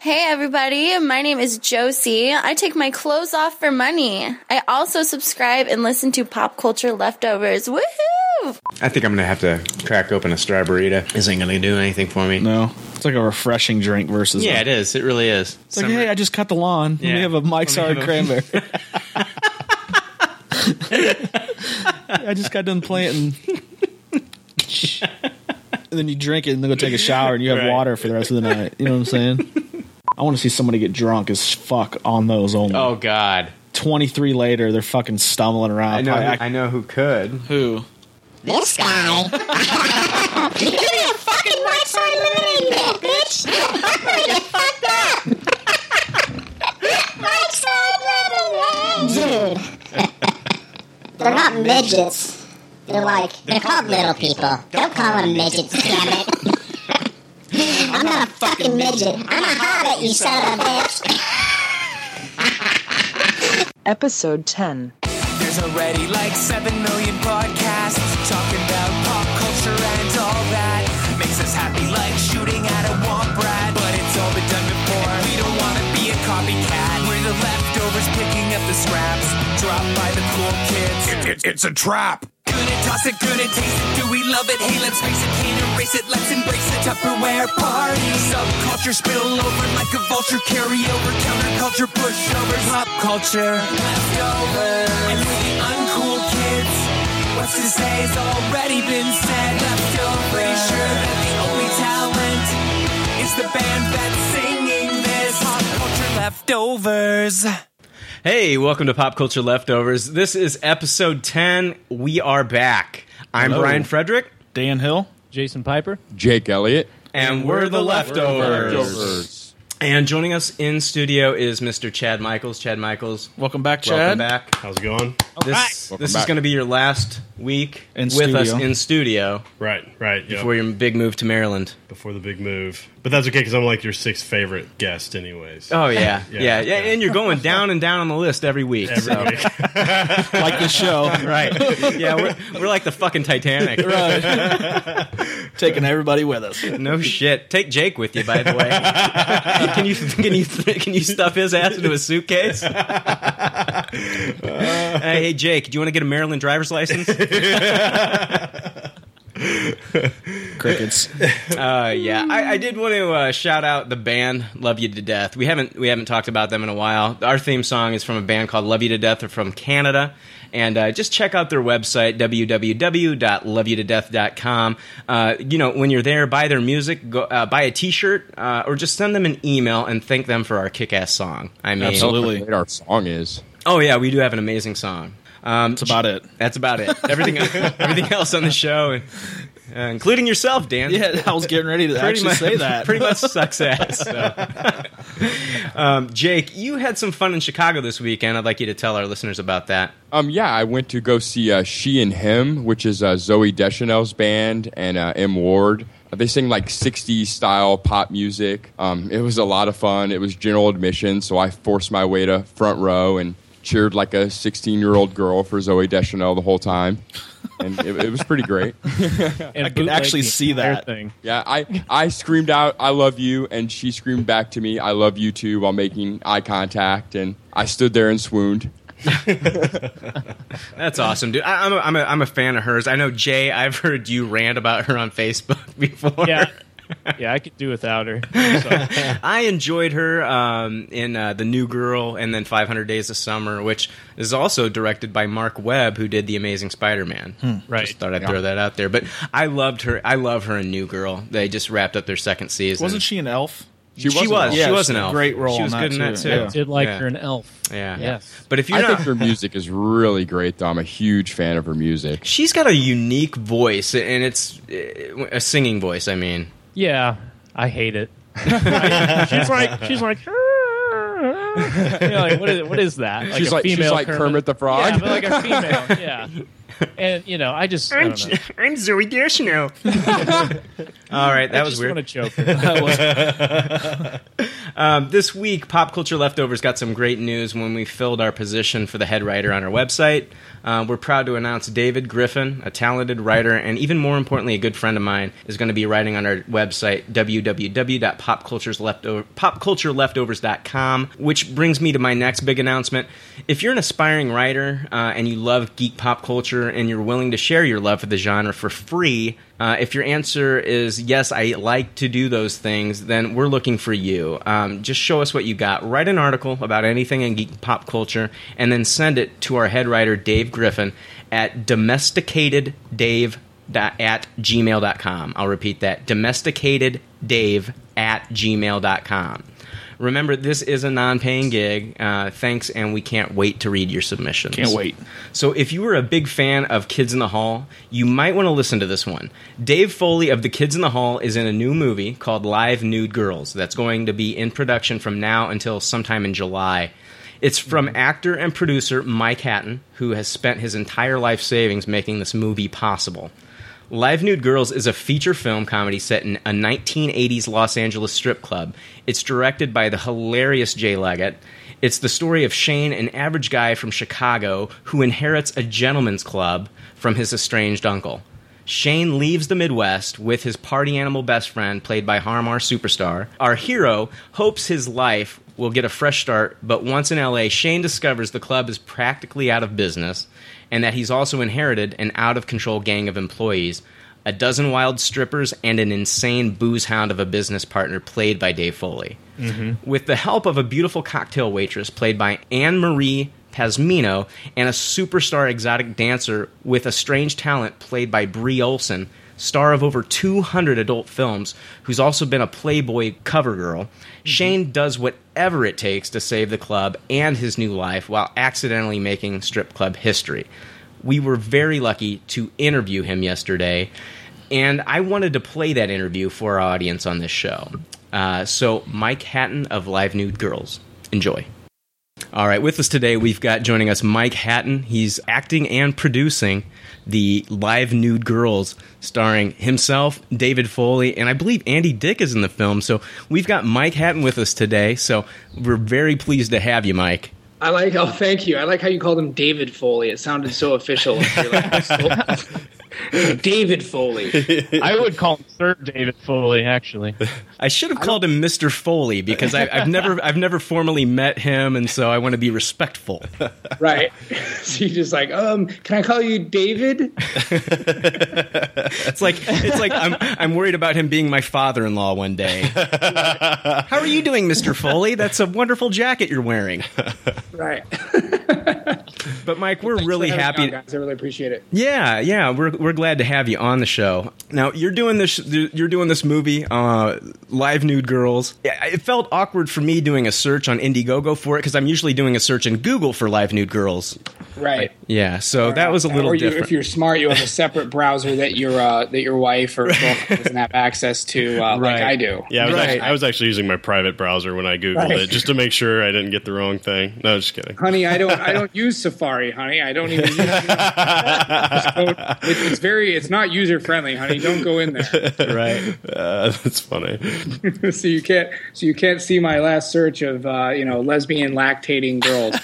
Hey everybody, my name is Josie. I take my clothes off for money. I also subscribe and listen to Pop Culture Leftovers. Woohoo! I think I'm gonna have to crack open a strawberry. This ain't gonna do anything for me. No, it's like a refreshing drink versus Yeah, a- it is. It really is. It's like, hey, I just cut the lawn. Let Yeah. me have a Mike's Let me Hard have a- Cranberry. I just got done planting. and then you drink it and then go take a shower and you have Right. water for the rest of the night. You know what I'm saying? I want to see somebody get drunk as fuck on those only. oh God, 23 later, they're fucking stumbling around. I know. Probably act- I know who could. who? This guy. Give me a fucking Mike's Hard Lemonade Mix, bitch. I'm gonna get fucked up. Mike's Hard Lemonade. Dude. They're not midgets. They're like, they're called little people. Don't call them midgets, damn it. I'm not a fucking midget. I'm a hobbit, you son of a bitch. Episode 10. There's already like 7 million podcasts talking about pop culture and all that. Makes us happy like shooting at a womp rat. But it's all been done before. We don't want to be a copycat. We're the leftovers picking up the scraps dropped by the cool kids. it's a trap. Gonna toss it, gonna taste it. Do we love it? Hey, let's face it, can't erase it. Let's embrace it. Tupperware party. Subculture spill over like a vulture. Carry over counterculture pushovers. Pop culture leftovers. And we the uncool kids. What's to say has already been said. Leftovers. Pretty sure that the only talent is the band that's singing this. Pop culture leftovers. Hey, welcome to Pop Culture Leftovers. This is episode 10. We are back. I'm Hello. Brian Frederick, Dan Hill? Jason Piper. Jake Elliott. and we're the Leftovers. And joining us in studio is Mr. Chad Michaels. Chad Michaels, Welcome back, Chad. welcome back. How's it going? This, Welcome this is back. going to be your last week In with us studio. in studio Right, right. Yeah. before Before, your big move to Maryland. the big move, but that's okay because I'm like your sixth favorite guest, anyways. Oh, yeah. yeah. Yeah, Yeah. yeah. And you're going down and down on the list every week. Every so. week. Like the show. Right. Yeah, we're, we're like the fucking Titanic. Taking everybody with us. No shit. Take Jake with you, by the way. can you can you can you stuff his ass into a suitcase? hey, hey, Jake, do you want to get a Maryland driver's license? Crickets. Uh, yeah, I, I did want to uh, shout out the band Love You to Death. We haven't we haven't talked about them in a while. Our theme song is from a band called Love You to Death. They're from Canada, and uh, just check out their website www.loveyoutodeath.com. Uh, you know, when you're there, buy their music, go, uh, buy a T-shirt, uh, or just send them an email and thank them for our kick-ass song. I mean, Absolutely. Our song is. Oh yeah, we do have an amazing song. Um, That's about it. that's about it. Everything everything else on the show, uh, including yourself, Dan Yeah, I was getting ready to actually much, say that. Pretty much sucks ass. so. um, Jake, you had some fun in Chicago this weekend. I'd like you to tell our listeners about that. Um, yeah, I went to go see uh, She and Him, which is uh, Zoe Deschanel's band and uh, M Ward. Uh, They sing like 60s style pop music. Um, it was a lot of fun. It was general admission, so I forced my way to front row and cheered like a 16 year old girl for Zoe Deschanel the whole time. And it, it was pretty great. And I could actually see that. thing. Yeah, I, I screamed out, I love you, and she screamed back to me, I love you too, while making eye contact. And I stood there and swooned. That's awesome, dude. I, I'm, a, I'm, a, I'm a fan of hers. I know, Jay, I've heard you rant about her on Facebook before. Yeah. Yeah, I could do without her. I enjoyed her um, in uh, The New Girl and then 500 Days of Summer, which is also directed by Mark Webb, who did The Amazing Spider Man. Right. Just thought I'd throw that out there. But I loved her. I love her in New Girl. They just wrapped up their second season. Wasn't she an elf? She, was. Yeah, she was she an did a elf. great role She was in good in that, that too. too. Yeah. I did like yeah. her an elf. Yeah. Yes. But if you're I not, think her music is really great, though. I'm a huge fan of her music. she's got a unique voice, and it's uh, a singing voice. I mean, Yeah. I hate it. she's like she's like, "Ah, ah." You know, like, what is what is that? Like she's a like she's female like Kermit the Frog. Yeah, but like a female. Yeah. and you know, I just I I'm, don't know. I'm Zoe Deschanel. All right, that I was just weird. want to choke. her. Um, this week, Pop Culture Leftovers got some great news when we filled our position for the head writer on our website. Uh, we're proud to announce David Griffin, a talented writer and even more importantly, a good friend of mine, is going to be writing on our website, www.popcultureleftovers.com, which brings me to my next big announcement. If you're an aspiring writer uh, and you love geek pop culture and you're willing to share your love for the genre for free, uh, if your answer is yes, I like to do those things, then we're looking for you. Um, just show us what you got. Write an article about anything in geek pop culture, and then send it to our head writer Dave Griffin at domesticateddave at gmail.com. I'll repeat that: domesticateddave at gmail.com. Remember, this is a non-paying gig. Uh, thanks, and we can't wait to read your submissions. Can't wait. So, if you were a big fan of Kids in the Hall, you might want to listen to this one. Dave Foley of the Kids in the Hall is in a new movie called Live Nude Girls that's going to be in production from now until sometime in July. It's from actor and producer Mike Hatton, who has spent his entire life savings making this movie possible. Live Nude Girls is a feature film comedy set in a 1980s Los Angeles strip club. It's directed by the hilarious Jay Leggett. It's the story of Shane, an average guy from Chicago, who inherits a gentleman's club from his estranged uncle. Shane leaves the Midwest with his party animal best friend, played by Harmar Superstar. Our hero hopes his life will get a fresh start, but once in LA, Shane discovers the club is practically out of business and that he's also inherited an out of control gang of employees, a dozen wild strippers, and an insane booze hound of a business partner played by Dave Foley. With the help of a beautiful cocktail waitress played by Anne Marie Pasmino and a superstar exotic dancer with a strange talent played by Brie Olson, star of over 200 adult films, who's also been a Playboy cover girl, Shane does whatever it takes to save the club and his new life while accidentally making strip club history. We were very lucky to interview him yesterday and I wanted to play that interview for our audience on this show. Uh, so, Mike Hatton of Live Nude Girls, enjoy. All right, with us today, we've got joining us Mike Hatton. He's acting and producing the Live Nude Girls, starring himself, David Foley, and I believe Andy Dick is in the film. So, we've got Mike Hatton with us today. So, we're very pleased to have you, Mike. I like. Oh, thank you. I like how you called him David Foley. It sounded so official. You're like, oh, so- David Foley. I would call him Sir David Foley, actually. I should have called him Mr. Foley because I, I've never, I've never formally met him, and so I want to be respectful. Right. So you're just like, um, can I call you David? It's like it's like I'm I'm worried about him being my father-in-law one day. How are you doing, Mr. Foley? That's a wonderful jacket you're wearing. Right. But Mike, we're really Thanks for having me happy. on, guys. I really appreciate it. Yeah, yeah, we're we're glad to have you on the show. Now you're doing this you're doing this movie, uh, Live Nude Girls. Yeah, It felt awkward for me doing a search on Indiegogo for it because I'm usually doing a search in Google for Live Nude Girls. Right. Yeah, so that was a little or you, different. If you're smart, you have a separate browser that your uh, that your wife or girlfriend doesn't have access to, uh, like Right. I do. Yeah, I was, Right. actually, I was actually using my private browser when I googled Right. it just to make sure I didn't get the wrong thing. No, just kidding. honey, I don't I don't use Safari, honey. I don't even. Use, it's, it's very. It's not user friendly, honey. Don't go in there. right. Uh, that's funny. so you can't. So you can't see my last search of uh, you know lesbian lactating girls.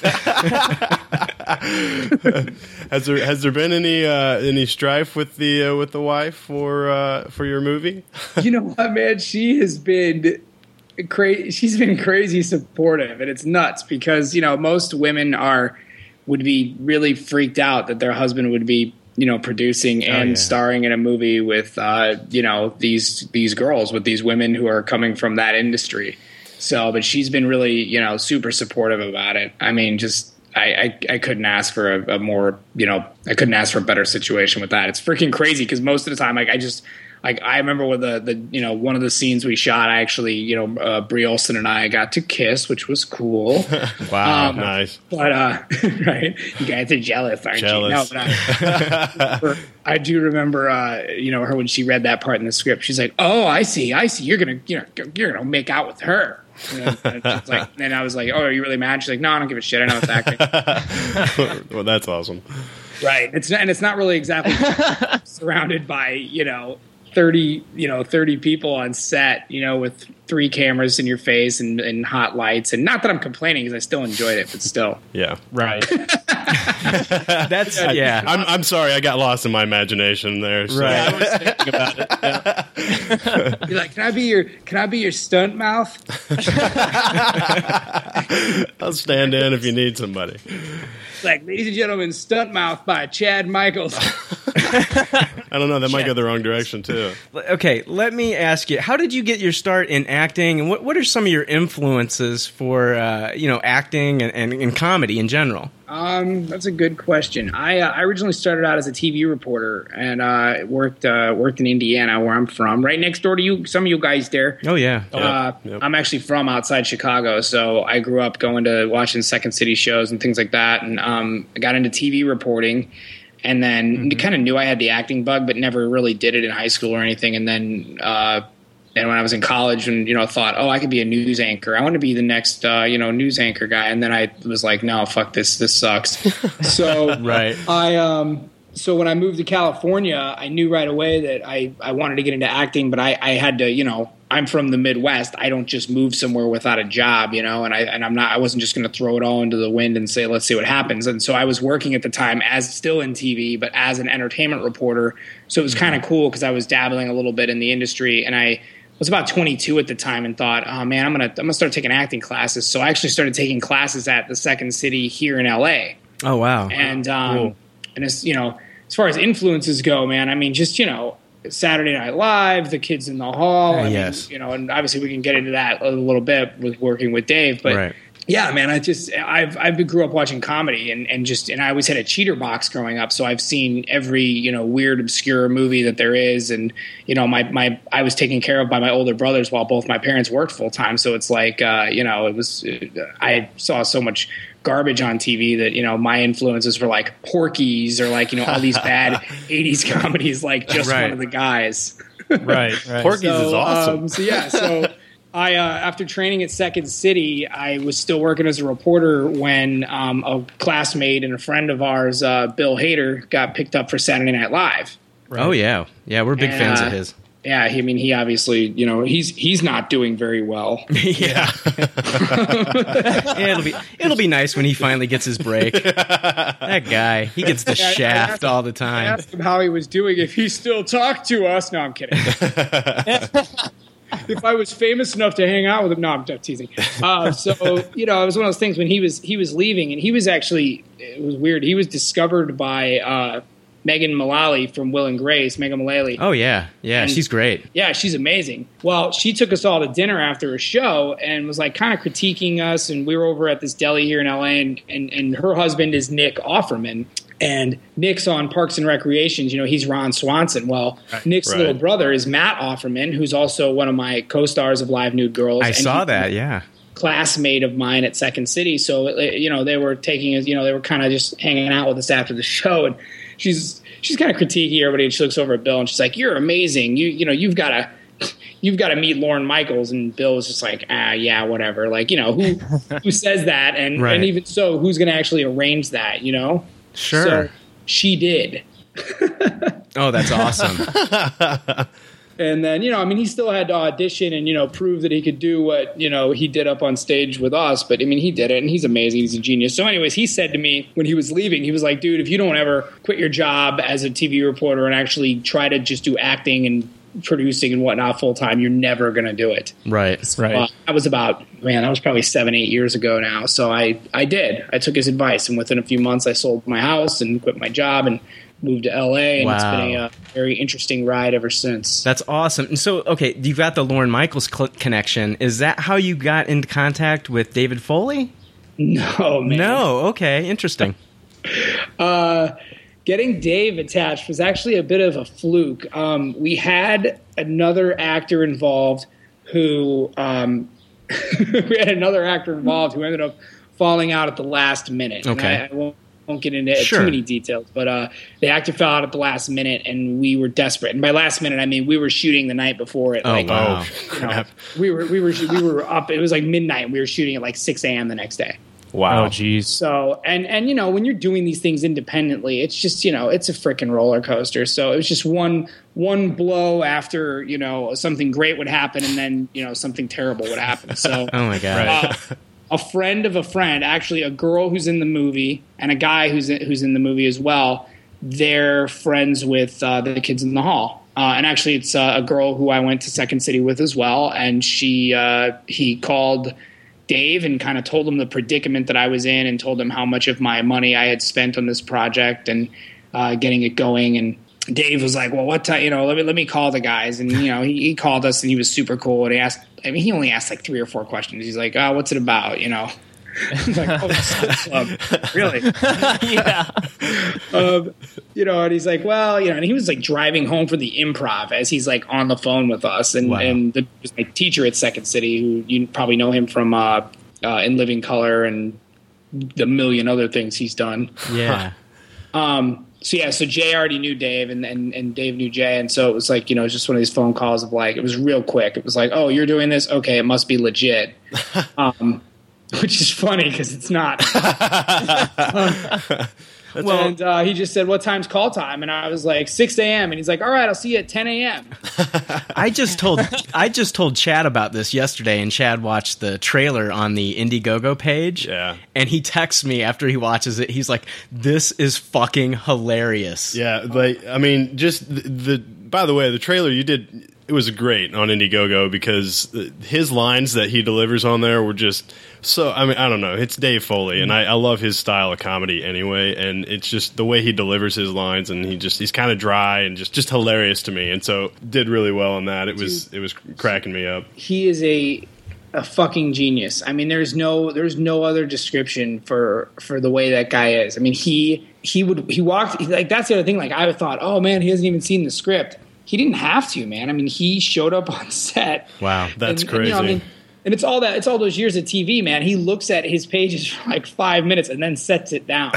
Has there has there been any uh, any strife with the uh, with the wife for uh, for your movie? you know what, Oh, man? She has been crazy. She's been crazy supportive, and it's nuts because you know most women are would be really freaked out that their husband would be you know producing Oh, and starring in a movie with uh, you know these these girls with these women who are coming from that industry. So, but she's been really you know super supportive about it. I mean, just. I, I, I couldn't ask for a, a more you know I couldn't ask for a better situation with that. It's freaking crazy because most of the time like I just like I remember when the, the you know one of the scenes we shot, I actually you know uh, Brie Olson and I got to kiss, which was cool. Wow, Um, nice. but uh, right, you guys are jealous, aren't Jealous. you? No, but I, remember- I do remember uh, you know her when she read that part in the script. She's like, "Oh, I see, I see. You're gonna you know you're gonna make out with her." And, then, it's like, and I was like, "Oh, are you really mad?" She's like, "No, I don't give a shit. I know it's acting." well, that's awesome. right. It's not, and it's not really exactly surrounded by you know thirty you know thirty people on set you know with three cameras in your face and, and hot lights and not that I'm complaining because I still enjoyed it but still Yeah. Right. That's yeah. I'm, I'm sorry, I got lost in my imagination there. So. Right. you're like can I be your can I be your stunt mouth I'll stand in if you need somebody. It's like ladies and gentlemen stunt mouth by Chad Michaels I don't know. That might go the wrong direction too. Okay, let me ask you: How did you get your start in acting, and what, what are some of your influences for uh, you know acting and, and, and comedy in general? Um, that's a good question. I uh, I originally started out as a TV reporter and uh, worked uh, worked in Indiana, where I'm from, right next door to you. Some of you guys there. Oh yeah, Uh, I'm actually from outside Chicago, so I grew up going to watching Second City shows and things like that, and um, I got into TV reporting, and then Mm-hmm. kind of knew I had the acting bug, but never really did it in high school or anything. And then, uh, and when I was in college, and you know, thought, oh, I could be a news anchor. I want to be the next, uh, you know, news anchor guy. And then I was like, no, fuck this, this sucks. so right, I um so when I moved to California, I knew right away that I I wanted to get into acting, but I I had to you know I'm from the Midwest. I don't just move somewhere without a job, you know, and I and I'm not I wasn't just going to throw it all into the wind and say let's see what happens. And so I was working at the time as still in TV, but as an entertainment reporter. So it was kind of cool because I was dabbling a little bit in the industry, and I was about 22 at the time and thought, oh man, I'm gonna I'm gonna start taking acting classes. So I actually started taking classes at the Second City here in LA Oh wow, and um, Cool. and as you know, as far as influences go, man, I mean, just you know, Saturday Night Live, The Kids in the Hall, Uh, I mean, yes. you know, and obviously we can get into that a little bit with working with Dave, but. right. Yeah, man. I just I've I've been- grew up watching comedy and, and just and I always had a cheater box growing up, so I've seen every you know weird obscure movie that there is, and you know my my I was taken care of by my older brothers while both my parents worked full time, so it's like uh, you know it was I saw so much garbage on TV that you know my influences were like Porky's or like you know all these bad '80s comedies like just Right. one of the guys. Right. right. Porky's is So, awesome. um, so yeah, so I uh, after training at Second City, I was still working as a reporter when um, a classmate and a friend of ours, uh, Bill Hader, got picked up for Saturday Night Live. Oh yeah, yeah, we're big And, fans uh, of his. Yeah, he- I mean, he obviously, you know, he's he's not doing very well. yeah, Yeah, it'll be it'll be nice when he finally gets his break. that guy, he gets the I- I shaft asked- all the I time. asked him how he was doing if he still talked to us. No, I'm kidding. if I was famous enough to hang out with him, no, I'm just teasing. Uh, so you know, it was one of those things when he was he was leaving, and he was actually it was weird. He was discovered by uh, Megan Mullally from Will and Grace, Megan Mullally. Oh yeah, yeah, And- she's great. Yeah, she's amazing. Well, she took us all to dinner after a show and was like kind of critiquing us. And we were over at this deli here in LA, and, and, and her husband is Nick Offerman. And Nick's on Parks and Recreations. You know, he's Ron Swanson. Well, Nick's Right. little brother is Matt Offerman, who's also one of my co stars of Live Nude Girls. I and saw he- that. Yeah, classmate of mine at Second City. So uh, you know they were taking us. You know they were kind of just hanging out with us after the show, and she's she's kind of critiquing everybody. And she looks over at Bill and she's like, "You're amazing. You you know you've got to." You've got to meet Lauren Michaels, and Bill was just like, ah, yeah, whatever. Like, you know, who who says that? And Right. and even so, who's going to actually arrange that? You know, sure. So she did. Oh, that's awesome. And then, you know, I mean, he still had to audition and, you know, prove that he could do what, you know, he did up on stage with us. But I mean, he did it and he's amazing. He's a genius. So, anyways, he said to me when he was leaving, he was like, dude, if you don't ever quit your job as a TV reporter and actually try to just do acting and producing and whatnot full time, you're never going to do it. right. Right. Well, that was about, man, that was probably seven, eight years ago now. So I, I did. I took his advice. And within a few months, I sold my house and quit my job and moved to LA. And it's Wow. been a uh, very interesting ride ever since. That's awesome. And so, okay, you've got the Lauren Michaels cl- connection. Is that how you got into contact with David Foley? No, man. No. Okay. Interesting. Uh, Getting Dave attached was actually a bit of a fluke. Um, we had another actor involved who um, we had another actor involved who ended up falling out at the last minute. And Okay. I, I won't, won't get into Sure. too many details, but uh, the actor fell out at the last minute, and we were desperate. And by last minute, I mean we were shooting the night before it. Oh, like, wow. you know, we were we were we were up. It was like midnight. and We were shooting at like six a.m. the next day. Wow. Oh, jeez. So and and you know when you're doing these things independently, it's just you know it's a freaking roller coaster. So it was just one one blow after you know something great would happen, and then you know something terrible would happen. So Oh my God. Right. uh, a friend of a friend, actually a girl who's in the movie and a guy who's in, who's in the movie as well. They're friends with uh, the kids in the hall. Uh, and actually, it's uh, a girl who I went to Second City with as well. And she uh, he called Dave and kind of told him the predicament that I was in, and told him how much of my money I had spent on this project and uh, getting it going. And Dave was like, "Well, what time? You know, let me let me call the guys." And you know, he, he called us, and he was super cool. And he asked, I mean, he only asked like three or four questions. He's like, "Oh, what's it about?" You know. I'm like, oh, strip club. really? yeah. Um, you know, and he's like, well, you know, and he was like driving home from the improv as he's like on the phone with us, and Wow. and the was my teacher at Second City, who you probably know him from uh, uh, In Living Color and the million other things he's done. Yeah. Um, so yeah, so Jay already knew Dave, and, and and Dave knew Jay, and so it was like you know it was just one of these phone calls of like it was real quick. It was like, oh, you're doing this, okay, it must be legit, um, which is funny because it's not. well, and uh, he just said, "What time's call time?" And I was like, "6 a.m." And he's like, "All right, I'll see you at 10 a.m." I just told I just told Chad about this yesterday, and Chad watched the trailer on the Indiegogo page. Yeah, and he texts me after he watches it. He's like, "This is fucking hilarious." Yeah, like I mean, just the, the. By the way, the trailer you did it was great on Indiegogo because the, his lines that he delivers on there were just so. I mean, I don't know. It's Dave Foley, and I, I love his style of comedy anyway. And it's just the way he delivers his lines, and he just he's kind of dry and just just hilarious to me. And so did really well on that. It was it was cracking me up. he is a a fucking genius. I mean, there's no there's no other description for for the way that guy is. I mean, he he would he walked like that's the other thing. Like I thought, oh man, he hasn't even seen the script. He didn't have to, man. I mean, he showed up on set. Wow, that's And- and, crazy. you know, I mean, and it's all that it's all those years of TV, man. He looks at his pages for like five minutes and then sets it down.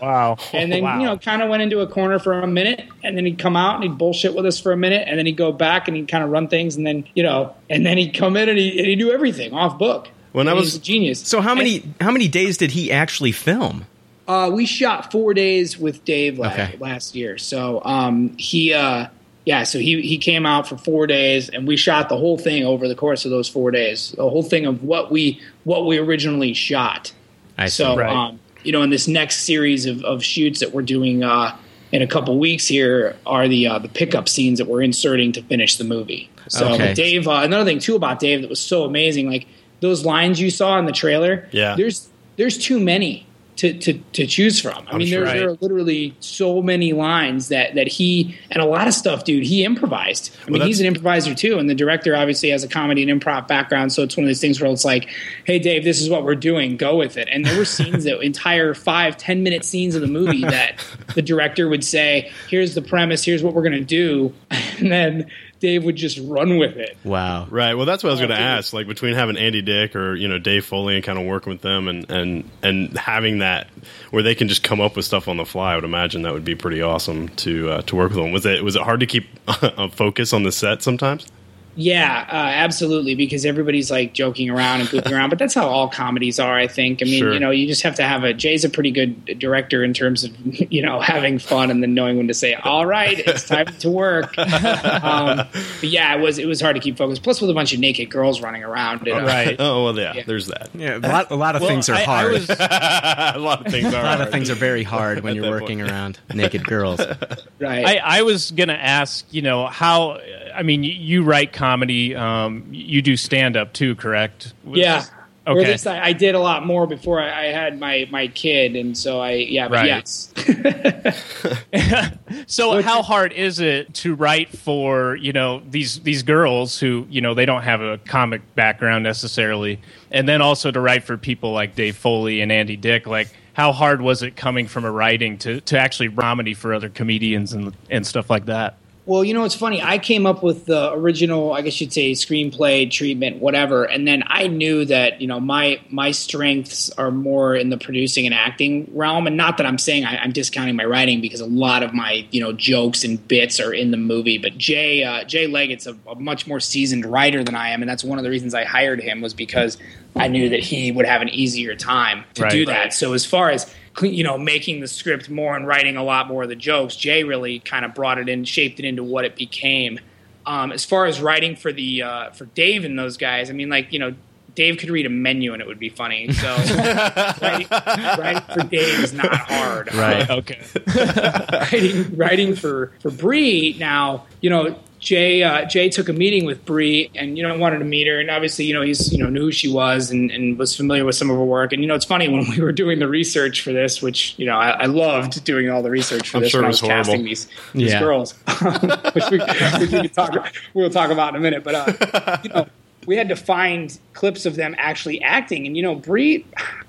Wow. And then you know, kind of went into a corner for a minute, and then he'd come out and he'd bullshit with us for a minute, and then he'd go back and he'd kind of run things, and then you know, and then he'd come in and he and he knew everything off book. When I And was- he's a genius. So how many how many days did he actually film? Uh, we shot four days with Dave last, Okay. last year. So um, he, uh, yeah, so he he came out for four days, and we shot the whole thing over the course of those four days. The whole thing of what we what we originally shot. I so see. Right. um, you know, in this next series of, of shoots that we're doing uh, in a couple weeks here are the uh, the pickup scenes that we're inserting to finish the movie. So Okay. but Dave, uh, another thing too about Dave that was so amazing, like those lines you saw in the trailer. Yeah. there's there's too many to to, to choose from. I I'm mean, sure. there's, there are Right. literally so many lines that that he and a lot of stuff, dude. He improvised. I Well, mean, that's- he's an improviser too, and the director obviously has a comedy and improv background. So it's one of those things where it's like, hey, Dave, this is what we're doing. Go with it. And there were scenes that entire five ten minute scenes of the movie that the director would say, here's the premise, here's what we're gonna do, and then Dave would just run with it. Wow. Right. Well, that's what I was going to ask. Like between having Andy Dick or you know Dave Foley and kind of working with them and and and having that where they can just come up with stuff on the fly, I would imagine that would be pretty awesome to uh, to work with them. Was it was it hard to keep a focus on the set sometimes? Yeah, uh, absolutely. Because everybody's like joking around and goofing around, but that's how all comedies are. I think. I mean, Sure. you know, you just have to have a. Jay's a pretty good director in terms of you know having fun and then knowing when to say, "All right, it's time to work." um, but yeah, it was it was hard to keep focused. Plus, with a bunch of naked girls running around, you know. oh well, yeah, There's that. Yeah, a lot, a lot of Well, things are I- I hard. was- a lot of a things are. lot hard. of things are very hard when you're working around naked girls. Right. I, I was going to ask, you know, how, I mean, you, you write comedy, um, you do stand up too, correct? Yeah. Or uh, at Okay. least I, I did a lot more before I, I had my my kid, and so I yeah, but Right. yes. So how hard is it to write for, you know, these these girls who, you know, they don't have a comic background necessarily and then also to write for people like Dave Foley and Andy Dick like how hard was it coming from a writing to, to actually comedy for other comedians and and stuff like that? Well, you know, it's funny. I came up with the original, I guess you'd say, screenplay, treatment, whatever, and then I knew that you know my my strengths are more in the producing and acting realm, and not that I'm saying I, I'm discounting my writing because a lot of my you know jokes and bits are in the movie. But Jay uh, Jay Leggett's a, a much more seasoned writer than I am, and that's one of the reasons I hired him was because I knew that he would have an easier time to Right. do that. So as far as cle- you know, making the script more and writing a lot more of the jokes, Jay really kind of brought it in, shaped it into what it became. Um, as far as writing for the uh, for Dave and those guys, I mean, like you know, Dave could read a menu and it would be funny. So writing, writing for Dave is not hard. Right. okay. writing writing for for Bree now, you know, Jay uh, Jay took a meeting with Bree and you know wanted to meet her and obviously you know he's you know knew who she was and, and was familiar with some of her work and you know it's funny when we were doing the research for this which you know I, I loved doing all the research for I'm this sure when it I was was casting horrible. these these Yeah. girls which we, which we could talk we'll talk about in a minute but uh, we had to find clips of them actually acting. And you know, Brie,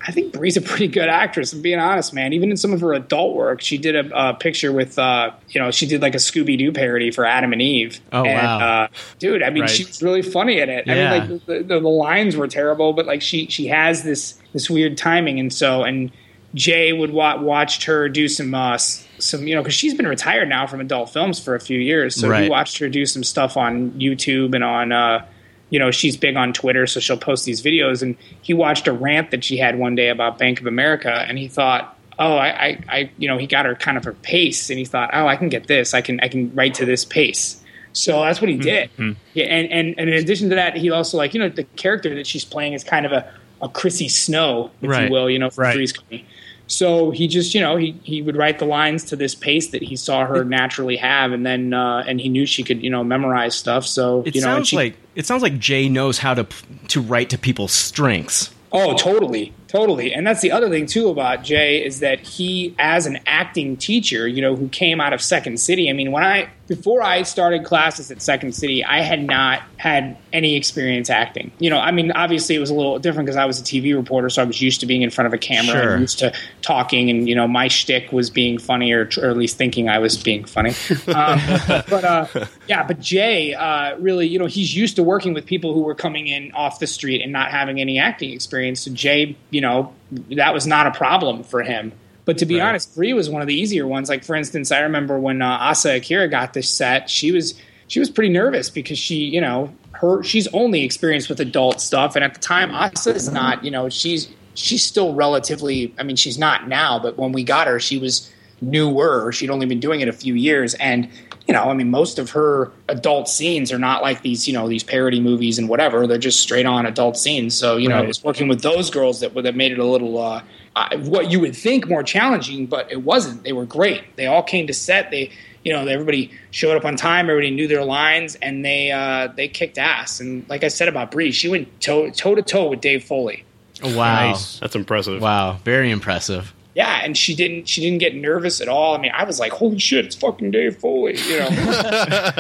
I think Brie's a pretty good actress. I'm being honest, man. Even in some of her adult work, she did a, a picture with, uh, you know, she did like a Scooby Doo parody for Adam and Eve. Oh, And, wow. uh, dude, I mean, Right. she was really funny in it. I mean, Yeah. like the, the, the lines were terrible, but like she she has this this weird timing, and so and Jay would wa- watched her do some uh, s- some you know because she's been retired now from adult films for a few years, so Right. he watched her do some stuff on YouTube and on. Uh, you know she's big on Twitter, so she'll post these videos. And he watched a rant that she had one day about Bank of America, and he thought, "Oh, I, I, I you know, he got her kind of her pace." And he thought, "Oh, I can get this. I can, I can write to this pace." So that's what he did. Hmm. Yeah, and, and and in addition to that, he also like you know the character that she's playing is kind of a a Chrissy Snow, if Right. you will, you know, from Right. Three's Company. So he just you know he he would write the lines to this pace that he saw her naturally have, and then uh, and he knew she could you know memorize stuff. So It you know, and sounds she- like it sounds like Jay knows how to p- to write to people's strengths. Oh, totally, totally. And that's the other thing too about Jay is that he, as an acting teacher, you know, who came out of Second City. I mean, when I before I started classes at Second City, I had not had any experience acting. You know, I mean, obviously it was a little different because I was a TV reporter, so I was used to being in front of a camera, Sure. and used to talking, and you know, my shtick was being funny, or, or at least thinking I was being funny. Um, but uh, yeah, but Jay uh, really, you know, he's used to working with people who were coming in off the street and not having any acting experience. So Jay, you know, that was not a problem for him. But to be honest, Bree was one of the easier ones. Like for instance, I remember when uh, Asa Akira got this set, she was she was pretty nervous because she, you know, her she's only experienced with adult stuff, and at the time, Asa is not. You know, she's she's still relatively. I mean, she's not now, but when we got her, she was newer. She'd only been doing it a few years, and you know, I mean, most of her adult scenes are not like these, you know, these parody movies and whatever. They're just straight on adult scenes. So you know, it Right. was working with those girls that that made it a little. Uh, uh, what you would think more challenging, but it wasn't. They were great. They all came to set. They, you know, everybody showed up on time. Everybody knew their lines, and they uh, they kicked ass. And like I said about Bree, she went toe toe to toe with Dave Foley. Wow, Nice. That's impressive. Wow, very impressive. Yeah, and she didn't she didn't get nervous at all. I mean, I was like, holy shit, it's fucking Dave Foley. You know,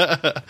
not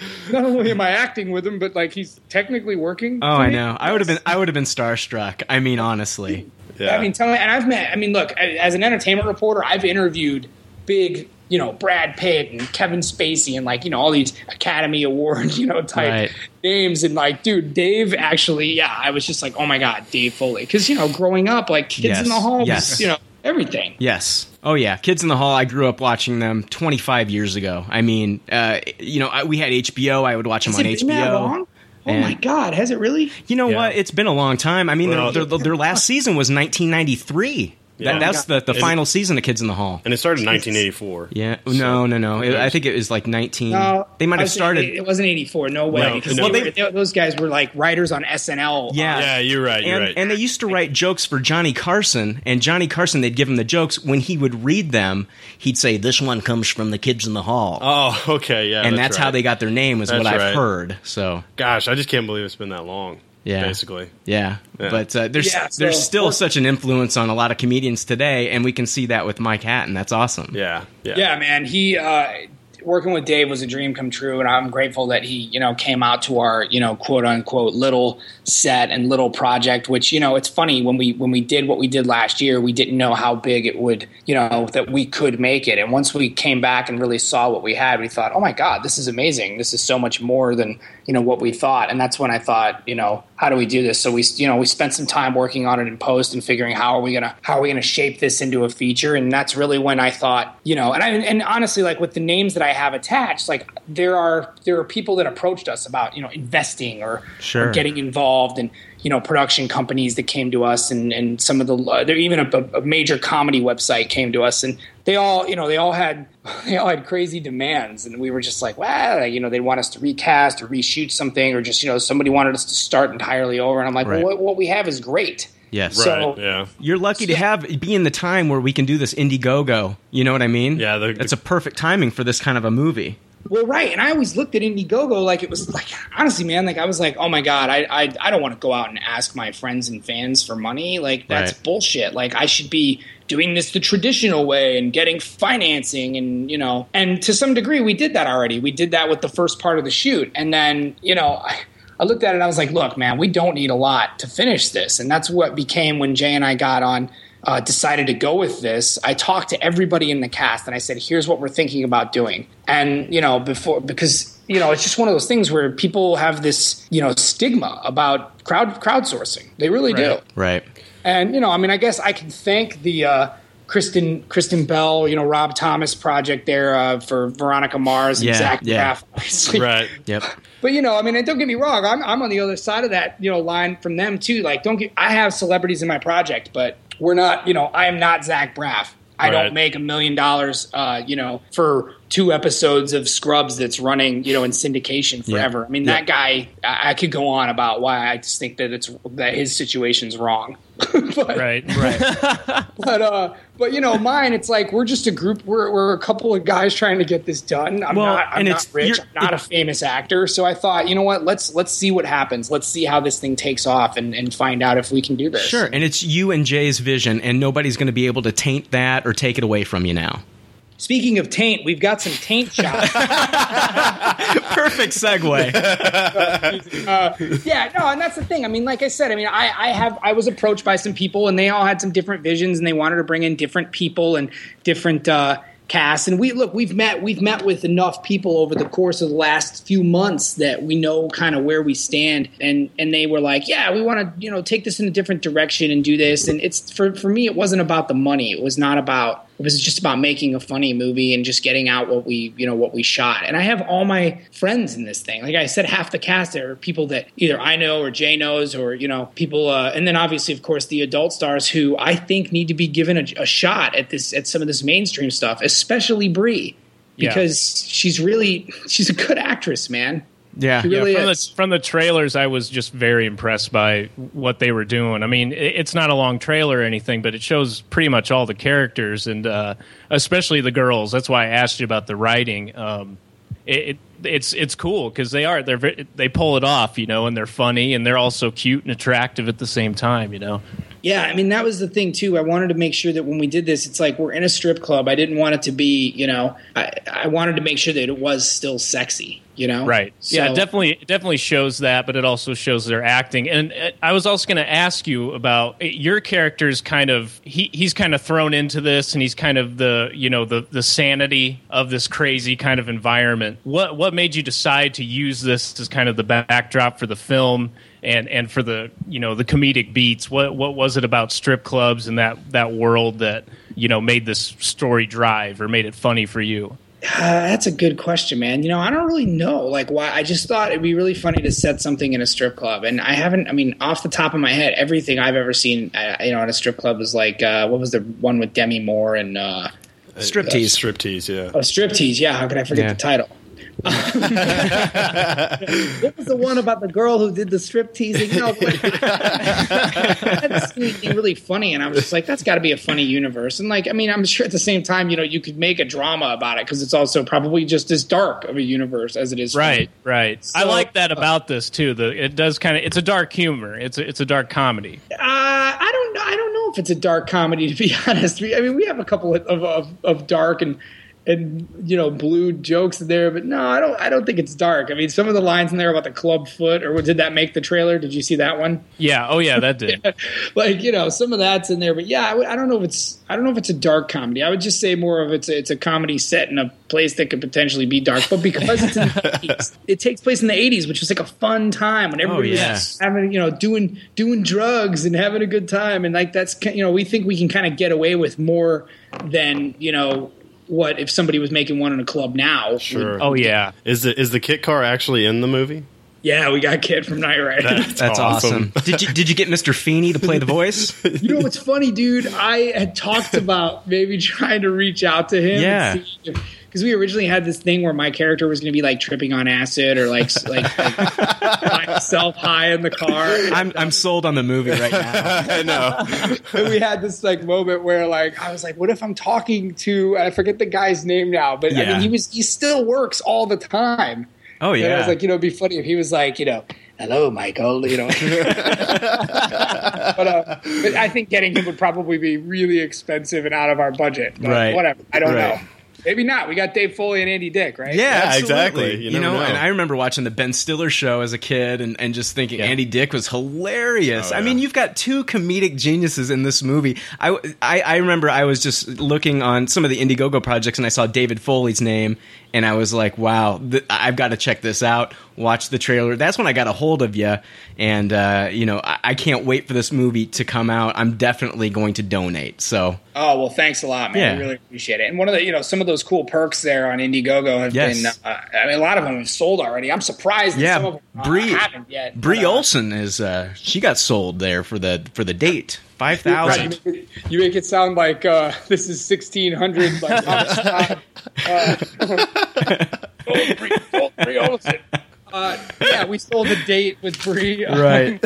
only am I acting with him, but like he's technically working. Oh, for I me. know. I would have been I would have been starstruck. I mean, honestly. I mean, tell me, and I've met, I mean, look, I- as an entertainment reporter, I've interviewed big, you know, Brad Pitt and Kevin Spacey and like, you know, all these Academy Award, you know, type Right. names. And like, dude, Dave actually, yeah, I was just like, oh my God, Dave Foley. Cause, you know, growing up, like kids Yes, in the hall, yes. you know, everything. Yes. Oh yeah, Kids in the Hall. I grew up watching them 25 years ago. I mean, uh, you know, I, we had HBO. I would watch them Has on it been HBO. that long? Oh my And- God, has it really? You know what? It's been a long time. I mean, Well- their, their, their last season was 1993. Yeah. That, that's the, the Is it- final season of Kids in the Hall. and it started in 1984. Yeah. No, no, no. It- I think it was like 19. Mm, they might I have was- It, started. it wasn't 84. No way. No, because no. they were- they- those guys were like writers on SNL. Yeah. Yeah, you're right. You're and, right. and they used to write jokes for Johnny Carson, and Johnny Carson, they'd give him the jokes. When he would read them, he'd say, "This one comes from the kids in the hall," oh, okay, yeah. and that's, how right. they got their name, is what That's right. I've heard. So, Gosh, I just can't believe it's been that long. Yeah. basically. yeah, Yeah. but uh, there's Yeah, so- there's still such an influence on a lot of comedians today, and we can see that with Mike Hatton. That's awesome. Yeah, yeah. yeah, man. He uh, working with Dave was a dream come true, and I'm grateful that he, you know, came out to our, you know, quote unquote little set and little project. Which you know, it's funny when we when we did what we did last year, we didn't know how big it would, you know, that we could make it. And once we came back and really saw what we had, we thought, oh my god, this is amazing. This is so much more than you know what we thought. And that's when I thought, you know, how do we do this? So we, you know, we spent some time working on it in post and figuring how are we gonna how are we gonna shape this into a feature. And that's really when I thought, you know, and I and honestly, like with the names that I have attached, like there are there are people that approached us about you know investing or, Sure. or getting involved and you know production companies that came to us and and some of the uh, there even a, a major comedy website came to us and they all you know they all had they all had crazy demands and we were just like wow you know they want us to recast or reshoot something or just you know somebody wanted us to start entirely over and I'm like Right. well, what, what we have is great Yes. So- yeah. You're lucky to have be in the time where we can do this Indiegogo. You know what I mean? Yeah. That's a perfect timing for this kind of a movie. Well, right, and I always looked at Indiegogo like it was like honestly, man, like I was like, oh my god, I I, I don't want to go out and ask my friends and fans for money. Like that's Right. bullshit. Like I should be doing this the traditional way and getting financing and you know, and to some degree we did that already. We did that with the first part of the shoot, and then you know. I, I looked at it and I was like, look, man, we don't need a lot to finish this. And that's what became when Jay and I got on, uh, decided to go with this. I talked to everybody in the cast and I said, here's what we're thinking about doing. And, you know, before, because, you know, it's just one of those things where people have this, you know, stigma about crowd crowdsourcing. They really do. Right. And you know, I mean, I guess I can thank the uh, Kristen Kristen Bell, you know, Rob Thomas project there uh, for Veronica Mars and Yeah, Zach yeah. Braff, obviously. Right. Yep. But you know, I mean, and don't get me wrong, I'm I'm on the other side of that you know line from them too. Like, don't get I have celebrities in my project, but we're not. You know, I am not Zach Braff. I Right. don't make a million dollars, uh, you know, for two episodes of Scrubs that's running, you know, in syndication Yeah. forever. I mean, Yeah. that guy, I, I could go on about why I just think that it's that his situation's wrong. right, right. but uh but you know mine it's like we're just a group we're, we're a couple of guys trying to get this done i'm Well, not i'm and not it's- rich you're- i'm not a it- famous actor so i thought you know what let's let's see what happens let's see how this thing takes off and and find out if we can do this Sure. And it's you and Jay's vision, and nobody's going to be able to taint that or take it away from you now. speaking of taint we've got some taint shots Perfect segue. yeah, no, and that's the thing. I mean, like I said, I mean, I, I have I was approached by some people, and they all had some different visions, and they wanted to bring in different people and different uh, casts. And we look, we've met we've met with enough people over the course of the last few months that we know kind of where we stand. And and they were like, yeah, we want to you know take this in a different direction and do this. And it's for for me, it wasn't about the money. It was not about it was just about making a funny movie and just getting out what we you know what we shot and i have all my friends in this thing like i said half the cast are people that either i know or jay knows or you know people uh, and then obviously of course the adult stars who i think need to be given a, a shot at this at some of this mainstream stuff especially brie Yeah. because she's really she's a good actress man yeah. She really yeah, from is. the from the trailers, I was just very impressed by what they were doing. I mean, i- it's not a long trailer or anything, but it shows pretty much all the characters and uh, especially the girls. That's why I asked you about the writing. Um, it, it it's it's cool because they are they're ve- they pull it off, you know, and they're funny and they're also cute and attractive at the same time, you know. uh, Yeah, I mean that was the thing too. I wanted to make sure that when we did this, it's like we're in a strip club. I didn't want it to be, you know, I, I wanted to make sure that it was still sexy, you know. Right. yeah, So- it definitely it definitely shows that, but it also shows their acting. And uh, I was also going to ask you about uh, your character's kind of he he's kind of thrown into this and he's kind of the, you know, the the sanity of this crazy kind of environment. What what made you decide to use this as kind of the backdrop for the film? And, and for the you know the comedic beats, what what was it about strip clubs and that, that world that you know made this story drive or made it funny for you? Uh, that's a good question, man. You know, I don't really know. Like, why? I just thought it'd be really funny to set something in a strip club, and I haven't. I mean, off the top of my head, everything I've ever seen, uh, you know, at a strip club was like, uh, what was the one with Demi Moore and uh, Striptease. Striptease, yeah. oh, striptease? Yeah, how could I forget Yeah. the title? what was the one about the girl who did the strip teasing? No, but that's really funny. And I was just like, that's got to be a funny universe. And like, I mean, I'm sure at the same time, you know, you could make a drama about it because it's also probably just as dark of a universe as it is. Right, right. I So- like uh, that about this too. The it does kind of it's a dark humor. It's a, it's a dark comedy. Uh, I don't know. I don't know if it's a dark comedy to be honest. We, I mean, we have a couple of, of, of dark and and you know blue jokes in there, but no, I don't. I don't think it's dark. I mean, some of the lines in there about the club foot, or did that make the trailer? Did you see that one? Yeah. Oh yeah, that did. like you know some of that's in there but yeah I, would- I don't know if it's i don't know if it's a dark comedy i would just say more of it's a, it's a comedy set in a place that could potentially be dark but because it's in the 80s, it takes place in the 80s which was like a fun time Oh, when everybody yeah. was having you know doing doing drugs and having a good time and like that's ki- you know we think we can kind of get away with more than you know what if somebody was making one in a club now Sure. Oh yeah. Is the is the kit car actually in the movie? Yeah, we got Kid from Night Rider. That's awesome. did you did you get Mr. Feeney to play the voice? You know what's funny, dude? I had talked about maybe trying to reach out to him. Yeah. Because we originally had this thing where my character was going to be like tripping on acid or like s- like, like by himself high in the car. I'm I'm sold on the movie right now. I know. and we had this like moment where like I was like, what if I'm talking to I forget the guy's name now, but I Yeah. mean he was he still works all the time. Oh, And I yeah. was like, you know, it'd be funny if he was like, you know, hello, Michael, you know. but, uh, but I think getting him would probably be really expensive and out of our budget. But Right. Whatever. I don't Right. know. Maybe not. We got Dave Foley and Andy Dick, right? Yeah, absolutely. You, know, and I remember watching the Ben Stiller show as a kid and, and just thinking Andy Dick was hilarious. Oh, I mean, you've got two comedic geniuses in this movie. I, I, I remember I was just looking on some of the Indiegogo projects and I saw David Foley's name and I was like, wow, th- I've got to check this out, watch the trailer. That's when I got a hold of you. And, uh, you know, I, I can't wait for this movie to come out. I'm definitely going to donate. So, Oh well, thanks a lot, man. Yeah. I really appreciate it. And one of the, you know, some of those cool perks there on Indiegogo have Yes. been. Uh, I mean, a lot of them have sold already. I'm surprised. that some yeah, of them uh, Bree haven't yet. uh, Bree Olson is uh, she got sold there for the for the date five thousand. Right, You make, it, you make it sound like uh, this is 1600. Like, hopscotch. uh, sold Bree- sold Bree Olson. Uh, yeah, we sold the date with Bree. Right.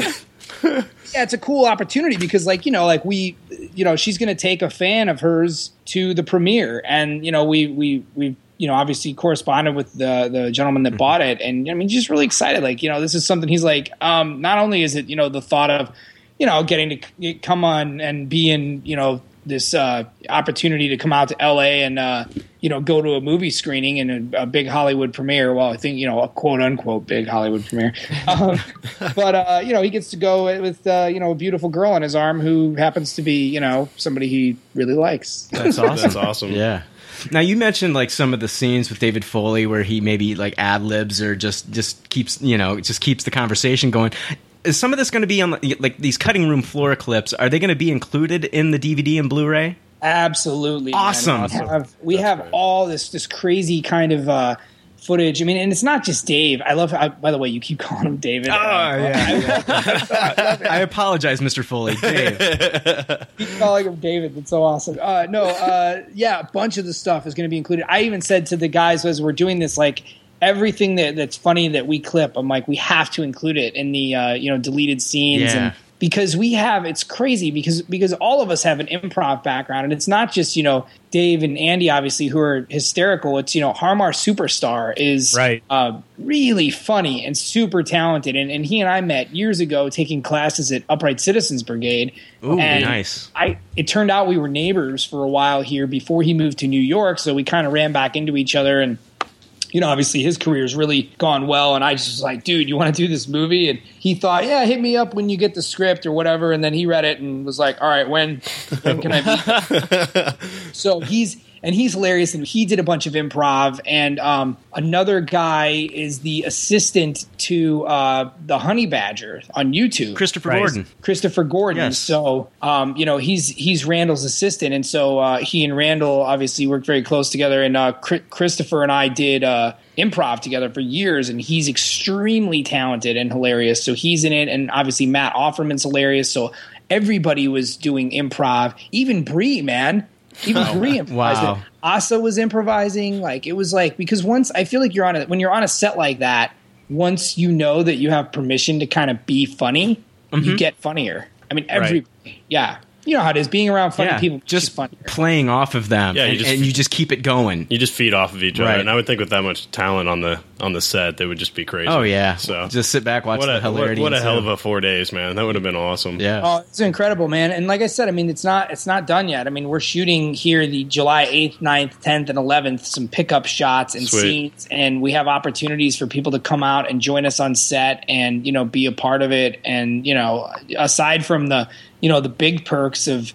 yeah, it's a cool opportunity because, like, you know, like we, you know, she's going to take a fan of hers to the premiere, and you know, we we we. You know, obviously corresponded with the the gentleman that bought it, and I mean, just really excited. Like, you know, this is something he's like. Um, not only is it you know the thought of, you know, getting to c- come on and be in you know this uh, opportunity to come out to L.A. and uh, you know go to a movie screening and a, a big Hollywood premiere. Well, I think you know a quote unquote big Hollywood premiere, um, but uh, you know he gets to go with uh, you know a beautiful girl on his arm who happens to be you know somebody he really likes. That's awesome. That's awesome. Yeah. Now you mentioned like some of the scenes with David Foley where he maybe like ad libs or just just keeps you know just keeps the conversation going. Is some of this going to be on like, like these cutting room floor clips? Are they going to be included in the DVD and Blu-ray? Absolutely. man. Awesome. We have, we have all this this crazy kind of uh, footage. I mean, and it's not just Dave. I love. I, by the way, you keep calling him David. Oh I apologize, Mr. Foley. Dave. keep calling him David. That's so awesome. Uh, no, uh, yeah, a bunch of the stuff is going to be included. I even said to the guys as we're doing this, like everything that, that's funny that we clip, I'm like, we have to include it in the uh, you know deleted scenes Yeah. and because we have it's crazy because because all of us have an improv background and it's not just you know Dave and Andy obviously who are hysterical it's you know Harmar superstar is Right. uh, really funny and super talented and, and he and I met years ago taking classes at Upright Citizens Brigade Ooh, and nice. I it turned out we were neighbors for a while here before he moved to New York, so we kind of ran back into each other and you know, obviously his career's really gone well and I just was like, dude, you want to do this movie? And he thought, yeah, hit me up when you get the script or whatever. And then he read it and was like, all right, when, when can I so he's and he's hilarious and he did a bunch of improv and um, another guy is the assistant to uh, the honey badger on youtube Christopher Right. Gordon. christopher gordon Yes. so um, you know he's he's randall's assistant and so uh, he and randall obviously worked very close together and uh, Chri- christopher and i did uh, improv together for years and he's extremely talented and hilarious so he's in it and obviously matt offerman's hilarious so everybody was doing improv even bree man even Oh, Bree improvised wow. it. Asa was improvising. Like it was like because once I feel like you're on a when you're on a set like that, once you know that you have permission to kind of be funny, Mm-hmm. you get funnier. I mean, every yeah, you know how it is. Being around funny Yeah, people, just playing off of them. Yeah, you Um, and, just- and you just keep it going. You just feed off of each Right. other, and I would think with that much talent on the on the set, they would just be crazy. Oh yeah. So just sit back, watch what the a, what, hilarity. what a and hell of stuff. a four days, man. That would have been awesome. Yeah. Oh, it's incredible, man. And like I said, I mean, it's not it's not done yet. I mean, we're shooting here the July 8th, 9th, 10th, and 11th, some pickup shots and Sweet. scenes. And we have opportunities for people to come out and join us on set and, you know, be a part of it. And, you know, aside from the, you know, the big perks of,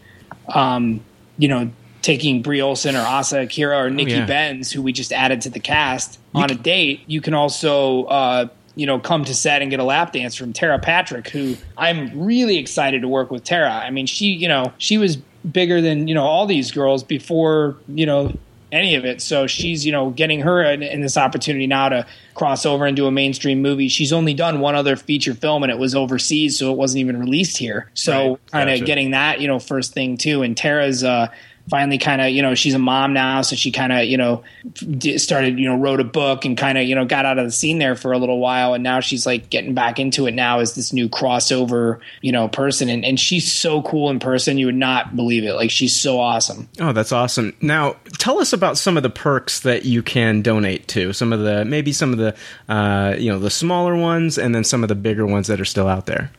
um, you know, taking Brie Olson or Asa Akira or Nikki Oh, yeah. Benz, who we just added to the cast on a date, you can also uh, you know come to set and get a lap dance from Tara Patrick, who I'm really excited to work with Tara. I mean, she you know she was bigger than you know all these girls before you know any of it. So she's, you know, getting her in, in this opportunity now to cross over and do a mainstream movie. She's only done one other feature film and it was overseas, so it wasn't even released here. So Right. kind of Gotcha. getting that, you know, first thing too. And Tara's, uh, finally kind of you know she's a mom now so she kind of you know d- started you know wrote a book and kind of you know got out of the scene there for a little while and now she's like getting back into it now as this new crossover you know person and, and she's so cool in person you would not believe it like she's so awesome Oh, that's awesome. Now, tell us about some of the perks that you can donate to. Some of the maybe some of the uh, you know the smaller ones, and then some of the bigger ones that are still out there.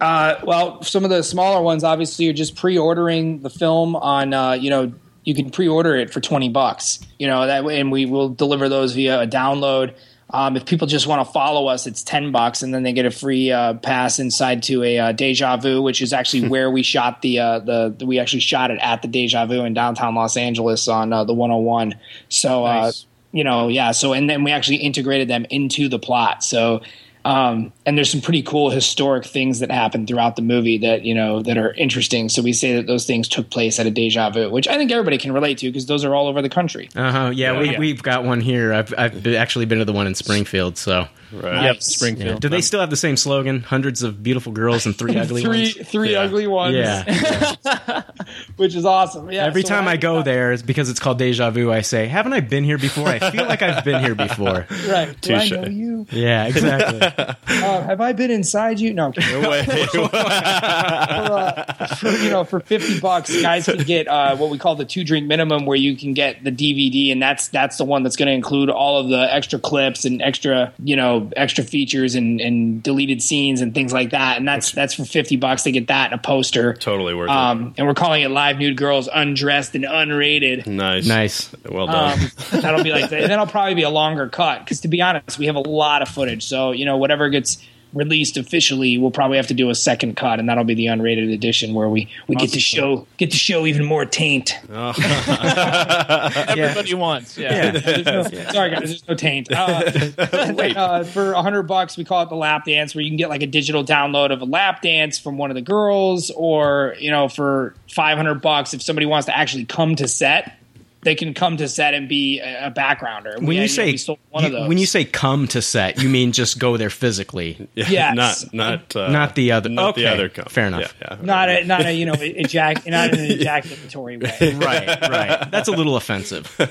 Uh, well, some of the smaller ones, obviously, are just pre-ordering the film on. Uh, you know, you can pre-order it for twenty bucks. You know that, way, and we will deliver those via a download. Um, if people just want to follow us, it's ten bucks, and then they get a free uh, pass inside to a uh, Deja Vu, which is actually where we shot the, uh, the the we actually shot it at the Deja Vu in downtown Los Angeles on uh, the 101. So uh, you know, yeah. So and then we actually integrated them into the plot. So um, and there's some pretty cool historic things that happen throughout the movie that you know that are interesting. So we say that those things took place at a deja vu, which I think everybody can relate to because those are all over the country. Uh huh. Yeah, Yeah. we, Yeah. we've got one here. I've I've been- actually been to the one in Springfield. So Right. Yep, Springfield. Do they still have the same slogan? Hundreds of beautiful girls and three ugly three ones. three ugly ones, Yeah. which is awesome. Yeah, Every so time I, go there, it's because it's called deja vu. I say, "Haven't I been here before? I feel like I've been here before." Right. Do I Touche. know you? Yeah, exactly. Uh, have I been inside you? No. I'm kidding. for, uh, for, you know, for fifty bucks, guys can get uh, what we call the two drink minimum, where you can get the DVD, and that's that's the one that's going to include all of the extra clips and extra you know extra features and, and deleted scenes and things like that. And that's that's for fifty bucks. They get that and a poster. Totally worth Um, and we're calling it Live Nude Girls Undressed and Unrated. it. Nice. Nice. Well done. Um, that'll be like that. That'll probably be a longer cut because, to be honest, we have a lot of footage. So you know, whatever gets released officially, we'll probably have to do a second cut, and that'll be the unrated edition where we we get to show get to show even more taint. Everybody wants. Yeah. There's no- Sorry guys, there's no taint. Uh, uh, for hundred bucks, we call it the lap dance, where you can get like a digital download of a lap dance from one of the girls, or you know, for five hundred bucks, if somebody wants to actually come to set, they can come to set and be a, a backgrounder. When We- you know, say we sold one of you- those. when you say come to set, you mean just go there physically. Yeah, Yes. not- not, uh, not the other. not okay, the other come. Fair enough. not a not a you know ejac not in an ejaculatory way. right, right. That's a little offensive. Hey,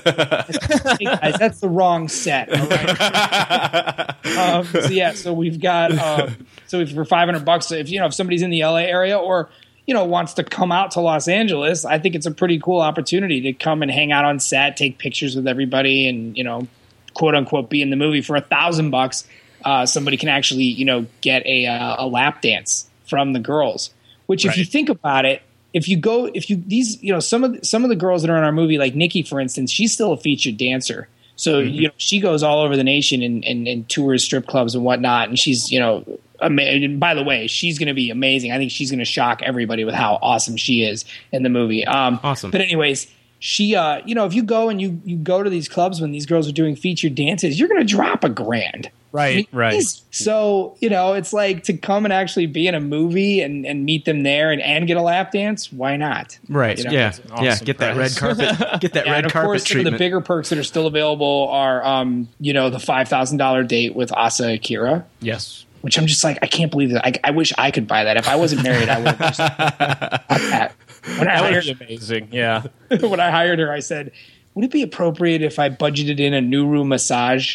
guys, that's the wrong set. all right? um, so yeah, so we've got um, so if for five hundred bucks, if you know if somebody's in the LA area or you know wants to come out to Los Angeles, I think it's a pretty cool opportunity to come and hang out on set, take pictures with everybody, and you know, quote unquote, be in the movie for a thousand bucks. Uh, somebody can actually you know get a uh, a lap dance from the girls. Which, if you think about it, if you go, if you these, you know, some of the, some of the girls that are in our movie, like Nikki, for instance, she's still a featured dancer. So you know, she goes all over the nation and, and, and tours strip clubs and whatnot. And she's you know, ama- and by the way, she's going to be amazing. I think she's going to shock everybody with how awesome she is in the movie. Um, awesome. But anyways. She, uh, you know, if you go and you you go to these clubs when these girls are doing featured dances, you're going to drop a grand. Right. Right. So you know, it's like to come and actually be in a movie and, and meet them there and, and get a lap dance. Why not? Right. You know? yeah. yeah. Get that red carpet. Get that Yeah, red and of carpet course, treatment. some of the bigger perks that are still available are, um, you know, the five thousand dollar date with Asa Akira, Yes. which I'm just like, I can't believe that. I, I wish I could buy that. If I wasn't married, I would. Just that. When I That would hired be amazing. Yeah. when I hired her, I said, "Would it be appropriate if I budgeted in a Nuru massage?"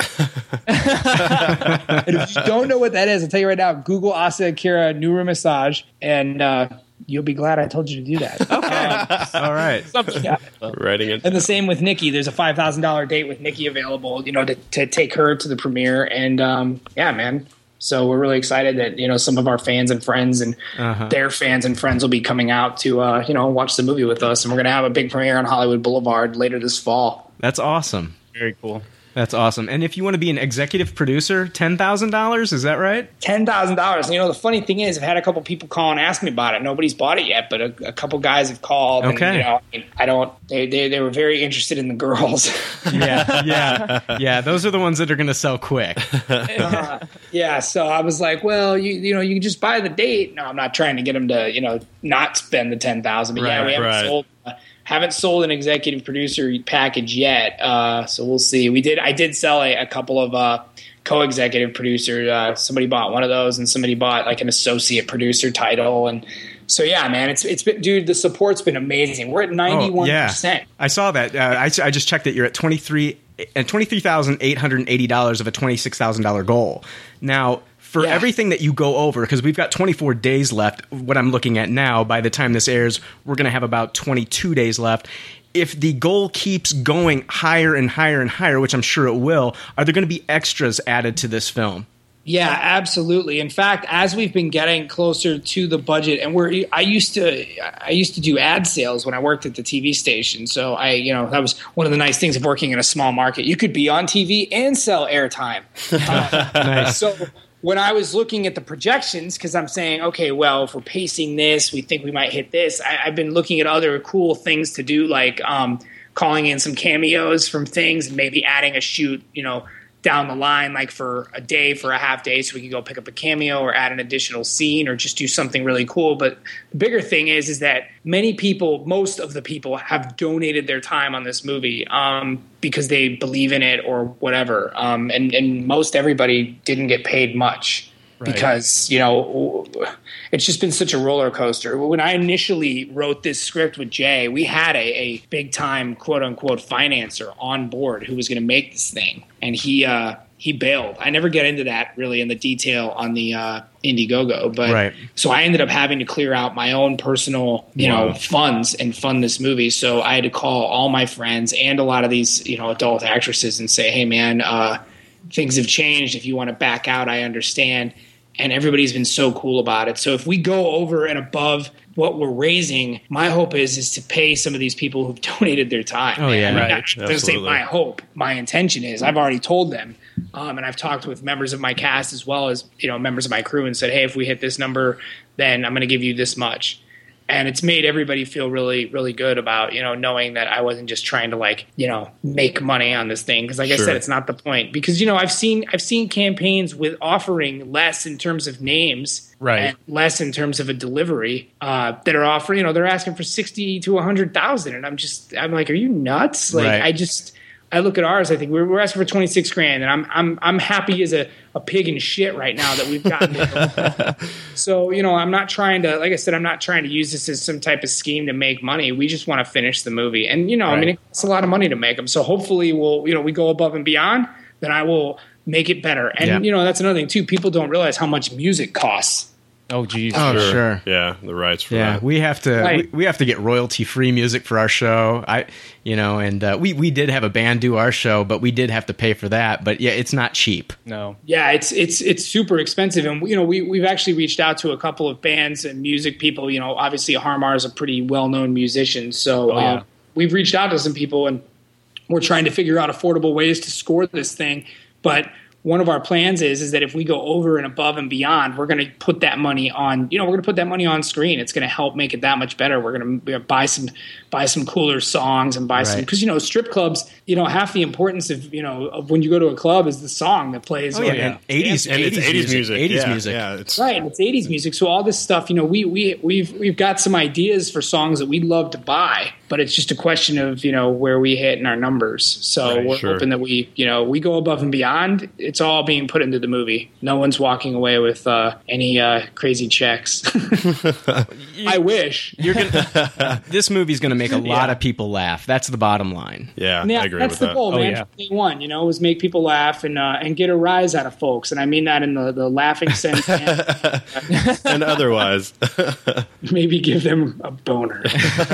and if you don't know what that is, I'll tell you right now. Google Asa Akira Nuru massage, and uh, you'll be glad I told you to do that. Um, All right. Yeah. Writing it. And the same with Nikki. There's a five thousand dollar date with Nikki available. You know, to, to take her to the premiere, and um, yeah, man. So we're really excited that you know some of our fans and friends and Uh-huh. their fans and friends will be coming out to uh, you know watch the movie with us, and we're gonna have a big premiere on Hollywood Boulevard later this fall. That's awesome. Very cool. That's awesome. And if you want to be an executive producer, ten thousand dollars. Is that right? Ten thousand dollars. And you know the funny thing is, I've had a couple people call and ask me about it. Nobody's bought it yet, but a, a couple guys have called. And, Okay. you know, I, mean, I don't. They, they they were very interested in the girls. Yeah. Yeah. yeah. Those are the ones that are going to sell quick. Yeah, so I was like, well, you you know, you can just buy the date. No, I'm not trying to get them to you know not spend the ten thousand, but yeah, Right, we haven't right. sold haven't sold an executive producer package yet, uh, so we'll see. We did. I did sell a, a couple of uh, co-executive producer. Uh, somebody bought one of those, and somebody bought like an associate producer title. And so, yeah, man, it's it's been dude. The support's been amazing. We're at ninety one percent. Oh, I saw that. Uh, I, I just checked that you're at twenty three and twenty three thousand eight hundred eighty dollars of a twenty six thousand dollar goal. Now, for everything that you go over, because we've got twenty four days left. What I'm looking at now, by the time this airs, we're going to have about twenty two days left. If the goal keeps going higher and higher and higher, which I'm sure it will, are there going to be extras added to this film? Yeah, absolutely. In fact, as we've been getting closer to the budget, and we're I used to I used to do ad sales when I worked at the TV station. So I, you know, that was one of the nice things of working in a small market. You could be on TV and sell airtime. Uh, nice. So when I was looking at the projections, because I'm saying, okay, well, if we're pacing this, we think we might hit this. I, I've been looking at other cool things to do, like um, calling in some cameos from things, and maybe adding a shoot, you know, down the line, like for a day, for a half day, so we could go pick up a cameo or add an additional scene or just do something really cool. But the bigger thing is, is that many people, most of the people, have donated their time on this movie um, because they believe in it or whatever. Um, and, and most everybody didn't get paid much Right. because you know it's just been such a roller coaster. When I initially wrote this script with Jay, we had a, a big time quote unquote financer on board who was going to make this thing, and he uh, he bailed. I never get into that really in the detail on the uh, Indiegogo, but Right. so I ended up having to clear out my own personal you Wow. know funds and fund this movie. So I had to call all my friends and a lot of these you know adult actresses and say, hey man. Uh, things have changed. If you want to back out, I understand. And everybody's been so cool about it. So if we go over and above what we're raising, my hope is is to pay some of these people who've donated their time. Oh, yeah. I mean, Right. I shouldn't say Absolutely. my hope. My intention is I've already told them, um, and I've talked with members of my cast as well as you know members of my crew and said, hey, if we hit this number, then I'm going to give you this much. And it's made everybody feel really, really good about you know knowing that I wasn't just trying to like you know make money on this thing because like I Sure. said, it's not the point because you know I've seen I've seen campaigns with offering less in terms of names Right. and less in terms of a delivery uh, that are offering you know they're asking for 60 to 100,000 and I'm just I'm like are you nuts like Right. I just I look at ours I think we're, we're asking for 26 grand and I'm I'm I'm happy as a, a pig in shit right now that we've gotten it. so you know I'm not trying to like I said I'm not trying to use this as some type of scheme to make money we just want to finish the movie and you know I mean it costs a lot of money to make them so hopefully we'll you know we go above and beyond then I will make it better and Yeah. you know that's another thing too people don't realize how much music costs Oh, geez. Oh, sure. Yeah, the rights for Yeah, that. we have to Right. we, we have to get royalty free music for our show. I you know, and uh, we we did have a band do our show, but we did have to pay for that. But yeah, it's not cheap. No. yeah it's it's it's super expensive and you know we we've actually reached out to a couple of bands and music people you know obviously harmar is a pretty well-known musician so Oh, yeah. uh, we've reached out to some people and we're trying to figure out affordable ways to score this thing but one of our plans is is that if we go over and above and beyond we're going to put that money on you know we're going to put that money on screen it's going to help make it that much better we're going to buy some buy some cooler songs and buy some Right. because you know strip clubs you know half the importance of you know of when you go to a club is the song that plays Oh yeah, and eighties and it's 80s music. Eighties yeah, music. Yeah, it's Right, and it's '80s music, so all this stuff, you know, we we we've we've got some ideas for songs that we'd love to buy, but it's just a question of you know where we hit in our numbers. So Right, we're sure. hoping that we you know we go above and beyond. It's all being put into the movie. No one's walking away with uh, any uh, crazy checks. I wish. You're gonna this movie's gonna make a lot of people laugh. That's the bottom line. yeah, Yeah, I agree that's with the that. goal, Oh, man. yeah. from Day one, you know, was make people laugh and uh, and get a rise out of folks, and I mean that in the, the laughing sense. and and otherwise, maybe give them a boner. oh,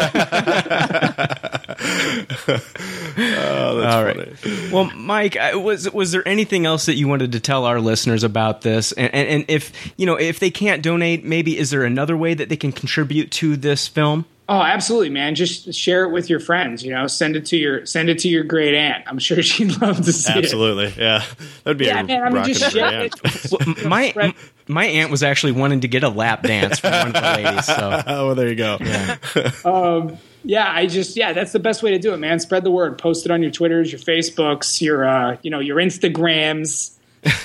that's All funny. right. Well, Mike, I- was was there anything else that you wanted to tell our listeners about this? And, and, and if you know if they can't donate, maybe is there another way that they can contribute to this film? Oh, absolutely, man. Just share it with your friends, you know. Send it to your send it to your great aunt. I'm sure she'd love to see it. Absolutely, yeah, that'd be Yeah, a man, I mean rockin' just share brand. it. Well, m- my m- my aunt was actually wanting to get a lap dance from one of the ladies. So Oh, well, there you go. Um, Yeah, I just yeah, that's the best way to do it, man. Spread the word. Post it on your Twitters, your Facebooks, your uh, you know, your Instagrams.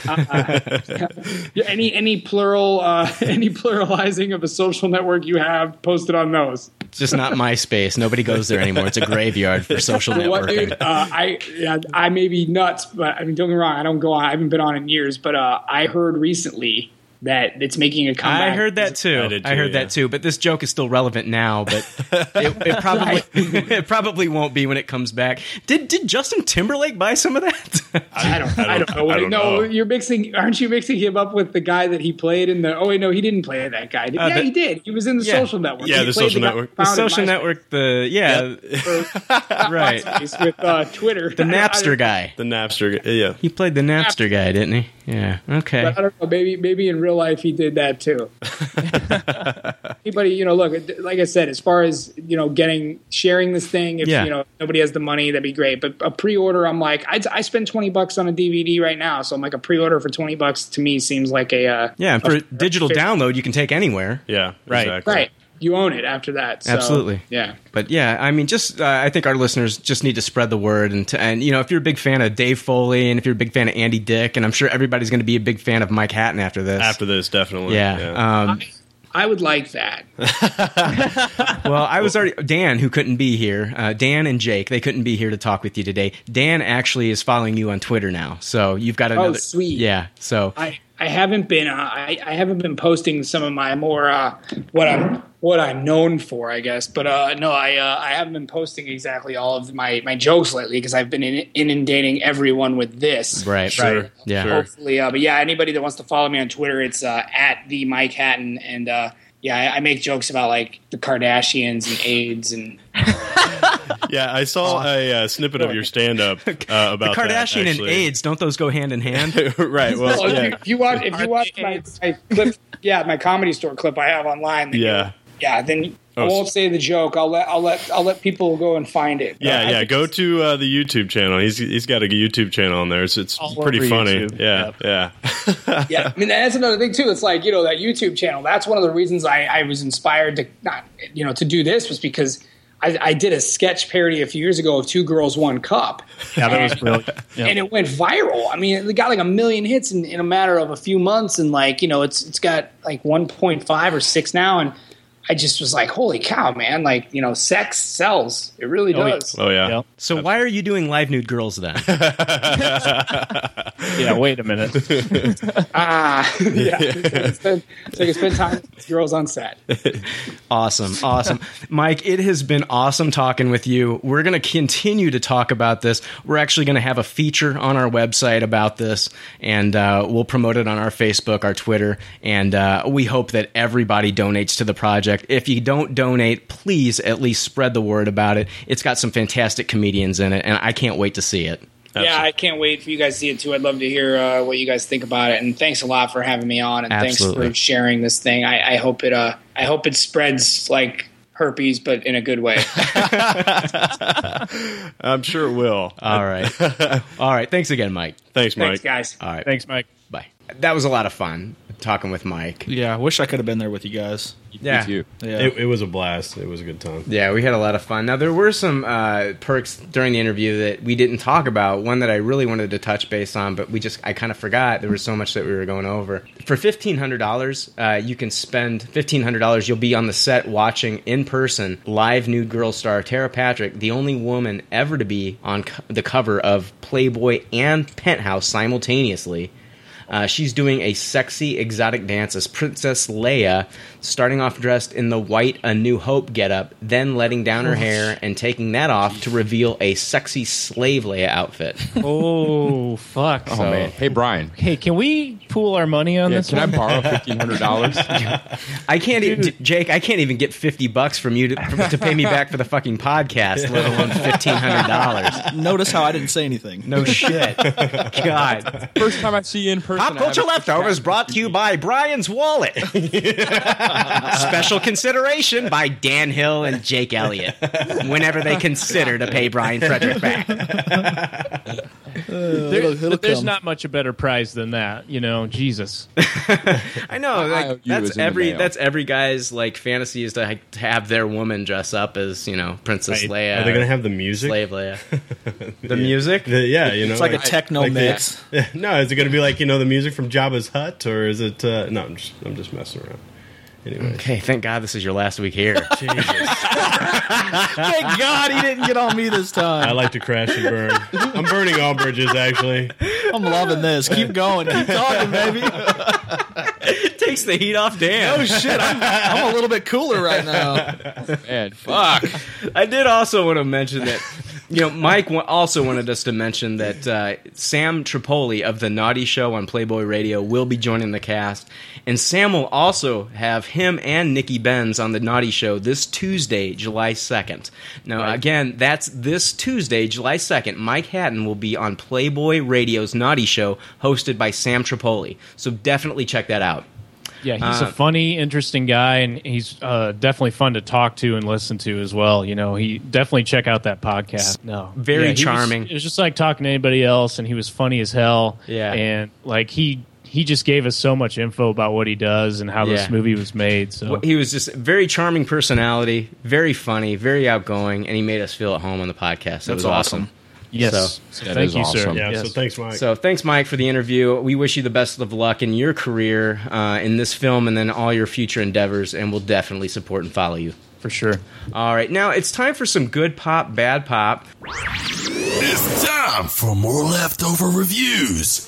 uh, uh, any any plural uh, any pluralizing of a social network you have, post it on those. just not MySpace. Nobody goes there anymore. It's a graveyard for social You know what, networking. dude? Uh, I yeah, I may be nuts, but I mean, don't get me wrong. I don't go on. I haven't been on in years, but uh, I heard recently that it's making a comeback. I heard that too. I, did heard too, yeah. that too. But this joke is still relevant now. But it, it probably it probably won't be when it comes back. Did did Justin Timberlake buy some of that? I don't. I don't know. what it- no, you're mixing. Aren't you mixing him up with the guy that he played in the? Oh wait, no, he didn't play that guy. Uh, yeah, the- he did. He was in the Yeah. social network. He played guy who The founded social MySpace network. The yeah, right. with uh, Twitter. The Napster guy. The Napster guy. Yeah. uh, He played the Napster guy, didn't he? Yeah. Okay. But I don't know. Maybe maybe in real life he did that too. Anybody, you know, look, like I said, as far as you know, getting sharing this thing. If Yeah. you know nobody has the money, that'd be great. But a pre-order, I'm like, I, I spend twenty bucks on a DVD right now, so I'm like, a pre-order for twenty bucks to me seems like a uh, Yeah, and for a- digital download, you can take anywhere. Yeah, right, right. You own it after that. So, Absolutely. Yeah. But yeah, I mean, just uh, I think our listeners just need to spread the word, and to, and you know, if you're a big fan of Dave Foley, and if you're a big fan of Andy Dick, and I'm sure everybody's going to be a big fan of Mike Hatton after this. After this, definitely. yeah. Um, I would like that. well, I was already Dan, who couldn't be here. Uh, Dan and Jake, they couldn't be here to talk with you today. Dan actually is following you on Twitter now, so you've got another. Oh, sweet. Yeah. So I, I haven't been uh, I, I haven't been posting some of my more uh, what I'm what I'm known for I guess but uh, no I uh, I haven't been posting exactly all of my, my jokes lately because I've been in, inundating everyone with this Right. Sure. Yeah. Sure. hopefully uh, but yeah anybody that wants to follow me on Twitter it's uh, at the Mike Hatton and uh, yeah I, I make jokes about like the Kardashians and AIDS and Yeah, I saw a uh, snippet of your stand up uh, about the that, Kardashian and actually. AIDS, don't those go hand in hand? right. Oh, if, you, if you watch if you watch my, my clip yeah my comedy store clip I have online Yeah. Yeah, then I Oh, won't s- say the joke. I'll let I'll let I'll let people go and find it. Yeah, Uh, I yeah. think Go to uh, the YouTube channel. He's he's got a YouTube channel on there. It's it's All pretty over funny. YouTube. Yeah, yeah, yeah, I mean that's another thing too. It's like you know that YouTube channel. That's one of the reasons I, I was inspired to not you know to do this was because I, I did a sketch parody a few years ago of Two Girls One Cup, Yeah, that was brilliant. and it went viral. I mean, it got like a million hits in, in a matter of a few months, and like you know it's it's got like 1.5 or six now, and I just was like, holy cow, man! Like you know, sex sells. It really Oh, Oh, does. So why are you doing live nude girls then? yeah, wait a minute. Ah, yeah. It's like I spend, it's like I spend time with girls on set. awesome, awesome, Mike. It has been awesome talking with you. We're going to continue to talk about this. We're actually going to have a feature on our website about this, and uh, we'll promote it on our Facebook, our Twitter, and uh, we hope that everybody donates to the project. If you don't donate, please at least spread the word about it. It's got some fantastic comedians in it, and I can't wait to see it. Yeah, I can't wait for you guys to see it too. I'd love to hear uh, what you guys think about it. And thanks a lot for having me on. And Absolutely. thanks for sharing this thing. I, I hope it. Uh, I hope it spreads like herpes, but in a good way. I'm sure it will. All right. All right. Thanks again, Mike. Thanks, Thanks, Mike. guys. All right. Thanks, Mike. Bye. That was a lot of fun talking with Mike. Yeah, I wish I could have been there with you guys. Yeah. too. Yeah. It, it was a blast. It was a good time. Yeah, we had a lot of fun. Now there were some uh, perks during the interview that we didn't talk about. One that I really wanted to touch base on, but we just I kind of forgot. There was so much that we were going over. For fifteen hundred dollars, uh, you can spend fifteen hundred dollars. You'll be on the set watching in person live nude girl star Tara Patrick, the only woman ever to be on co- the cover of Playboy and Penthouse simultaneously. Uh, she's doing a sexy, exotic dance as Princess Leia, starting off dressed in the white A New Hope getup, then letting down her hair and taking that off to reveal a sexy slave Leia outfit. Oh fuck! Oh man. Hey Brian. Hey, can we pool our money on Yeah, this? can I one? borrow fifteen hundred dollars? I can't, even, Jake. I can't even get fifty bucks from you to, for- to pay me back for the fucking podcast, let alone fifteen hundred dollars. Notice how I didn't say anything. No shit. God. First time I see you in person. Pop I culture haven't- leftovers brought to you by Brian's Wallet. Special consideration by Dan Hill and Jake Elliott. Whenever they consider to pay Brian Frederick back. There- it'll- it'll there's come. not much a better prize than that, you know. Jesus. I know. IOU Like, is that's in the every mail. that's every guy's like fantasy is to, like, to have their woman dress up as you know Princess Right. Leia. Are they going to or have the music? slave Leia? the music. The- yeah, you know, It's like a techno like the- mix. no, is it going to be like you know the music from Jabba's hut, or is it? Uh, no, I'm just, I'm just messing around. Anyway. Okay, thank God this is your last week here. Thank God he didn't get on me this time. I like to crash and burn. I'm burning all bridges, actually. I'm loving this. Keep going. Keep talking, baby. it takes the heat off Dan. Oh shit, I'm, I'm a little bit cooler right now. Man, Fuck. I did also want to mention that, you know, Mike wa- also wanted us to mention that uh, Sam Tripoli of The Naughty Show on Playboy Radio will be joining the cast. And Sam will also have him and Nikki Benz on The Naughty Show this Tuesday, July 2nd. Now, again, that's this Tuesday, July 2nd. Mike Hatton will be on Playboy Radio's Naughty Show, hosted by Sam Tripoli. So definitely check that out. Yeah, he's Uh, a funny, interesting guy, and he's uh, definitely fun to talk to and listen to as well. You know, he definitely check out that podcast. No, Very Yeah, he was- charming. it was just like talking to anybody else, and he was funny as hell. Yeah. and like he he just gave us so much info about what he does and how Yeah. this movie was made. So Well, He was just a very charming personality, very funny, very outgoing, and he made us feel at home on the podcast. That was awesome. yes, So- That thank is you, sir. awesome. Yeah, so Yes. thanks, Mike. So thanks, Mike, for the interview. We wish you the best of luck in your career, uh, in this film, and then all your future endeavors. And we'll definitely support and follow you. for sure. All right, now it's time for some good pop, bad pop. It's time for more leftover reviews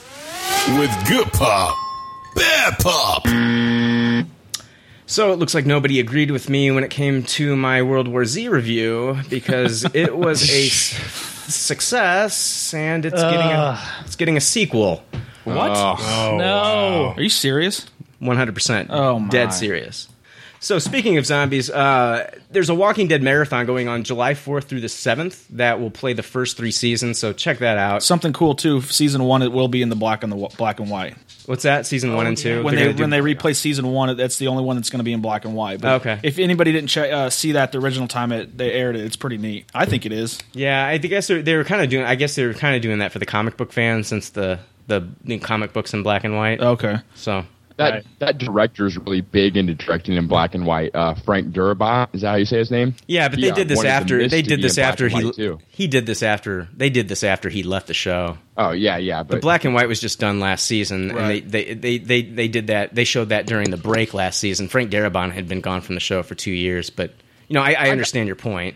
with Good Pop, Bad Pop. So it looks like nobody agreed with me when it came to my World War Z review because it was a s- success, and it's getting a, it's getting a sequel. What? oh, No. Are you serious? One hundred percent. Oh, my. dead serious. So speaking of zombies, uh, there's a Walking Dead marathon going on July 4th through the 7th that will play the first three seasons. So check that out. Something cool too. Season one, it will be in the black and the wh- black and white. What's that? Season one and two. When They're they gonna do- when they replay season one, that's the only one that's going to be in black and white. But Okay. If anybody didn't check, uh, see that the original time it they aired it, it's pretty neat. I think it is. yeah, I guess they're, they were kind of doing. I guess they were kind of doing that for the comic book fans since the the the comic books in black and white. Okay. So that Right. that director's really big into directing in black and white. Uh, Frank Darabont is that how you say his name? yeah, but He, they uh, did this wanted The after. Mist They to did be this in black after and he white, too. he did this after they did this after he left the show. Oh yeah, yeah. But The black and white was just done last season, Right. and they, they, they, they, they did that. They showed that during the break last season. Frank Darabont had been gone from the show for two years, but you know, I, I understand your point.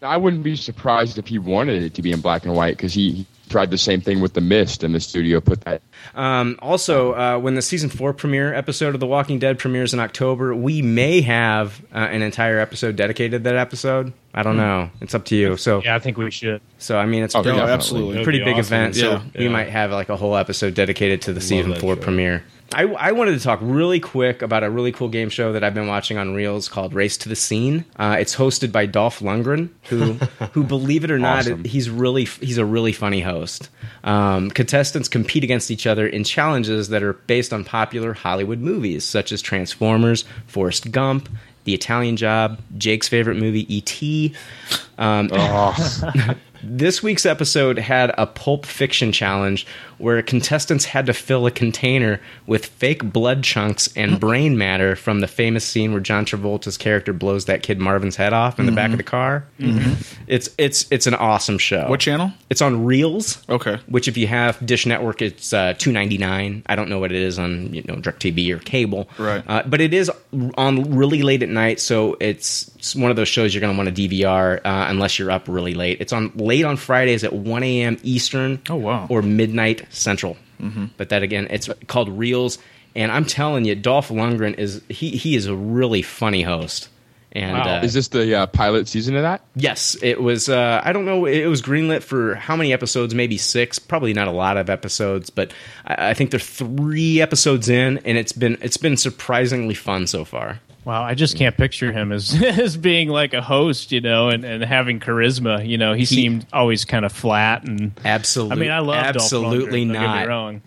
I wouldn't be surprised if he wanted it to be in black and white because he, he tried the same thing with the mist, and the studio put that. Um, also, uh, when the season four premiere episode of The Walking Dead premieres in October, we may have uh, an entire episode dedicated to that episode. I Hmm. don't know. It's up to you. So, Yeah, I think we should. so I mean, it's Oh, pretty, yeah. absolutely. That'd pretty be big awesome. event. So Yeah. we Yeah. might have like a whole episode dedicated to the season that four show. premiere. I, I wanted to talk really quick about a really cool game show that I've been watching on Reels called Race to the Scene. Uh, it's hosted by Dolph Lundgren, who, who believe it or not, Awesome. he's really he's a really funny host. Um, contestants compete against each other in challenges that are based on popular Hollywood movies such as Transformers, Forrest Gump, The Italian Job, Jake's favorite movie, E.T. Um, this week's episode had a pulp fiction challenge where contestants had to fill a container with fake blood chunks and brain matter from the famous scene where John Travolta's character blows that kid Marvin's head off in the back of the car. It's it's it's an awesome show. What channel? It's on Reels. Okay. Which, if you have Dish Network, it's uh, two ninety nine. I don't know what it is on you know Directv or cable, Right. Uh, but it is on really late at night, so it's it's one of those shows you're going to want to DVR uh, unless you're up really late. It's on late on Fridays at one a.m. Eastern. Oh, wow. Or midnight Central. But that again, it's called Reels, and I'm telling you, Dolph Lundgren is he he is a really funny host. And uh, Is this the uh, pilot season of that? Yes, it was. Uh, I don't know. It was greenlit for how many episodes? Maybe six. Probably not a lot of episodes, but I, I think they're three episodes in, and it's been it's been surprisingly fun so far. Wow, I just can't picture him as as being like a host, you know, and, and having charisma. You know, he, seemed always kind of flat and Absolutely. I mean, I love Dolph absolutely Lundgren, don't get me not. wrong.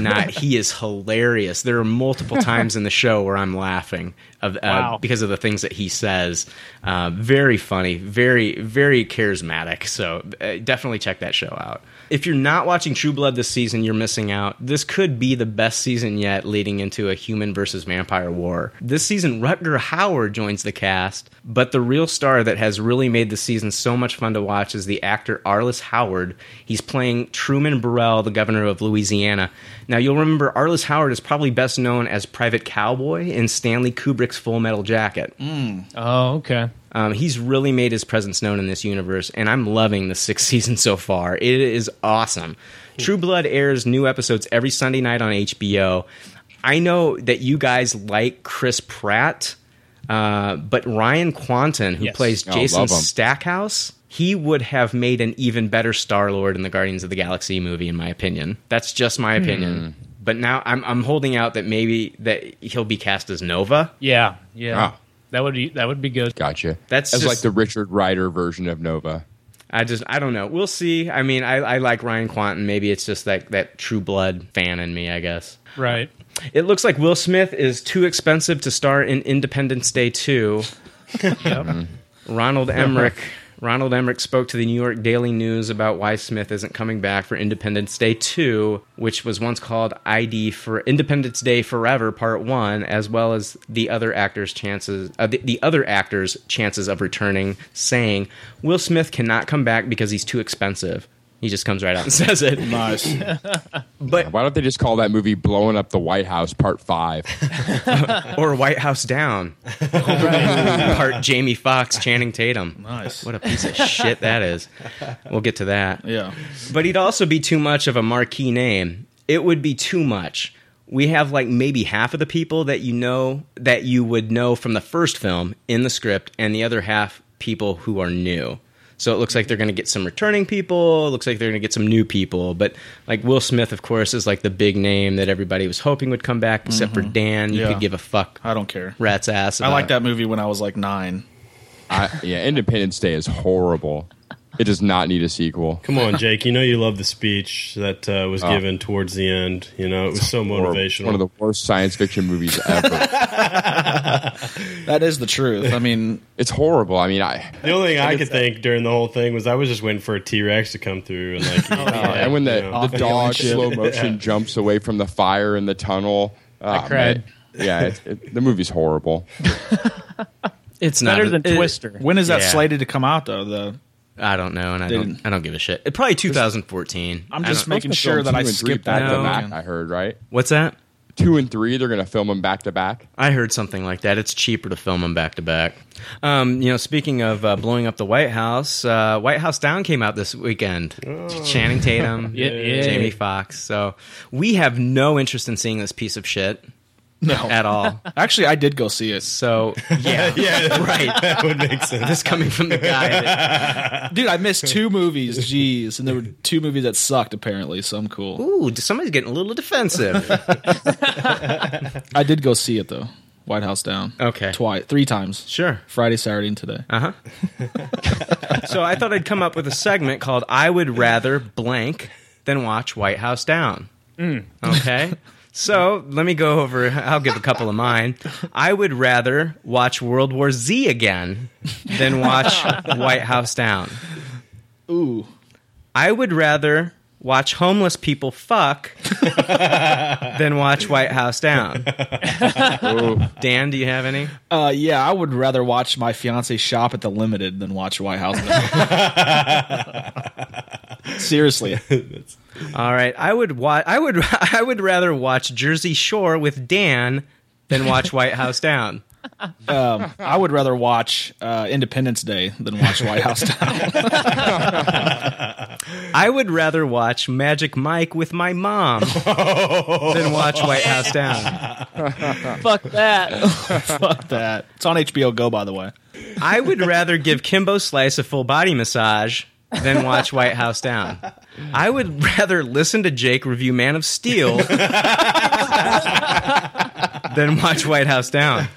not. he is hilarious. There are multiple times in the show where I'm laughing of, uh, Wow. because of the things that he says. Uh, very funny. Very very charismatic. So uh, definitely check that show out. If you're not watching True Blood this season, you're missing out. This could be the best season yet, leading into a human versus vampire war. This season, Rutger Hauer joins the cast, but the real star that has really made the season so much fun to watch is the actor Arliss Howard. He's playing Truman Burrell, the governor of Louisiana. Now, you'll remember Arliss Howard is probably best known as Private Cowboy in Stanley Kubrick's Full Metal Jacket. Oh, okay. Um, he's really made his presence known in this universe, and I'm loving the sixth season so far. It is awesome. True Blood airs new episodes every Sunday night on HBO. I know that you guys like Chris Pratt, uh, but Ryan Quanten, who Yes. plays Oh, Jason love him. Stackhouse, he would have made an even better Star Lord in the Guardians of the Galaxy movie, in my opinion. That's just my opinion. But now I'm, I'm holding out that maybe that he'll be cast as Nova. Yeah, yeah. Ah. That would be that would be good. Gotcha. That's as just- like the Richard Ryder version of Nova. I just I don't know. We'll see. I mean, I, I like Ryan Quanten. Maybe it's just like that True Blood fan in me. I guess. Right. It looks like Will Smith is too expensive to star in Independence Day two. Ronald Emmerich. Ronald Emmerich spoke to the New York Daily News about why Smith isn't coming back for Independence Day 2, which was once called ID for Independence Day Forever Part 1, as well as the other actors' chances uh, the, the other actors' chances of returning, saying, "Will Smith cannot come back because he's too expensive." He just comes right out and says it. Nice. But why don't they just call that movie "Blowing Up the White House" Part Five? or White House Down. Part Jamie Foxx, Channing Tatum. Nice. What a piece of shit that is. We'll get to that. Yeah. But he'd also be too much of a marquee name. It would be too much. We have like maybe half of the people that you know that you would know from the first film in the script, and the other half people who are new. So it looks like they're going to get some returning people. It looks like they're going to get some new people. But like Will Smith, of course, is like the big name that everybody was hoping would come back, except for Dan. You Mm-hmm. Yeah. could give a fuck I don't care. rat's ass. I about like that movie when I was like nine. I, yeah, Independence Day is horrible. It does not need a sequel. Come on, Jake. You know you love the speech that uh, was Oh. given towards the end. You know it was so Horrible. motivational. One of the worst science fiction movies ever. That is the truth. I mean, it's horrible. I mean, I The only thing I could think during the whole thing was I was just waiting for a T Rex to come through and like, Oh, and when the, Yeah. the dog shit. slow motion jumps away from the fire in the tunnel, Ah, cried. man. Yeah, it, it, the movie's horrible. It's not Better a- than it- Twister. when is that Yeah. slated to come out though? The I don't know, and I Didn't. don't. I don't give a shit. It, probably 2014. I'm I just don't- making sure that I skipped back that. to No. back. one. I heard right. What's that? Two and three, they're going to film them back to back. I heard something like that. It's cheaper to film them back to back. Um, you know, speaking of uh, blowing up the White House, uh, White House Down came out this weekend. Oh. Channing Tatum, Yay. Jamie Foxx. So we have no interest in seeing this piece of shit No, at all. actually, I did go see it, So yeah, yeah, right. that would make sense. This coming from the guy that dude. I missed two movies. Jeez, and there were two movies that sucked apparently. So I'm cool. ooh, somebody's getting a little defensive. I did go see it though. White House Down. Okay. twice, three times. sure. Uh-huh. Friday, Saturday, and today. So I thought I'd come up with a segment called I Would Rather Blank Than Watch White House Down. Mm. Okay? So let me go over, I'll give a couple of mine. I would rather watch World War Z again than watch White House Down. Ooh, I would rather watch homeless people fuck than watch White House Down. Dan, do you have any? uh, yeah. I would rather watch my fiance shop at the Limited than watch White House. Down. Seriously, All right, I would watch. I would. I would rather watch Jersey Shore with Dan than watch White House Down. Um, I would rather watch uh, Independence Day than watch White House Down. I would rather watch Magic Mike with my mom than watch White House Down. Fuck that. Fuck that. It's on HBO Go, by the way. I would rather give Kimbo Slice a full body massage than watch White House Down. I would rather listen to Jake review Man of Steel than watch White House Down.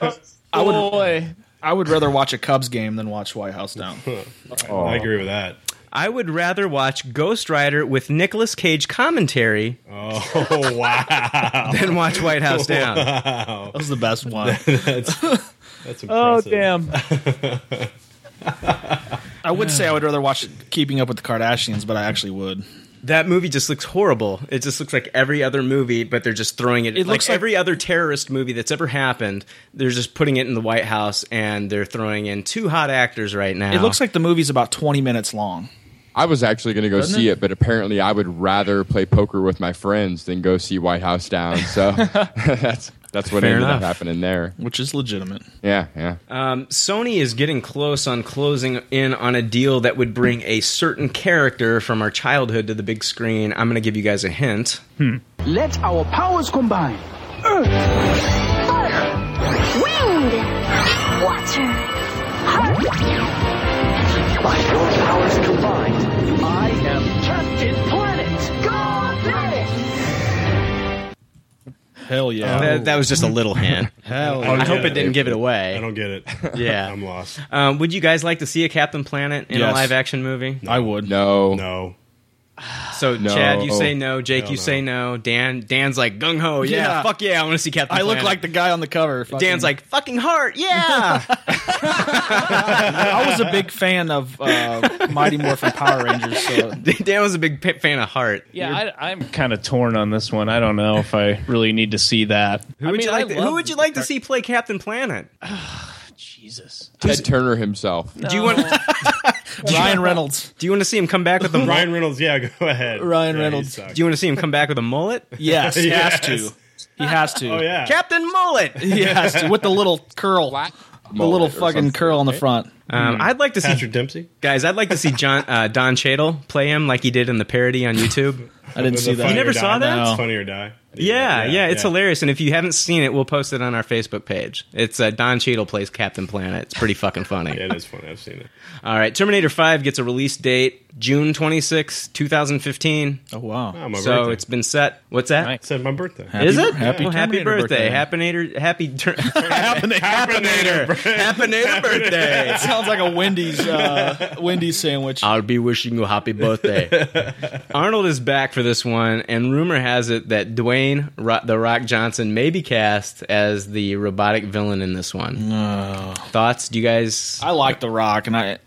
I would- Boy. I would rather watch a Cubs game than watch White House Down. I agree with that. I would rather watch Ghost Rider with Nicolas Cage commentary Oh wow, than watch White House Down. That was the best one. that's impressive. Oh damn. I would say I would rather watch Keeping Up with the Kardashians, but I actually would. that movie just looks horrible. It just looks like every other movie, but they're just throwing it. It like looks like- every other terrorist movie that's ever happened. They're just putting it in the White House, and they're throwing in two hot actors right now. It looks like the movie's about 20 minutes long. I was actually going to go Doesn't see it? it? but apparently I would rather play poker with my friends than go see White House Down. So that's that's what Fair ended enough. up happening there, which is legitimate. Yeah, yeah. Um, Sony is getting close on closing in on a deal that would bring a certain character from our childhood to the big screen. I'm going to give you guys a hint. Hmm. Let our powers combine. Earth, fire, wind, water, heart. By your powers combined, I am Captain Planet. Go Planet! Hell yeah! That, that was just a little hint. Hell I yeah. hope it didn't give it away. I don't get it. Yeah, I'm lost. Um, would you guys like to see a Captain Planet in a Yes. live action movie? I would. No. No. So No. Chad, you say no. Jake, Hell you no. say no. Dan, Dan's like gung ho. Yeah, Oh, Yeah. fuck yeah, I want to see Captain. I look Planet." like the guy on the cover. Dan's like fucking heart. Yeah. I was a big fan of uh, Mighty Morphin Power Rangers. So Dan was a big p- fan of heart. Yeah, I, I'm kind of torn on this one. I don't know if I really need to see that. Who would, I mean, you like I to, who love would you like to see play Captain Planet? Jesus. Ted Turner himself. Do you want? Ryan Reynolds. Do you want to see him come back with a mullet? Ryan Reynolds, yeah, go ahead. Ryan Yeah, he Reynolds. sucks. Do you want to see him come back with a mullet? Yes, he has Yes. to. He has to. oh yeah. Captain Mullet. He has to with the little curl, the mullet little or fucking something, curl on the front. Mm-hmm. Um, I'd like to see Patrick Dempsey. guys. I'd like to see John uh, Don Cheadle play him like he did in the parody on YouTube. I didn't see that. Funny You never or Die. saw that? It's No. Funny or Die. Yeah, yeah, it's hilarious. And if you haven't seen it, we'll post it on our Facebook page. It's uh, Don Cheadle plays Captain Planet. It's pretty fucking funny. Yeah, it is funny. I've seen it. All right, Terminator Five gets a release date June twenty sixth, two 2015. Oh wow! Oh, my so birthday. it's been set. What's that? Nice. said my birthday. Happy- Is it? happy Well, happy Terminator birthday. birthday. Happinator, happy ter- Happinator. Happinator birthday. That sounds like a Wendy's uh, Wendy's sandwich. I'll be wishing you happy birthday. Arnold is back for this one, and rumor has it that Dwayne Ro- the Rock Johnson may be cast as the robotic villain in this one. Thoughts? Do you guys? I like The Rock, and I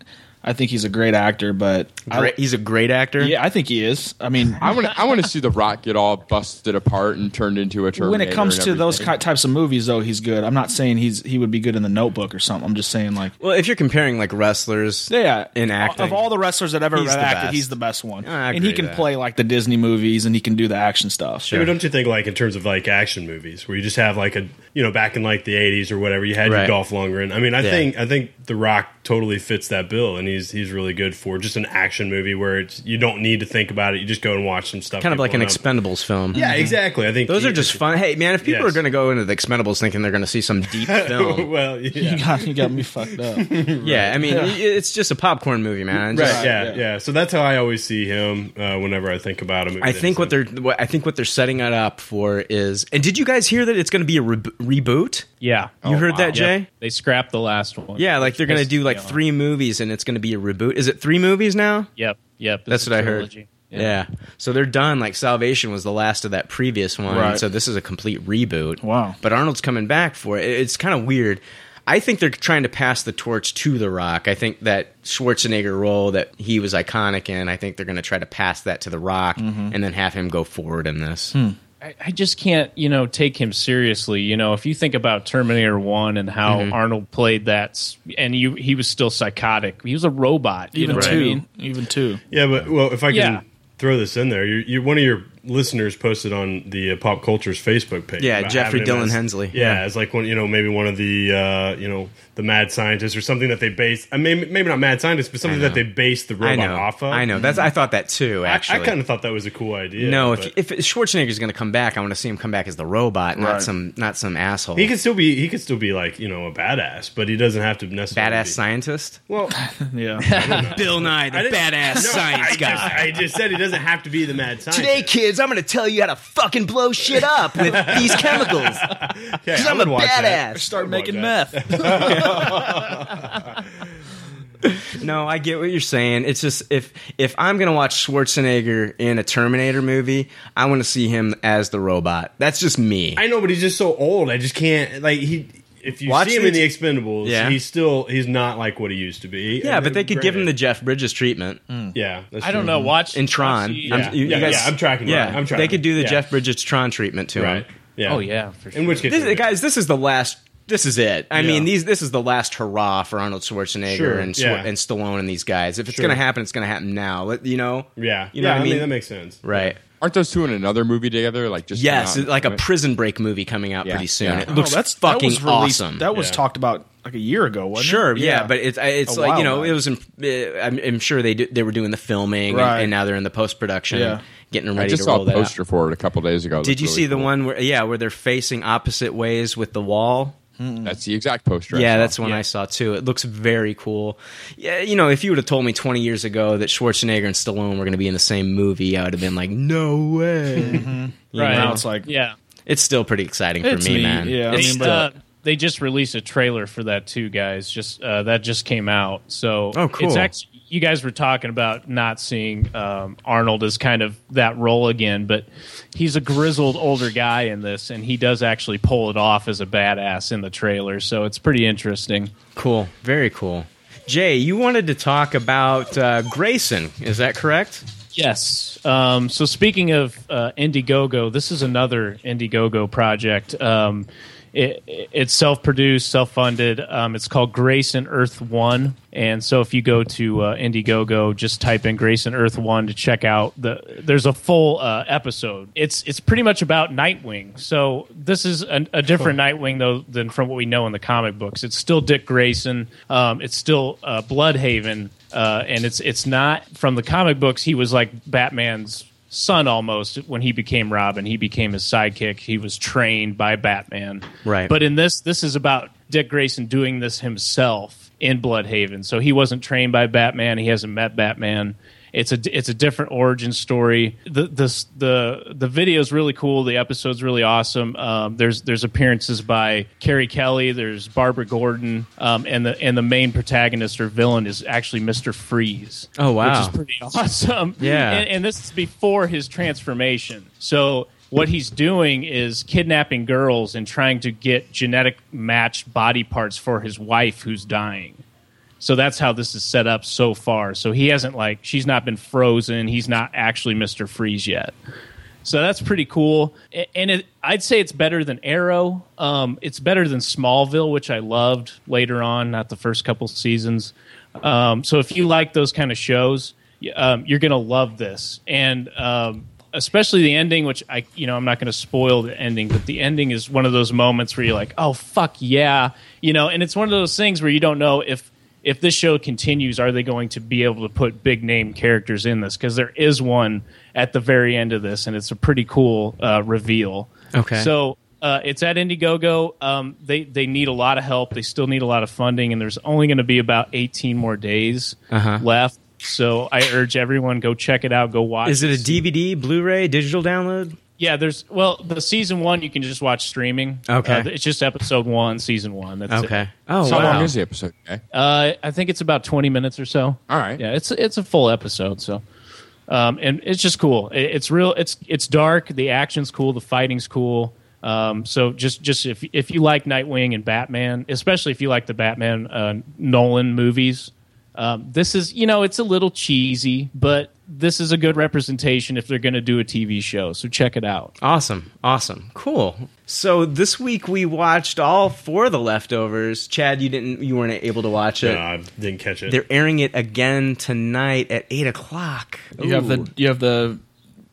I think he's a great actor, but I- Great- he's a great actor. yeah, I think he is. I mean, I want to I want to see The Rock get all busted apart and turned into a Terminator. when it comes and to those everything. ki- types of movies, though, he's good. I'm not saying he's he would be good in The Notebook or something. I'm just saying like. Well, if you're comparing like wrestlers, Yeah, in acting. of all the wrestlers that ever He's the acted, best. he's the best one, I and he agree can with that. play like the Disney movies, and he can do the action stuff. Yeah, but don't you think like in terms of like action movies where you just have like a you know back in like the 80s or whatever you had Right. your Dolph Lundgren. I mean, I Yeah. think I think The Rock totally fits that bill and he's he's really good for just an action movie where it's you don't need to think about it. You just go and watch some stuff. kind of like an people know. Expendables film. Yeah, exactly. I think Those he- are just fun. Hey, man, if people Yes. are going to go into the Expendables thinking they're going to see some deep film, well, yeah. You got, you got me fucked up. yeah, I mean, i- it's just a popcorn movie, man. Just- Right, yeah, yeah, So that's how I always see him uh, whenever I think about him. I think what they're what, I think what they're setting it up for is. And did you guys hear that it's going to be a re- reboot? Yeah. You Oh, heard that, Jay? Oh, Yep. They scrapped the last one. Yeah, like they're gonna do like Yeah. three movies, and it's gonna be a reboot. Is it three movies now? Yep. Yep. That's It's a what I trilogy. heard. Yeah. so they're done. Like Salvation was the last of that previous one, Right. so this is a complete reboot. Wow. But Arnold's coming back for it. It's kind of weird. I think they're trying to pass the torch to The Rock. I think that Schwarzenegger role that he was iconic in. I think they're going to try to pass that to The Rock and then have him go forward in this. I, I just can't, you know, take him seriously. You know, if you think about Terminator One and how Mm-hmm. Arnold played that, s- and you, he was still psychotic. He was a robot. You Even know two, what I mean? even two. Yeah, but well, if I can Yeah. throw this in there, you, you, one of your listeners posted on the uh, Pop Culture's Facebook page. Yeah, about Jeffrey having him Dylan as- Hensley. Yeah, Yeah. as like one, you know, maybe one of the uh, you know the mad scientists or something that they base. I mean, maybe not mad scientists, but something that know. they base the I robot know. off of. I know. That's. I thought that too. I, Actually, kind of thought that was a cool idea. No, but- if, if Schwarzenegger's going to come back, I want to see him come back as the robot, not Right. some not some asshole. he could still be, he could still be like you know a badass, but he doesn't have to necessarily badass be- scientist. Well, Yeah, Bill Nye, the I didn't- no, I Just, I just said he doesn't have to be the mad scientist. Today, kids, I'm going to tell you how to fucking blow shit up with these chemicals. Okay, Because I I'm a would watch that. badass. start making that. meth. No, I get what you're saying. It's just if if I'm going to watch Schwarzenegger in a Terminator movie, I want to see him as the robot. That's just me. I know, but he's just so old. I just can't like he. if you Watch see him in the these- Expendables, Yeah. he's still he's not like what he used to be. Yeah, And but they could great. give him the Jeff Bridges treatment. Yeah, that's I don't true. know. Mm-hmm. Watch in watch Tron. the- I'm- Yeah. Yeah, yeah, I'm tracking you. I'm tracking. They could do the Yeah. Jeff Bridges Tron treatment to him. Right. Yeah. Oh, yeah, for In which case, This- guys, this is the last. This is it. I Yeah. mean, these. This is the last hurrah for Arnold Schwarzenegger Sure, and Sw- yeah. and Stallone and these guys. If it's Sure. going to happen, it's going to happen now. Let- You know. Yeah. You know Yeah, what I I mean, mean? that makes sense. Right. Aren't those two in another movie together? Like just Yes, now? it's like a Prison Break movie coming out Yeah. pretty soon. Yeah. It Oh, looks that's fucking that was released- awesome. That was Yeah. talked about like a year ago, wasn't Sure, it? yeah, but it's I- it's A like you while know back. it was. In, uh, I'm, I'm sure they do, they were doing the filming and- Right. and, now they're in the post production, Yeah. getting I ready just to saw roll a that out. poster for it a couple days ago. It Did looked you really see the cool. one where yeah, where they're facing opposite ways with the wall? That's the exact poster. I yeah, saw. that's one I saw too. It looks very cool. Yeah, you know, if you would have told me 20 years ago that Schwarzenegger and Stallone were going to be in the same movie, I would have been like, no way. Right. You know? Mm-hmm. Now it's like yeah. It's still pretty exciting for It's me, neat, man. yeah, I It's mean, still- but- Uh, they just released a trailer for that too, guys. Just uh, that just came out. So Oh, cool. it's actually you guys were talking about not seeing um, Arnold as kind of that role again, but he's a grizzled older guy in this, and he does actually pull it off as a badass in the trailer. So it's pretty interesting. cool. Very cool. Jay, you wanted to talk about uh, Grayson. Is that correct? Yes. Um, so speaking of uh, Indiegogo, this is another Indiegogo project. Um, it, it- it's self-produced, self-funded. Um, it's called Grace and Earth One. And so if you go to uh, Indiegogo, just type in Grace and Earth One to check out the. There's a full uh, episode. It's it's pretty much about Nightwing. So this is a, a different Nightwing though than from what we know in the comic books. It's still Dick Grayson. Um, it's still uh, Bloodhaven uh, and it's it's not from the comic books. He was like Batman's son almost when he became Robin. He became his sidekick. He was trained by Batman. Right. But in this, this is about Dick Grayson doing this himself in Bloodhaven. So he wasn't trained by Batman. He hasn't met Batman. It's a it's a different origin story. The the the the video is really cool. The episode's really awesome. Um, there's there's appearances by Carrie Kelly. There's Barbara Gordon, um, and the and the main protagonist or villain is actually Mister Freeze. Oh, wow. which is pretty awesome. Yeah. And- and this is before his transformation. So what he's doing is kidnapping girls and trying to get genetic matched body parts for his wife who's dying. So that's how this is set up so far. So he hasn't like she's not been frozen. He's not actually Mister Freeze yet. So that's pretty cool. A- And it, I'd say it's better than Arrow. Um, it's better than Smallville, which I loved later on, not the first couple seasons. Um, so if you like those kind of shows, y- um, you're going to love this. And um, especially the ending, which I, you know, I'm not going to spoil the ending, but the ending is one of those moments where you're like, oh, fuck yeah. You know, and it's one of those things where you don't know if if this show continues, are they going to be able to put big name characters in this? Because there is one at the very end of this, and it's a pretty cool uh, reveal. Okay. So uh, it's at Indiegogo. Um, they they need a lot of help. They still need a lot of funding, and there's only going to be about 18 more days Uh-huh. left. So I urge everyone go check it out. Go watch. Is it a DVD, Blu-ray, digital download? Yeah, there's well the season one you can just watch streaming. Okay. Uh, it's just episode one, season one. That's it. Okay. Oh, So wow. how long is the episode? Okay. Uh, I think it's about twenty minutes or so. All right. Yeah, it's it's a full episode, so um, and it's just cool. It, it's real. It's it's dark. The action's cool. The fighting's cool. Um, so just just if if you like Nightwing and Batman, especially if you like the Batman uh, Nolan movies, um, this is you know it's a little cheesy, but this is a good representation if they're going to do a TV show. So check it out. Awesome. Awesome. Cool. So this week we watched all four of the leftovers. Chad, you didn't you weren't able to watch it. No, I didn't catch it. They're airing it again tonight at eight o'clock. You have Ooh. the you have the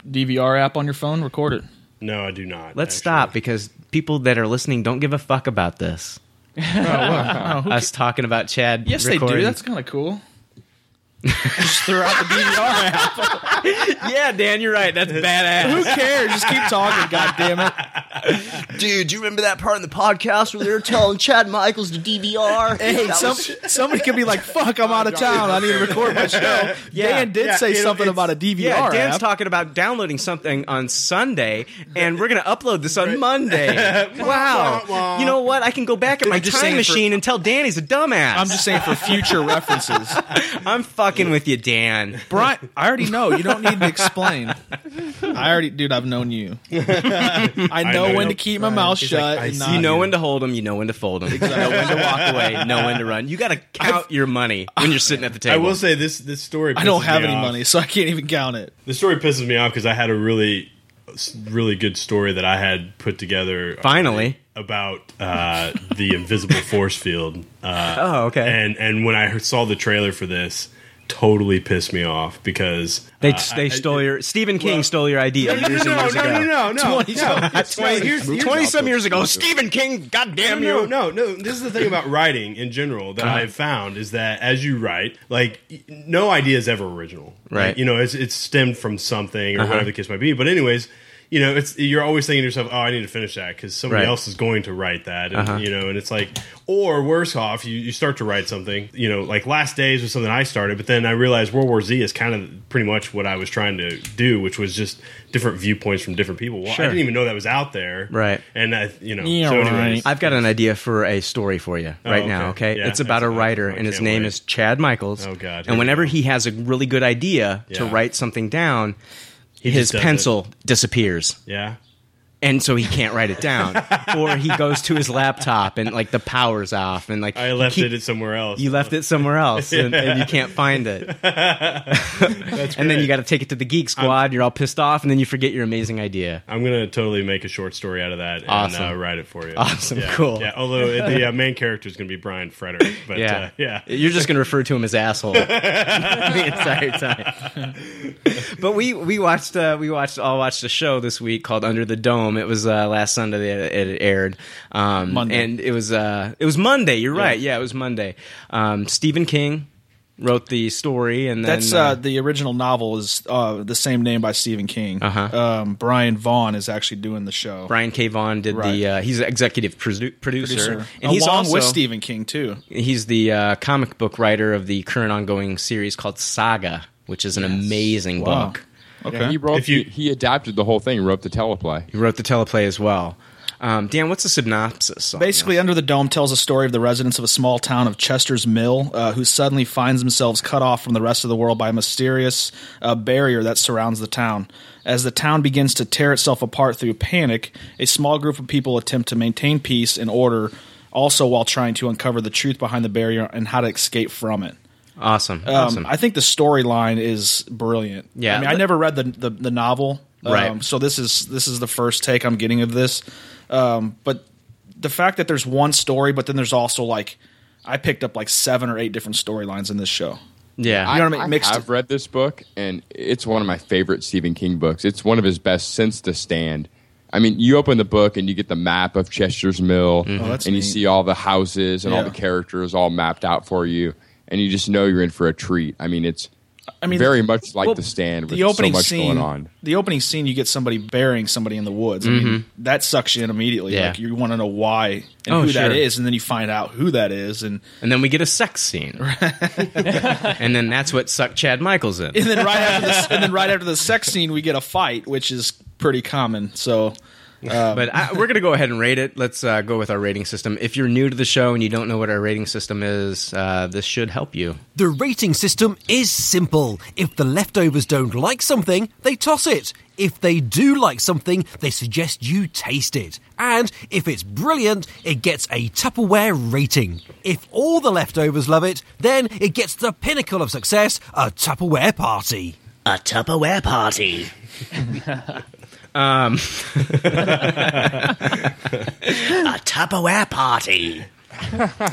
DVR app on your phone. Record it. no, I do not. Let's stop because people that are listening don't give a fuck about this. Oh, Us talking about Chad. Yes, they recording- do. That's kind of cool. Just throw out the DVR app. yeah, Dan, you're right. That's badass. Who cares? Just keep talking. God damn it. Dude, do you remember that part in the podcast where they were telling Chad Michaels to DVR? Hey, some, somebody could be like, "Fuck, I'm out of town. I need to record my show." Dan did Oh, yeah, say it'll- something it's- about a DVR Yeah, Dan's app. talking about downloading something on Sunday, and we're gonna upload this on Monday. wow! you know what? I can go back at my I'm just time saying for- machine and tell Dan he's a dumbass. I'm just saying for future references. I'm fucking with you, Dan. Brian, I already know. You don't need to explain. I already, dude. I've known you. I know, know when to keep my mouth He's shut. like, and I not- see. You know when to hold them. You know when to fold them. You know when to walk away. Know when to run. You got to count your money when you're sitting at the table. I will say this this story. I don't pisses have me any off. money, so I can't even count it. This story pisses me off because I had a really, really good story that I had put together. uh, Finally. about uh, the invisible force field. Uh, Oh, okay. And and when I heard- saw the trailer for this, totally pissed me off because They, uh, they I- stole your Stephen King stole your idea No, no, years no, and years no, ago. no, no, no, 20 no. It's some- 20 years- 20 some years years ago. ago. Stephen King, goddamn no, you! No, no, no. This is the thing about writing in general that Uh-huh. I've found is that as you write, like y- no idea is ever original, Right. Like, you know, it's it's stemmed from something or Uh-huh. whatever the case might be. But anyways, you know, it's you're always thinking to yourself, "Oh, I need to finish that because somebody Right. else is going to write that," and Uh-huh. you know, and it's like, or worse off, you, you start to write something, you know, like Last Days was something I started, but then I realized World War Z is kind of pretty much what I was trying to do, which was just different viewpoints from different people. Well, Sure. I didn't even know that was out there, Right. And I, you know, so anyways, I've got an idea for a story for you Oh, right now. okay. Okay, Yeah, it's about a writer, and his name is Chad Michaels. Oh, God. Here And we whenever he has a really good idea to Yeah. write something down, He his just does pencil disappears. Yeah. And so he can't write it down, or he goes to his laptop and like the power's off, and like I you left keep- it at somewhere else. You left it somewhere else, and, and you can't find it. and then you got to take it to the Geek Squad. you're all pissed off, and then you forget your amazing idea. I'm gonna totally make a short story out of that and Awesome. uh, write it for you. Awesome, Yeah. cool. Yeah, although it- the uh, main character is gonna be Brian Frederick, but yeah, uh, yeah. You're just gonna refer to him as asshole the entire time. but we we watched uh, we watched all watched a show this week called Under the Dome. It was uh, last Sunday that it, it aired. Um, Monday. and it was uh, it was Monday. You're right. Yeah, it was Monday. Um, Stephen King wrote the story, and then, That's uh, the original novel is uh, the same name by Stephen King. Uh-huh. Um, Brian Vaughn is actually doing the show. Brian K. Vaughan did Right. the. Uh, he's an executive produ- producer, and Along he's also with Stephen King too. He's the uh, comic book writer of the current ongoing series called Saga, which is an amazing Wow. book. Okay. Yeah, he wrote If you- the- he adapted the whole thing, wrote the teleplay. He wrote the teleplay as well. Um, Dan, what's the synopsis? on Basically, Under the Dome tells a story of the residents of a small town of Chester's Mill, uh, who suddenly finds themselves cut off from the rest of the world by a mysterious uh, barrier that surrounds the town. As the town begins to tear itself apart through panic, a small group of people attempt to maintain peace and order, also while trying to uncover the truth behind the barrier and how to escape from it. Awesome. Um, awesome. I think the storyline is brilliant. Yeah. I mean, I never read the the, the novel, um, Right. So this is this is the first take I'm getting of this. Um, but the fact that there's one story, but then there's also like I picked up like seven or eight different storylines in this show. Yeah, You know what I mean? Mixed- I've read this book, and it's one of my favorite Stephen King books. It's one of his best since The Stand. I mean, you open the book and you get the map of Chester's Mill, Mm-hmm. Oh, that's and you neat. see all the houses and all Yeah. the characters all mapped out for you, and you just know you're in for a treat. I mean, it's I mean, very much like well, The Stand with The opening so much scene, going on. the opening scene, you get somebody burying somebody in the woods. I Mhm. mean, that sucks you in immediately. Yeah. Like you want to know why and Mm-hmm. Oh, who that sure. is, and then you find out who that is, and and then we get a sex scene, and then that's what sucked Chad Michaels in. and then right after the, and then right after the sex scene, we get a fight, which is pretty common. So, uh, but I, we're going to go ahead and rate it. Let's uh, go with our rating system. If you're new to the show and you don't know what our rating system is, uh, this should help you. The rating system is simple. If the leftovers don't like something, they toss it. If they do like something, they suggest you taste it. And if it's brilliant, it gets a Tupperware rating. If all the leftovers love it, then it gets the pinnacle of success a Tupperware party. A Tupperware party. Um, a Tupperware party.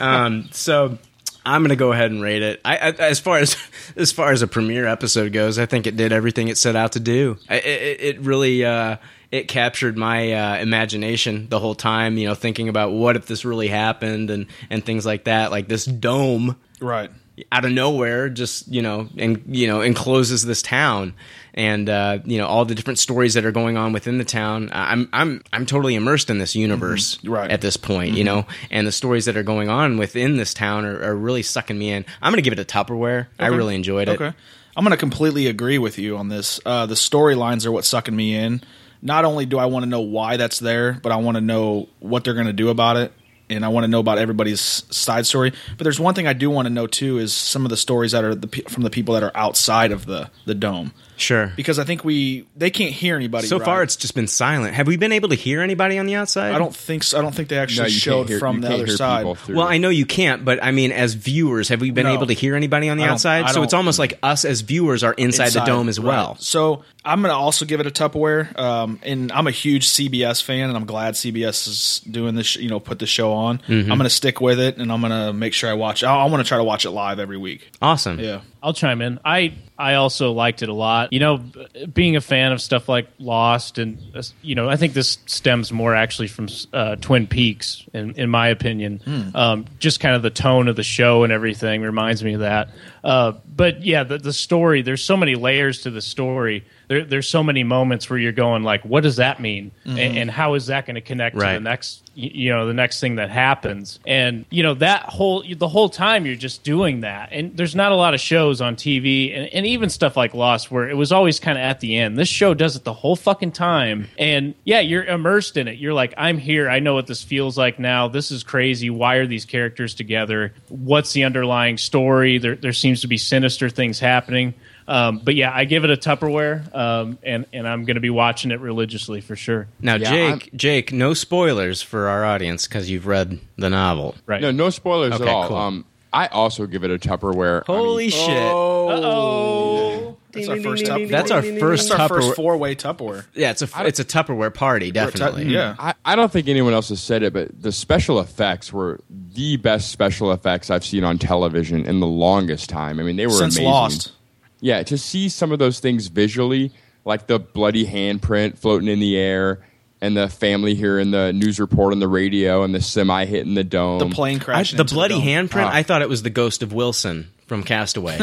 um, so I'm going to go ahead and rate it. I, I, as far as as far as a premiere episode goes, I think it did everything it set out to do. I, it, it- it really uh, it captured my uh, imagination the whole time. You know, thinking about what if this really happened and and things like that. Like this dome, right? Out of nowhere, just you know, and you know, encloses this town, and uh, you know all the different stories that are going on within the town. I- I'm I'm I'm totally immersed in this universe Mm-hmm. right. at this point, you Mhm. know, and the stories that are going on within this town are, are really sucking me in. I'm gonna give it a Tupperware. I Okay. really enjoyed it. Okay. I'm going to completely agree with you on this. Uh, the storylines are what's sucking me in. Not only do I want to know why that's there, but I want to know what they're going to do about it. and I want to know about everybody's side story. But there's one thing I do want to know too is some of the stories that are the, pe- from the people that are outside of the the dome. Sure. Because I think we they can't hear anybody. So right? far, it's just been silent. Have we been able to hear anybody on the outside? I don't think so. I don't think they actually showed from the other side. Well, I know you can't, but I mean, as viewers, have we been No. able to hear anybody on the I don't- outside? I So it's don't- almost like us as viewers are inside, the dome as right. well. So I'm going to also give it a Tupperware. Um, and I'm a huge CBS fan, and I'm glad CBS is doing this. sh- You know, put the show on. Mhm. I'm going to stick with it, and I'm going to make sure I watch. I, I want to try to watch it live every week. Awesome. Yeah. I'll chime in. I I also liked it a lot. You know, b- being a fan of stuff like Lost and uh, you know, I think this stems more actually from uh, Twin Peaks, in in my opinion. Hmm. Um, just kind of the tone of the show and everything reminds me of that. Uh, but yeah, the the story. There's so many layers to the story. There, there's so many moments where you're going like, what does that mean, A- Mhm. and, how is that going to connect to Right. the next? y- You know, the next thing that happens, and you know that whole the whole time you're just doing that. And there's not a lot of shows on TV, and, and even stuff like Lost, where it was always kind of at the end. This show does it the whole fucking time, and yeah, you're immersed in it. You're like, I'm here. I know what this feels like now. This is crazy. Why are these characters together? What's the underlying story? There, there seems to be sinister things happening. Um, but yeah, I give it a Tupperware, um, and and I'm going to be watching it religiously for sure. Now, Jake, Jake, no spoilers for our audience because you've read the novel, right? No, no spoilers Okay, at all. cool. Um, I also give it a Tupperware. Holy shit! Oh, that's our first Tupperware. That's our first That's our first Tupperware. four way Tupperware. Yeah, it's a I- it's a Tupperware party, We're tu- definitely. yeah. hmm. I, I don't think anyone else has said it, but the special effects were the best special effects I've seen on television in the longest time. I mean, they were Since amazing. Lost. Yeah, to see some of those things visually, like the bloody handprint floating in the air, and the family hearing the news report on the radio, and the semi hitting the dome, The plane crashing I- the into the bloody dome. handprint. Ah. I thought it was the ghost of Wilson from Castaway.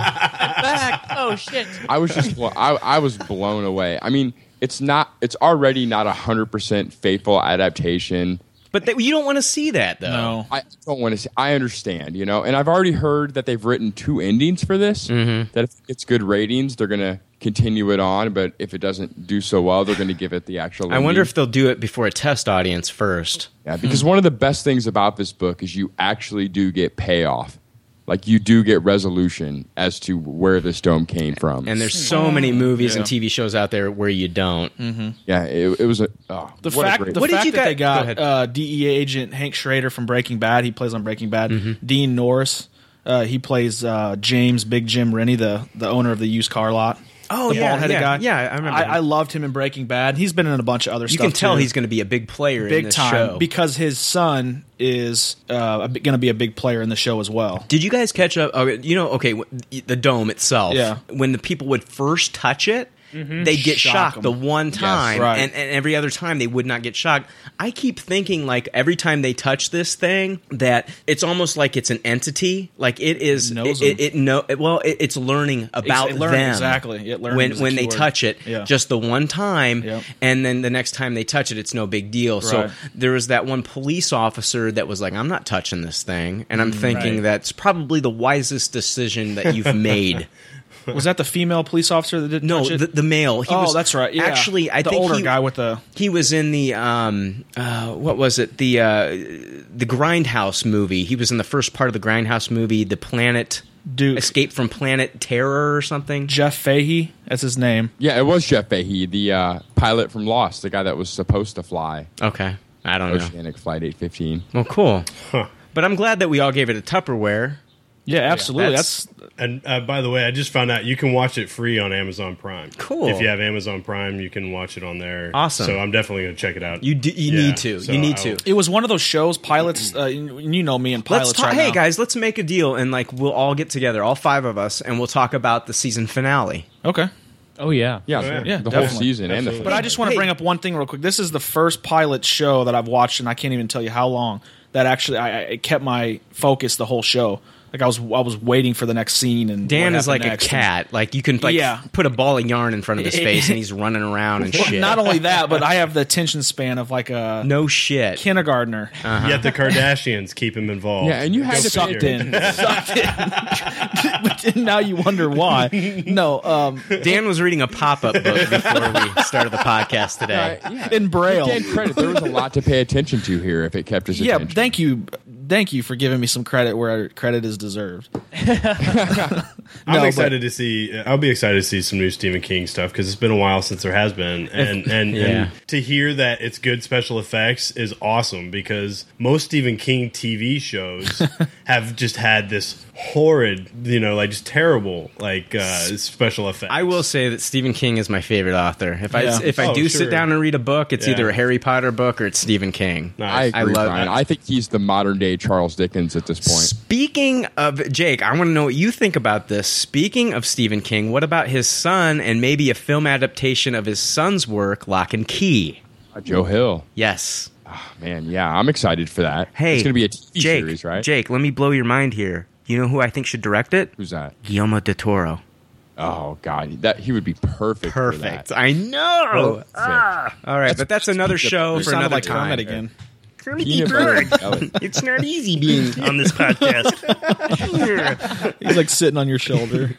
Oh shit! I was just blo- I, I was blown away. I mean, it's not it's already not a hundred percent faithful adaptation. But that, you don't want to see that though. No, I don't want to see. I understand, you know, and I've already heard that they've written two endings for this. Mm-hmm. That if it gets good ratings, they're going to continue it on. But if it doesn't do so well, they're going to give it the actual. I ending. wonder if they'll do it before a test audience first. Yeah, Hmm. because one of the best things about this book is you actually do get payoff. Like you do get resolution as to where this dome came from. And there's so many movies and TV shows out there where you don't. Mhm. Yeah, it, it was a. Oh, The what a fact, great- the fact that they got uh, DEA agent Hank Schrader from Breaking Bad. He plays on Breaking Bad. Mm-hmm. Dean Norris. Uh, he plays uh, James Big Jim Rennie, the the owner of the used car lot. Oh, the yeah, bald-headed yeah, guy. yeah, I remember I, him. I loved him in Breaking Bad. He's been in a bunch of other. You stuff can tell too. he's going to be a big player in big this time show. because his son is uh, going to be a big player in the show as well. Did you guys catch up? Okay, you know, okay, w- the dome itself. Yeah. When the people would first touch it, Mhm. they'd get Shock shocked 'em. the one Yes. time, Right. and, and every other time they would not get shocked. I keep thinking like every time they touch this thing that it's almost like it's an entity, like it is. It knows it, 'em. it know it- well. It, it's learning about it learned, them exactly. It learned when was the when they keyword. touch it, Yeah. just the one time, and then the next time they touch it, it's no big deal. So Right. there was that one police officer that was like, "I'm not touching this thing," and I'm Mm, thinking right. that's probably the wisest decision that you've made. Was that the female police officer that didn't? No, touch it? the, the male. He oh, was, that's right. Yeah. Actually, I the think older he, guy with the he was in the um, uh, what was it? The uh, the Grindhouse movie. He was in the first part of the Grindhouse movie, the Planet Duke Escape from Planet Terror or something. Jeff Fahey. That's his name. Yeah, it was Jeff Fahey, the uh, pilot from Lost, the guy that was supposed to fly. Okay, I don't know. Oceanic Flight 815. Well, cool. But I'm glad that we all gave it a Tupperware. Yeah, absolutely. and uh, by the way, I just found out you can watch it free on Amazon Prime. Cool. If you have Amazon Prime, you can watch it on there. Awesome. So I'm definitely going to check it out. You do, you Yeah, need to. so you need I to. will- It was one of those shows. Pilots. Uh, you you know me and pilots. let's talk, right hey now. guys, let's make a deal and like we'll all get together, all five of us, and we'll talk about the season finale. Okay. Oh yeah. Yeah, the whole season and the. But I just want to bring up one thing real quick. This is the first pilot show that I've watched, and I can't even tell you how long that actually I, I it kept my focus the whole show. Like I was I was waiting for the next scene, and Dan what is like happened next a and- cat. Like you can like Yeah. put a ball of yarn in front of his face and he's running around and Well, shit. Not only that, but I have the attention span of like a no shit Uh-huh. kindergartner. Yet the Kardashians keep him involved. Yeah, and you had Go to pay figure. attention. and now you wonder why. No, um, Dan was reading a pop-up book before we started the podcast today. in braille. Give Dan credit. There was a lot to pay attention to here if it kept his yeah, attention. thank you, thank you for giving me some credit where credit is deserved. No, I'm but- excited to see. uh, I'll be excited to see some new Stephen King stuff because it's been a while since there has been, and and, Yeah. and to hear that it's good special effects is awesome because most Stephen King TV shows have just had this horrid, you know, like just terrible like uh, special effects. I will say that Stephen King is my favorite author. If I Yeah. if I Oh, do sure. sit down and read a book, it's Yeah. either a Harry Potter book or it's Stephen King. I agree, love Brian. I think he's the modern day Charles Dickens at this point. Speaking of Jake, I want to know what you think about this. Speaking of Stephen King, what about his son and maybe a film adaptation of his son's work, Lock and Key? Uh, Joe Hill. Ah, Yes. man, yeah, I'm excited for that. Hey, it's going to be a TV Jake, series, right? Jake, let me blow your mind here. You know who I think should direct it? Who's that? Guillermo de Toro. Oh God, that he would be perfect. Perfect. I know. Ah. All right, but that's another show You for sounded another like time. Kermit again. Peanut butter and jelly. it's not easy being on this podcast. He's like sitting on your shoulder.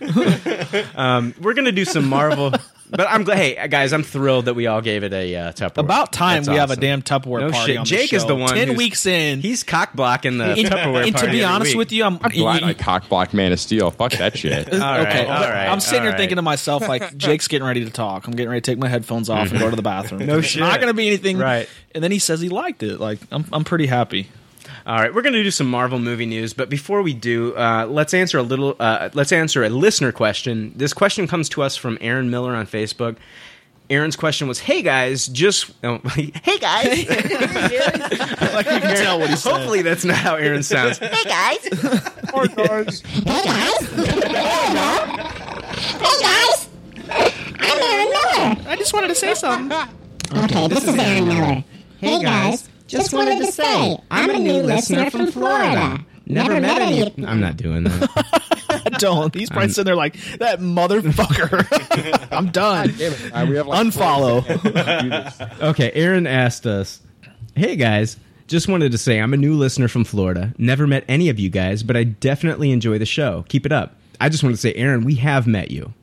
um, we're gonna do some Marvel, but I'm glad. Hey guys, I'm thrilled that we all gave it a uh, Tupperware. About time That's we have a awesome. damn Tupperware No party. shit. On this Jake is show. the one. Ten who's- weeks in, he's cock blocking the And- Tupperware and to party be every honest week. with you, I'm- I'm glad I cockblocked Man of Steel. Fuck that shit. Uh, Okay, all but right, I'm sitting all here right. thinking to myself, like, Jake's getting ready to talk. I'm getting ready to take my headphones off and go to the bathroom. No It's shit. Not going to be anything. Right. And then he says he liked it. Like, I'm, I'm pretty happy. All right, we're going to do some Marvel movie news, but before we do, uh, let's answer a little. Uh, let's answer a listener question. This question comes to us from Aaron Miller on Facebook. Aaron's question was, "Hey guys, just oh, hey guys." like you can tell what he said. Hopefully, that's not how Aaron sounds. Hey guys. Hey guys. Hey guys. I'm Aaron Miller. I just wanted to say something. Okay, this is Aaron Miller. Hey guys, just wanted to say I'm a new listener from Florida. Never met any of I'm not doing that. Don't. He's probably sitting there like that motherfucker. I'm done. we have like Unfollow. okay, Aaron asked us, "Hey guys, just wanted to say I'm a new listener from Florida. Never met any of you guys, but I definitely enjoy the show. Keep it up. I just wanted to say, Aaron, we have met you."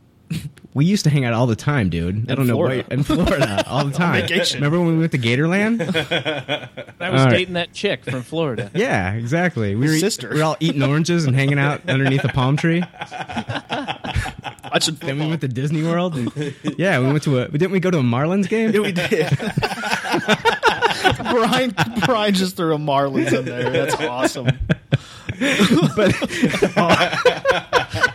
We used to hang out all the time, dude. I don't know Florida. why in Florida all the time. vacation. Remember when we went to Gatorland? I was All right. dating that chick from Florida. Yeah, exactly. We were Sister. We were all eating oranges and hanging out underneath a palm tree. Then we went to Disney World. And, yeah, we went to a. Didn't we go to a Marlins game? Yeah, we did. Brian, Brian just threw a Marlins in there. That's awesome. but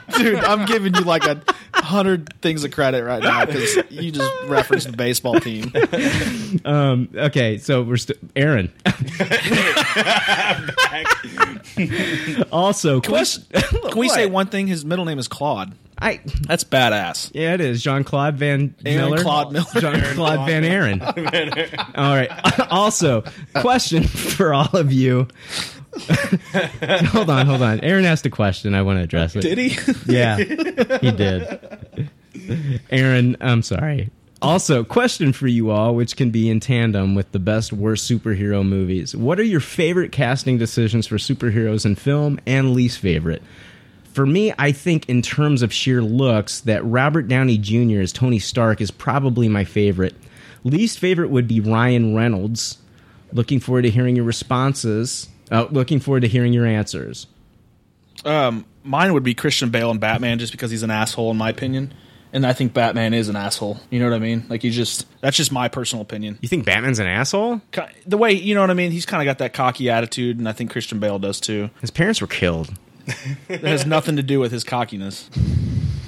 dude, I'm giving you like a hundred things of credit right now because you just referenced the baseball team. um, okay, so we're st- Aaron. also, Can we, can we What? say one thing? His middle name is Claude. I. That's badass. Yeah, it is Jean Claude Van Aaron Miller. Claude Miller. Jean Claude Van Aaron. All right. Also, question for all of you. hold on, hold on. Aaron asked a question. I want to address it. Did he? Yeah, he did. Aaron, I'm sorry. Also, question for you all, which can be in tandem with the best worst superhero movies. What are your favorite casting decisions for superheroes in film and least favorite? For me, I think in terms of sheer looks, that Robert Downey Jr. as Tony Stark is probably my favorite. Least favorite would be Ryan Reynolds. Looking forward to hearing your responses. Uh, looking forward to hearing your answers. Um, mine would be Christian Bale and Batman, just because he's an asshole, in my opinion. And I think Batman is an asshole. You know what I mean? Like he's just that's just my personal opinion. You think Batman's an asshole? The way you know what I mean? He's kind of got that cocky attitude, and I think Christian Bale does too. His parents were killed. It has nothing to do with his cockiness,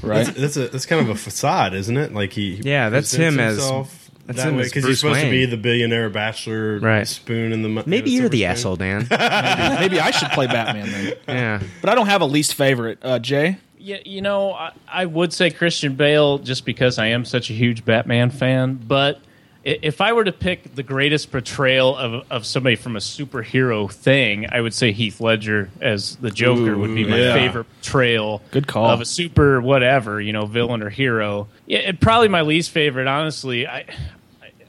right? That's, that's a that's kind of a facade, isn't it? Like he, Yeah, that's presents him as- himself that's that him way as because Bruce he's supposed Wayne. to be the billionaire bachelor, Right. Spoon in the mu- Maybe you know, you're the silver asshole, Dan. maybe, maybe I should play Batman then. Yeah, but I don't have a least favorite. Uh, Jay, Yeah, you know, I, I would say Christian Bale just because I am such a huge Batman fan. But i- if I were to pick the greatest portrayal of, of somebody from a superhero thing, I would say Heath Ledger as the Joker would be my Ooh, yeah. favorite portrayal. Good call. of a super whatever, you know, villain or hero. Yeah, it- probably my least favorite, honestly. I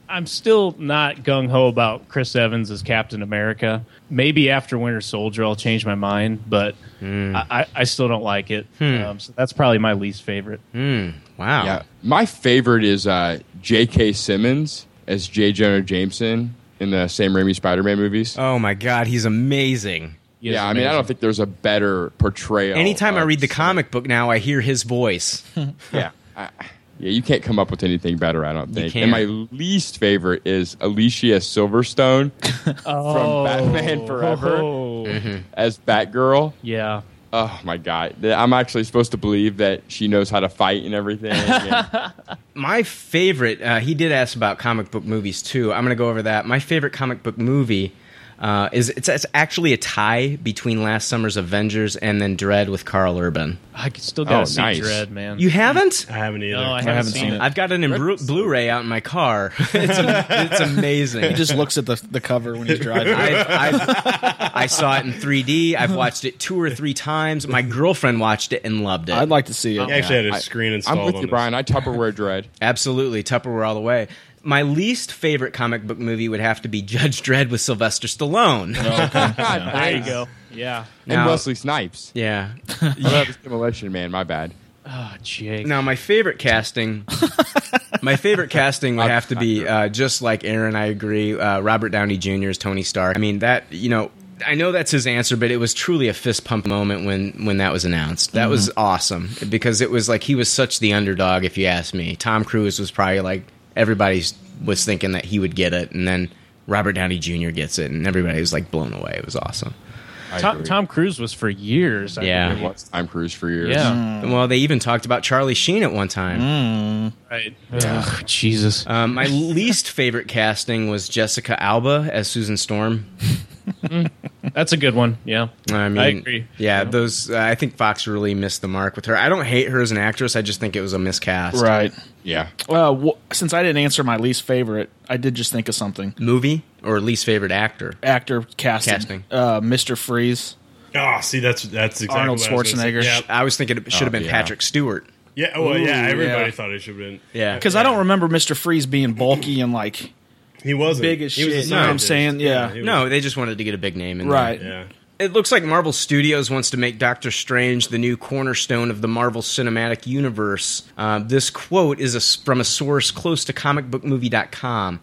I'm still not gung ho about Chris Evans as Captain America. Maybe after Winter Soldier, I'll change my mind, but I, I, I still don't like it. Um, so that's probably my least favorite. Hmm, Wow. Yeah. My favorite is uh, J.K. Simmons as J. Jonah Jameson in the Sam Raimi Spider Man movies. Oh my God, he's amazing. yeah, I mean, I don't think there's a better portrayal. Anytime I of- read the comic book now, I hear his voice. yeah. I, yeah, you can't come up with anything better, I don't think. can't. And my least favorite is Alicia Silverstone Oh. Batman Forever. Mm-hmm. as Batgirl. Yeah. Oh my god, Th- I'm actually supposed to believe that she knows how to fight and everything. and- My favorite, uh, he did ask about comic book movies too. I'm going to go over that. My favorite comic book movie uh, is it's, it's actually a tie between last summer's Avengers and then Dread with Carl Urban. I could Oh, still gotta see Dread, man. You haven't? I haven't either. No, Oh, I I haven't haven't seen seen it. it. I've got it in Blu- Blu-ray out in my car. it's, a, it's amazing. He just looks at the, the cover when he's driving. I, I saw it in 3D. I've watched it two or three times. My girlfriend watched it and loved it. I'd like to see it. I actually had a I- screen I'm installed with on you, this. Brian. I Tupperware Dread. Absolutely, Tupperware all the way. My least favorite comic book movie would have to be Judge Dredd with Sylvester Stallone. there you go. Yeah. Now- and Wesley Snipes. Yeah. yeah. Demolition Man, my bad. Oh, Jake. Now, my favorite casting, my favorite casting would have to be uh, just like Aaron. I agree. Uh, Robert Downey Jr. is Tony Stark. I mean that you know. I know that's his answer, but it was truly a fist pump moment when when that was announced. That was Mhm. awesome because it was like he was such the underdog. If you ask me, Tom Cruise was probably like everybody was thinking that he would get it, and then Robert Downey Jr. gets it, and everybody was like blown away. It was awesome. Tom, Tom Cruise was for years. I Yeah. Mm. believe. Time Cruise for years. Yeah. Well, they even talked about Charlie Sheen at one Mm. time. Right. Jesus. Um, my least favorite casting was Jessica Alba as Susan Storm. That's a good one. Yeah. I mean, agree. Yeah, those. Uh, I think Fox really missed the mark with her. I don't hate her as an actress. I just think it was a miscast. Right. Yeah. Well, w- Uh, since I didn't answer my least favorite, I did just think of something. Movie or least favorite actor? Actor casting. Casting. Uh, Mr. Freeze. Oh, see, that's that's exactly Arnold what I was gonna say. Schwarzenegger. Yep. I was thinking it should have been Oh, yeah. Patrick Stewart. Yeah, well, yeah, Ooh, everybody yeah. thought it should have been. Yeah. Because I don't remember Mr. Freeze being bulky and like he wasn't big as He shit. was a you know what I'm scientist. saying? Yeah. No, they just wanted to get a big name in Right. there. Yeah. It looks like Marvel Studios wants to make Doctor Strange the new cornerstone of the Marvel Cinematic Universe. Uh, this quote is a, from a source close to comicbookmovie.com.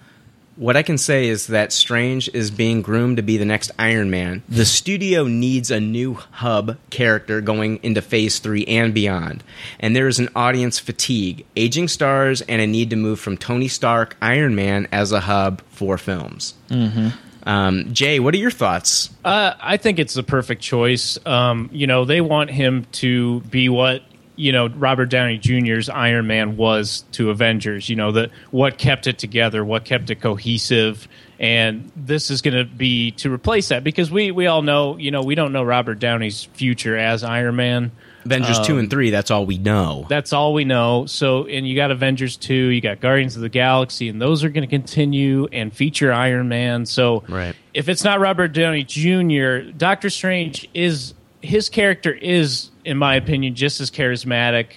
What I can say is that Strange is being groomed to be the next Iron Man. The studio needs a new hub character going into phase three and beyond. And there is an audience fatigue, aging stars, and a need to move from Tony Stark, Iron Man, as a hub for films. Mm-hmm. Um, Jay, what are your thoughts? Uh, I think it's the perfect choice. Um, you know, they want him to be what you know Robert Downey Jr.'s Iron Man was to Avengers. You know, the what kept it together, what kept it cohesive, and this is going to be to replace that because we we all know you know we don't know Robert Downey's future as Iron Man. Avengers two Um, and three. That's all we know. That's all we know. So, and you got Avengers 2, you got Guardians of the Galaxy, and those are going to continue and feature Iron Man. So, Right. if it's not Robert Downey Jr., Doctor Strange is his character is in my opinion just as charismatic.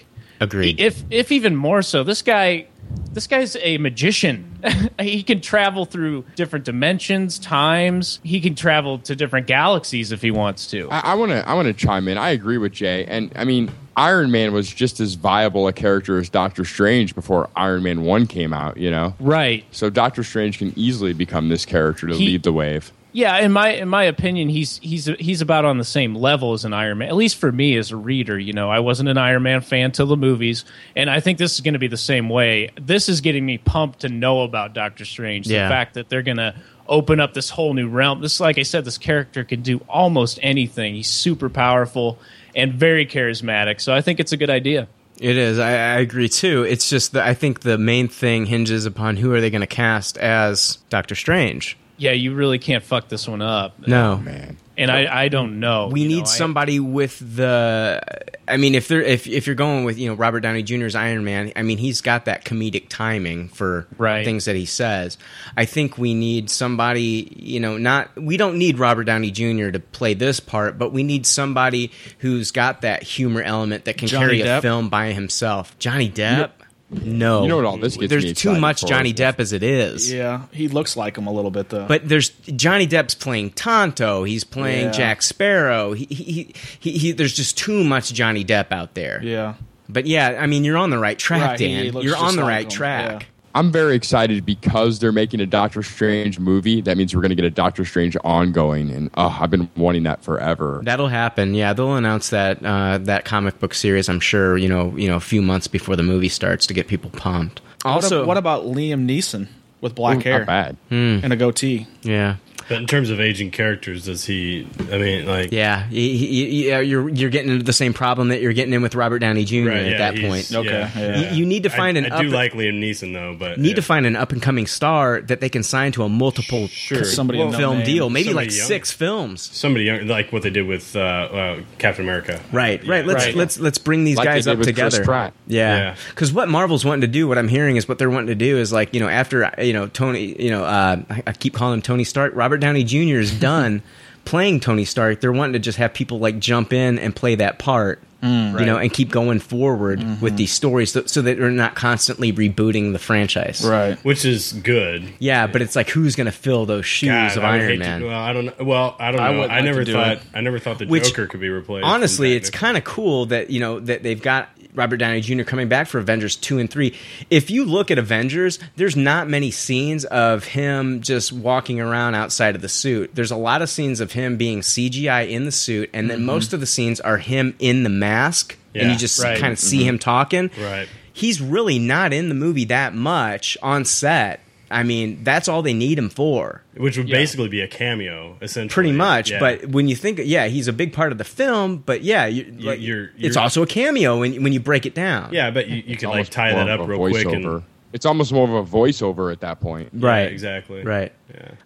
Agreed. If if even more so. This guy this guy's a magician. he can travel through different dimensions, times. He can travel to different galaxies if he wants to. I want to I want to chime in. I agree with Jay, and I mean Iron Man was just as viable a character as Doctor Strange before Iron Man One came out. You know, right? So Doctor Strange can easily become this character to He- lead the wave. Yeah, in my in my opinion, he's he's he's about on the same level as an Iron Man. At least for me as a reader, you know, I wasn't an Iron Man fan till the movies, and I think this is going to be the same way. This is getting me pumped to know about Doctor Strange. The Yeah. fact that they're going to open up this whole new realm. This, like I said, this character can do almost anything. He's super powerful and very charismatic. So I think it's a good idea. It is. I, I agree too. It's just that I think the main thing hinges upon who are they going to cast as Doctor Strange. Yeah, you really can't fuck this one up. No, man. And I, I don't know. We you need know, I- somebody with the. I mean, if they're if if you're going with you know Robert Downey Jr.'s Iron Man, I mean he's got that comedic timing for things that he says. I think we need somebody. You know, not we don't need Robert Downey Jr. to play this part, but we need somebody who's got that humor element that can Johnny carry a Depp? film by himself. Johnny Depp. No, You know what all this gets There's me too excited much for Johnny is- Depp as it is. Yeah, he looks like him a little bit though. But there's Johnny Depp's playing Tonto. He's playing Yeah. Jack Sparrow. He, he, he, he, there's just too much Johnny Depp out there. Yeah. But yeah, I mean, you're on the right track, Right, he- Dan. he looks you're just on the like right him, track. I'm very excited because they're making a Doctor Strange movie. That means we're going to get a Doctor Strange ongoing, and oh, I've been wanting that forever. That'll happen. Yeah, they'll announce that uh, that comic book series. I'm sure you know you know a few months before the movie starts to get people pumped. also, Also, what, about Liam Neeson with black hair? Hmm. and a goatee. Yeah. But in terms of aging characters, does he? I mean, like, Yeah, he- he- he- yeah, you're you're getting into the same problem that you're getting in with Robert Downey Jr. at yeah, that he's- point. yeah, yeah. You, you need to I- find an I do up- like Liam Neeson though, but need to find an up and coming star that they can sign to a multiple Somebody film well, known deal, name. maybe Somebody like young. six films. somebody young, like what they did with uh, uh, Captain America. Right, right. Let's Right. let's let's bring these Like guys they did up with Chris together. Pratt. Yeah, Yeah. because what Marvel's wanting to do, what I'm hearing is what they're wanting to do is like you know after you know Tony, you know uh, I, I keep calling him Tony Stark. Robert Downey Jr. is done playing Tony Stark. They're wanting to just have people like jump in and play that part. Mm, You know, right. and keep going forward Mm-hmm. with these stories, so, so that they're not constantly rebooting the franchise. Right, which is good. Yeah, but it's like who's going to fill those shoes God, of I would hate Iron to- Man? well, I don't. know. Well, I don't know. I I, wouldn't like never to do thought. it. I never thought the Which, Joker could be replaced. Honestly, it's kind of cool that you know that they've got Robert Downey Jr. coming back for Avengers two and three. If you look at Avengers, there's not many scenes of him just walking around outside of the suit. There's a lot of scenes of him being CGI in the suit, and then Mhm. most of the scenes are him in the mask, and Yeah, you just right. kind of see Mhm. him talking. Right. He's really not in the movie that much on set. I mean, that's all they need him for. which would basically be a cameo, essentially. Pretty much, Yeah. but when you think, yeah, he's a big part of the film, but yeah, you, like, you're- it's you're- also a cameo when when you break it down. yeah, but you, you could like tie more that of up a real quick and voiceover. It's almost more of a voiceover at that point. Right. exactly. Right.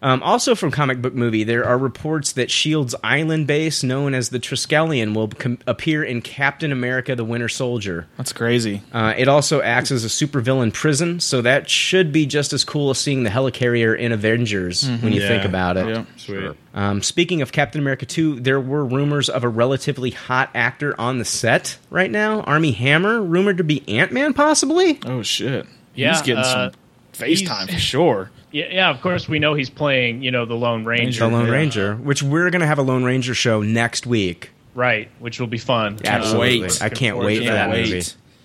Um, also from comic book movie, there are reports that Shield's island base, known as the Triskelion, will com- appear in Captain America: The Winter Soldier. That's crazy. Uh, it also acts as a supervillain prison, so that should be just as cool as seeing the Helicarrier in Avengers Mm-hmm. when you Yeah. think about it. Sweet. Um, speaking of Captain America 2, there were rumors of a relatively hot actor on the set right now. Army Hammer, rumored to be Ant Man, possibly. Oh shit! Yeah, he's getting uh, some FaceTime for sure. Yeah, yeah, of course we know he's playing, you know, the Lone Ranger. The Lone Yeah. Ranger, which we're going to have a Lone Ranger show next week. Right, which will be fun. Absolutely. Um, I can't wait for that movie.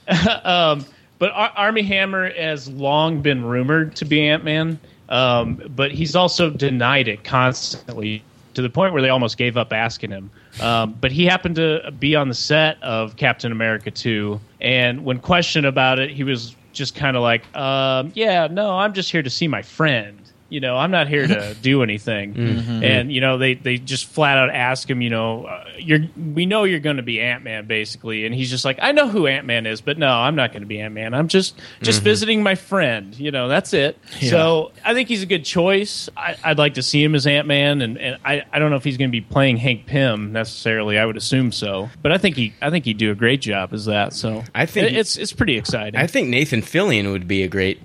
um, but Ar- Army Hammer has long been rumored to be Ant Man, um, but he's also denied it constantly to the point where they almost gave up asking him. Um, but he happened to be on the set of Captain America 2, and when questioned about it, he was just kind of like, um, Yeah, no, I'm just here to see my friend. You know, I'm not here to do anything. Mm-hmm. Mhm. And you know they they just flat out ask him you know uh, you're we know you're going to be ant-man basically and he's just like i know who ant-man is but no i'm not going to be ant-man i'm just just Mm-hmm. Mhm. visiting my friend you know that's it Yeah. so i think he's a good choice I, i'd like to see him as ant-man and, and I, I don't know if he's going to be playing hank pym necessarily i would assume so but i think he i think he'd do a great job as that so I think- it- it's it's pretty exciting I think Nathan Fillion would be a great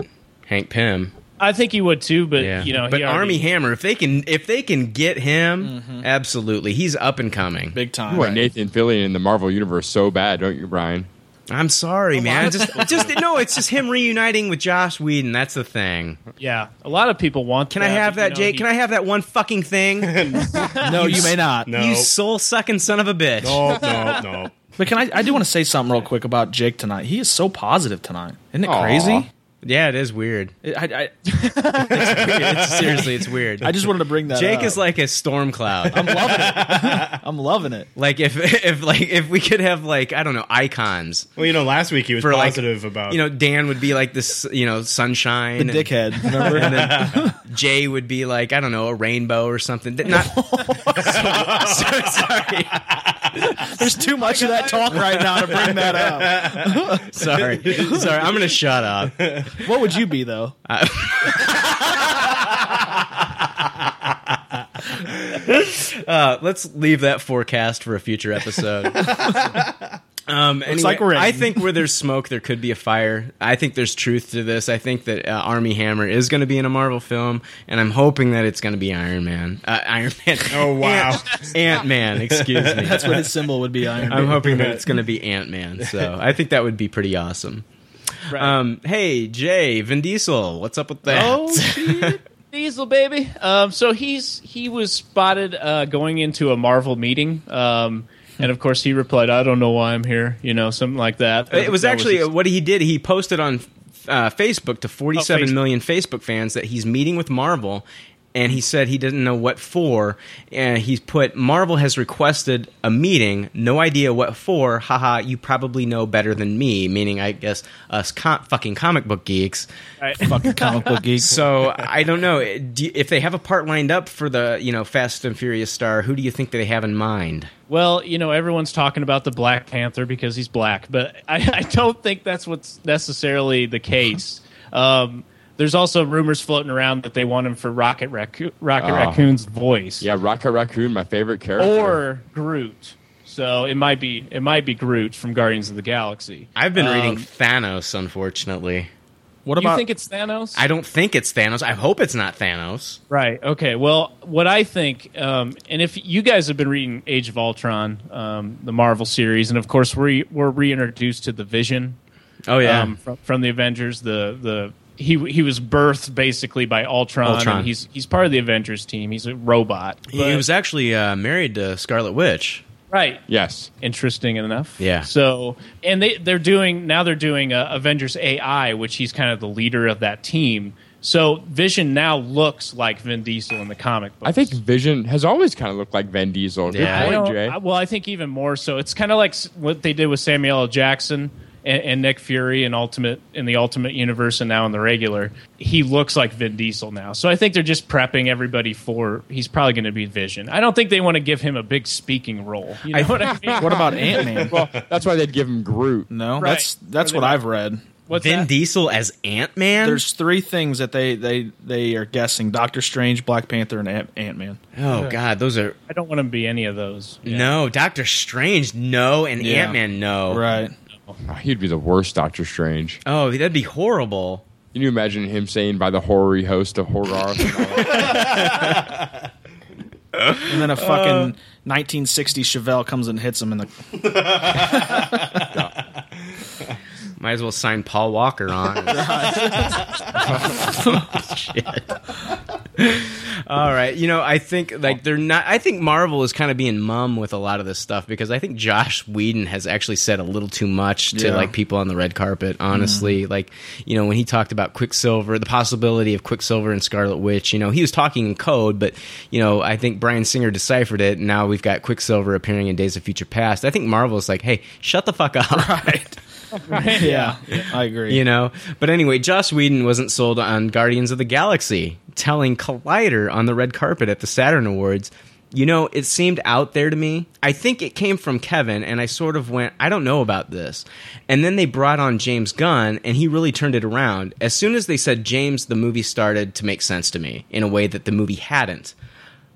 Hank Pym. i think he would too but you know but he already- Army Hammer, if they can, if they can get him, absolutely, he's up and coming, big Mm-hmm. time. You want Nathan Fillion in the Marvel universe so bad, don't you, Brian? I'm sorry, man. I just, just no. It's just him reuniting with Josh Whedon. That's the thing. yeah a lot of people want Can I have but, you that, know, Jake? he- Can I have that one fucking thing? no, you may not. No. You soul sucking son of a bitch. no. But can I? I do want to say something real quick about Jake tonight. He is so positive tonight. Isn't it Aw. crazy? Yeah, it is weird. I, It's- seriously, it's weird. I just wanted to bring that. Jake up. is like a storm cloud. I'm loving it. like if if like if we could have like I don't know icons. Well, you know, last week he was For, like, positive about. You know, Dan would be like this. You know, sunshine, The dickhead, remember? And then Jay would be like I don't know a rainbow or something. Not There's too much of that talk right now to bring that up. sorry, sorry. I'm gonna shut up. What would you be though? uh, let's leave that forecast for a future episode. Um, anyway, like rain. I think where there's smoke, there could be a fire. I think there's truth to this. I think that uh, Army Hammer is going to be in a Marvel film, and I'm hoping that it's going to be Iron Man. Uh, Iron Man. Oh wow. Ant Man. Excuse me. That's what his symbol would be. Iron. I'm hoping that Man. it's going to be Ant Man. So I think that would be pretty awesome. Um, hey, Jay, Vin Diesel, what's up with that? Oh, Diesel baby. Um, so he's he was spotted uh, going into a Marvel meeting, um, and of course he replied, "I don't know why I'm here," you know, something like that. It was That actually his- what he did. He posted on uh, Facebook to forty-seven Oh, Facebook. million Facebook fans that he's meeting with Marvel, and he said he doesn't know what for. And he's put Marvel has requested a meeting, no idea what for. Haha, you probably know better than me. Meaning, I guess us co- fucking comic book geeks. Fucking comic book geeks. So I don't know Do you- if they have a part lined up for the you know Fast and Furious star. Who do you think they have in mind? Well, you know, everyone's talking about the Black Panther because he's black, but I, I don't think that's what's necessarily the case. Um, there's also rumors floating around that they want him for Rocket Raccoon, Rocket Ah. Raccoon's voice. Yeah, Rocket Raccoon, my favorite character. or Groot. So it might be it might be Groot from Guardians of the Galaxy. I've been Um, reading Thanos, unfortunately. What You about- think it's Thanos? I don't think it's Thanos. I hope it's not Thanos. Right. Okay. Well, what I think, um, and if you guys have been reading Age of Ultron, um, the Marvel series, and of course we we're reintroduced to the Vision. um, Oh, yeah. from, from the Avengers, the the he he was birthed basically by Ultron. Ultron. And he's he's part of the Avengers team. He's a robot. he But- was actually uh, married to Scarlet Witch. right. Yes. Interesting enough. Yeah. So, and they they're doing now they're doing uh, Avengers AI, which he's kind of the leader of that team. So Vision now looks like Vin Diesel in the comic book. I think Vision has always kind of looked like Vin Diesel. I Good point, don't- Jay. I- well, I think even more so. It's kind of like s- what they did with Samuel L. Jackson and, and Nick Fury in Ultimate in the Ultimate Universe, and now in the regular. He looks like Vin Diesel now, so I think they're just prepping everybody for he's probably going to be Vision. I don't think they want to give him a big speaking role. You know what I mean? What about Ant Man? well, that's why they'd give him Groot. No, Right. that's that's Or what they- I've read. What's Vin that? Diesel as Ant Man. There's three things that they they they are guessing: Doctor Strange, Black Panther, and Ant Man. Oh God, those are. I don't want to be any of those. No, Doctor Strange, no, and Yeah. Ant Man, no. Right. Oh, he'd be the worst Doctor Strange. Oh, that'd be horrible. Can you imagine him saying by the hoary host of Horgar? And Uh, then a fucking 1960 Chevelle comes and hits him in the. Might as well sign Paul Walker on. Shit. All right, you know, I think like they're not. I think Marvel is kind of being mum with a lot of this stuff because I think Josh Whedon has actually said a little too much to Yeah. like people on the red carpet. Honestly, like you know when he talked about Quicksilver, the possibility of Quicksilver and Scarlet Witch. You know, he was talking in code, but you know, I think Brian Singer deciphered it, and now we've got Quicksilver appearing in Days of Future Past. I think Marvel's like, hey, shut the fuck up. yeah, I agree. You know, but anyway, Joss Whedon wasn't sold on Guardians of the Galaxy, telling Collider on the red carpet at the Saturn Awards, you know, it seemed out there to me. I think it came from Kevin, and I sort of went, I don't know about this. And then they brought on James Gunn, and he really turned it around. As soon as they said James, the movie started to make sense to me in a way that the movie hadn't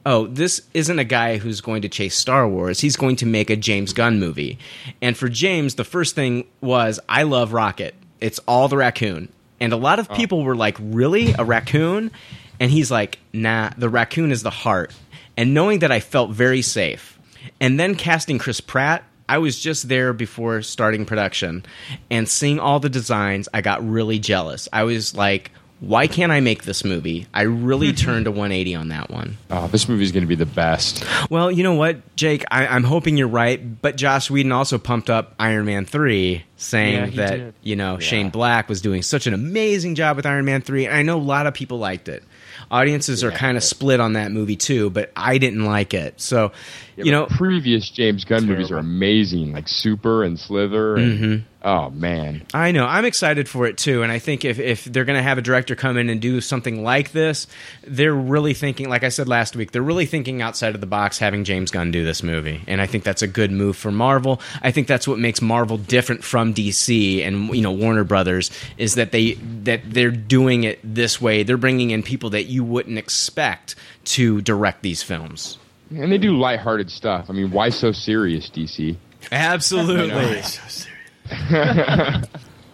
oh, this isn't a guy who's going to chase Star Wars. He's going to make a James Gunn movie. And for James, the first thing was, I love Rocket. It's all the raccoon. And a lot of people were like, really? A raccoon? And he's like, nah, the raccoon is the heart. And knowing that I felt very safe. And then casting Chris Pratt, I was just there before starting production and seeing all the designs, I got really jealous. I was like, why can't I make this movie? I really turned a 180 on that one. oh, this movie's going to be the best. Well, you know what, Jake? I, I'm hoping you're right, but Josh Whedon also pumped up Iron Man 3, Yeah, saying he that, did. you know, Shane Black was doing such an amazing job with Iron Man 3, and I know a lot of people liked it. Audiences are kind of split on that movie, too, but I didn't like it. So, you know, previous James Gunn movies are amazing, like Super and Slither. And, Mhm. Oh man, I know. I'm excited for it too, and I think if if they're going to have a director come in and do something like this, they're really thinking. Like I said last week, they're really thinking outside of the box, having James Gunn do this movie, and I think that's a good move for Marvel. I think that's what makes Marvel different from DC and you know Warner Brothers is that they that they're doing it this way. They're bringing in people that you wouldn't expect to direct these films. and they do lighthearted stuff. I mean, why so serious, DC? Absolutely.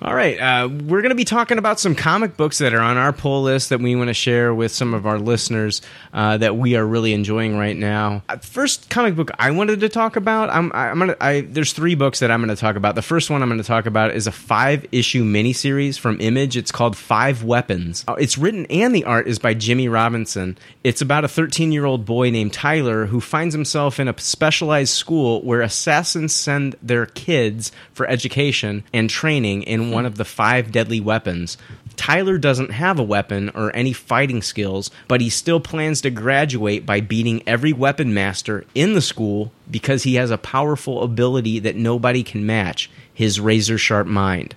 All right, uh, we're going to be talking about some comic books that are on our pull list that we want to share with some of our listeners uh, that we are really enjoying right now. Uh, First comic book I wanted to talk about, I'm, I- I'm gonna, I, there's three books that I'm going to talk about. The first one I'm going to talk about is a five issue miniseries from Image. It's called Five Weapons. Uh, It's written and the art is by Jimmy Robinson. It's about a 13 year old boy named Tyler who finds himself in a specialized school where assassins send their kids for education and training in one of the five deadly weapons. Tyler doesn't have a weapon or any fighting skills, but he still plans to graduate by beating every weapon master in the school because he has a powerful ability that nobody can match his razor sharp mind.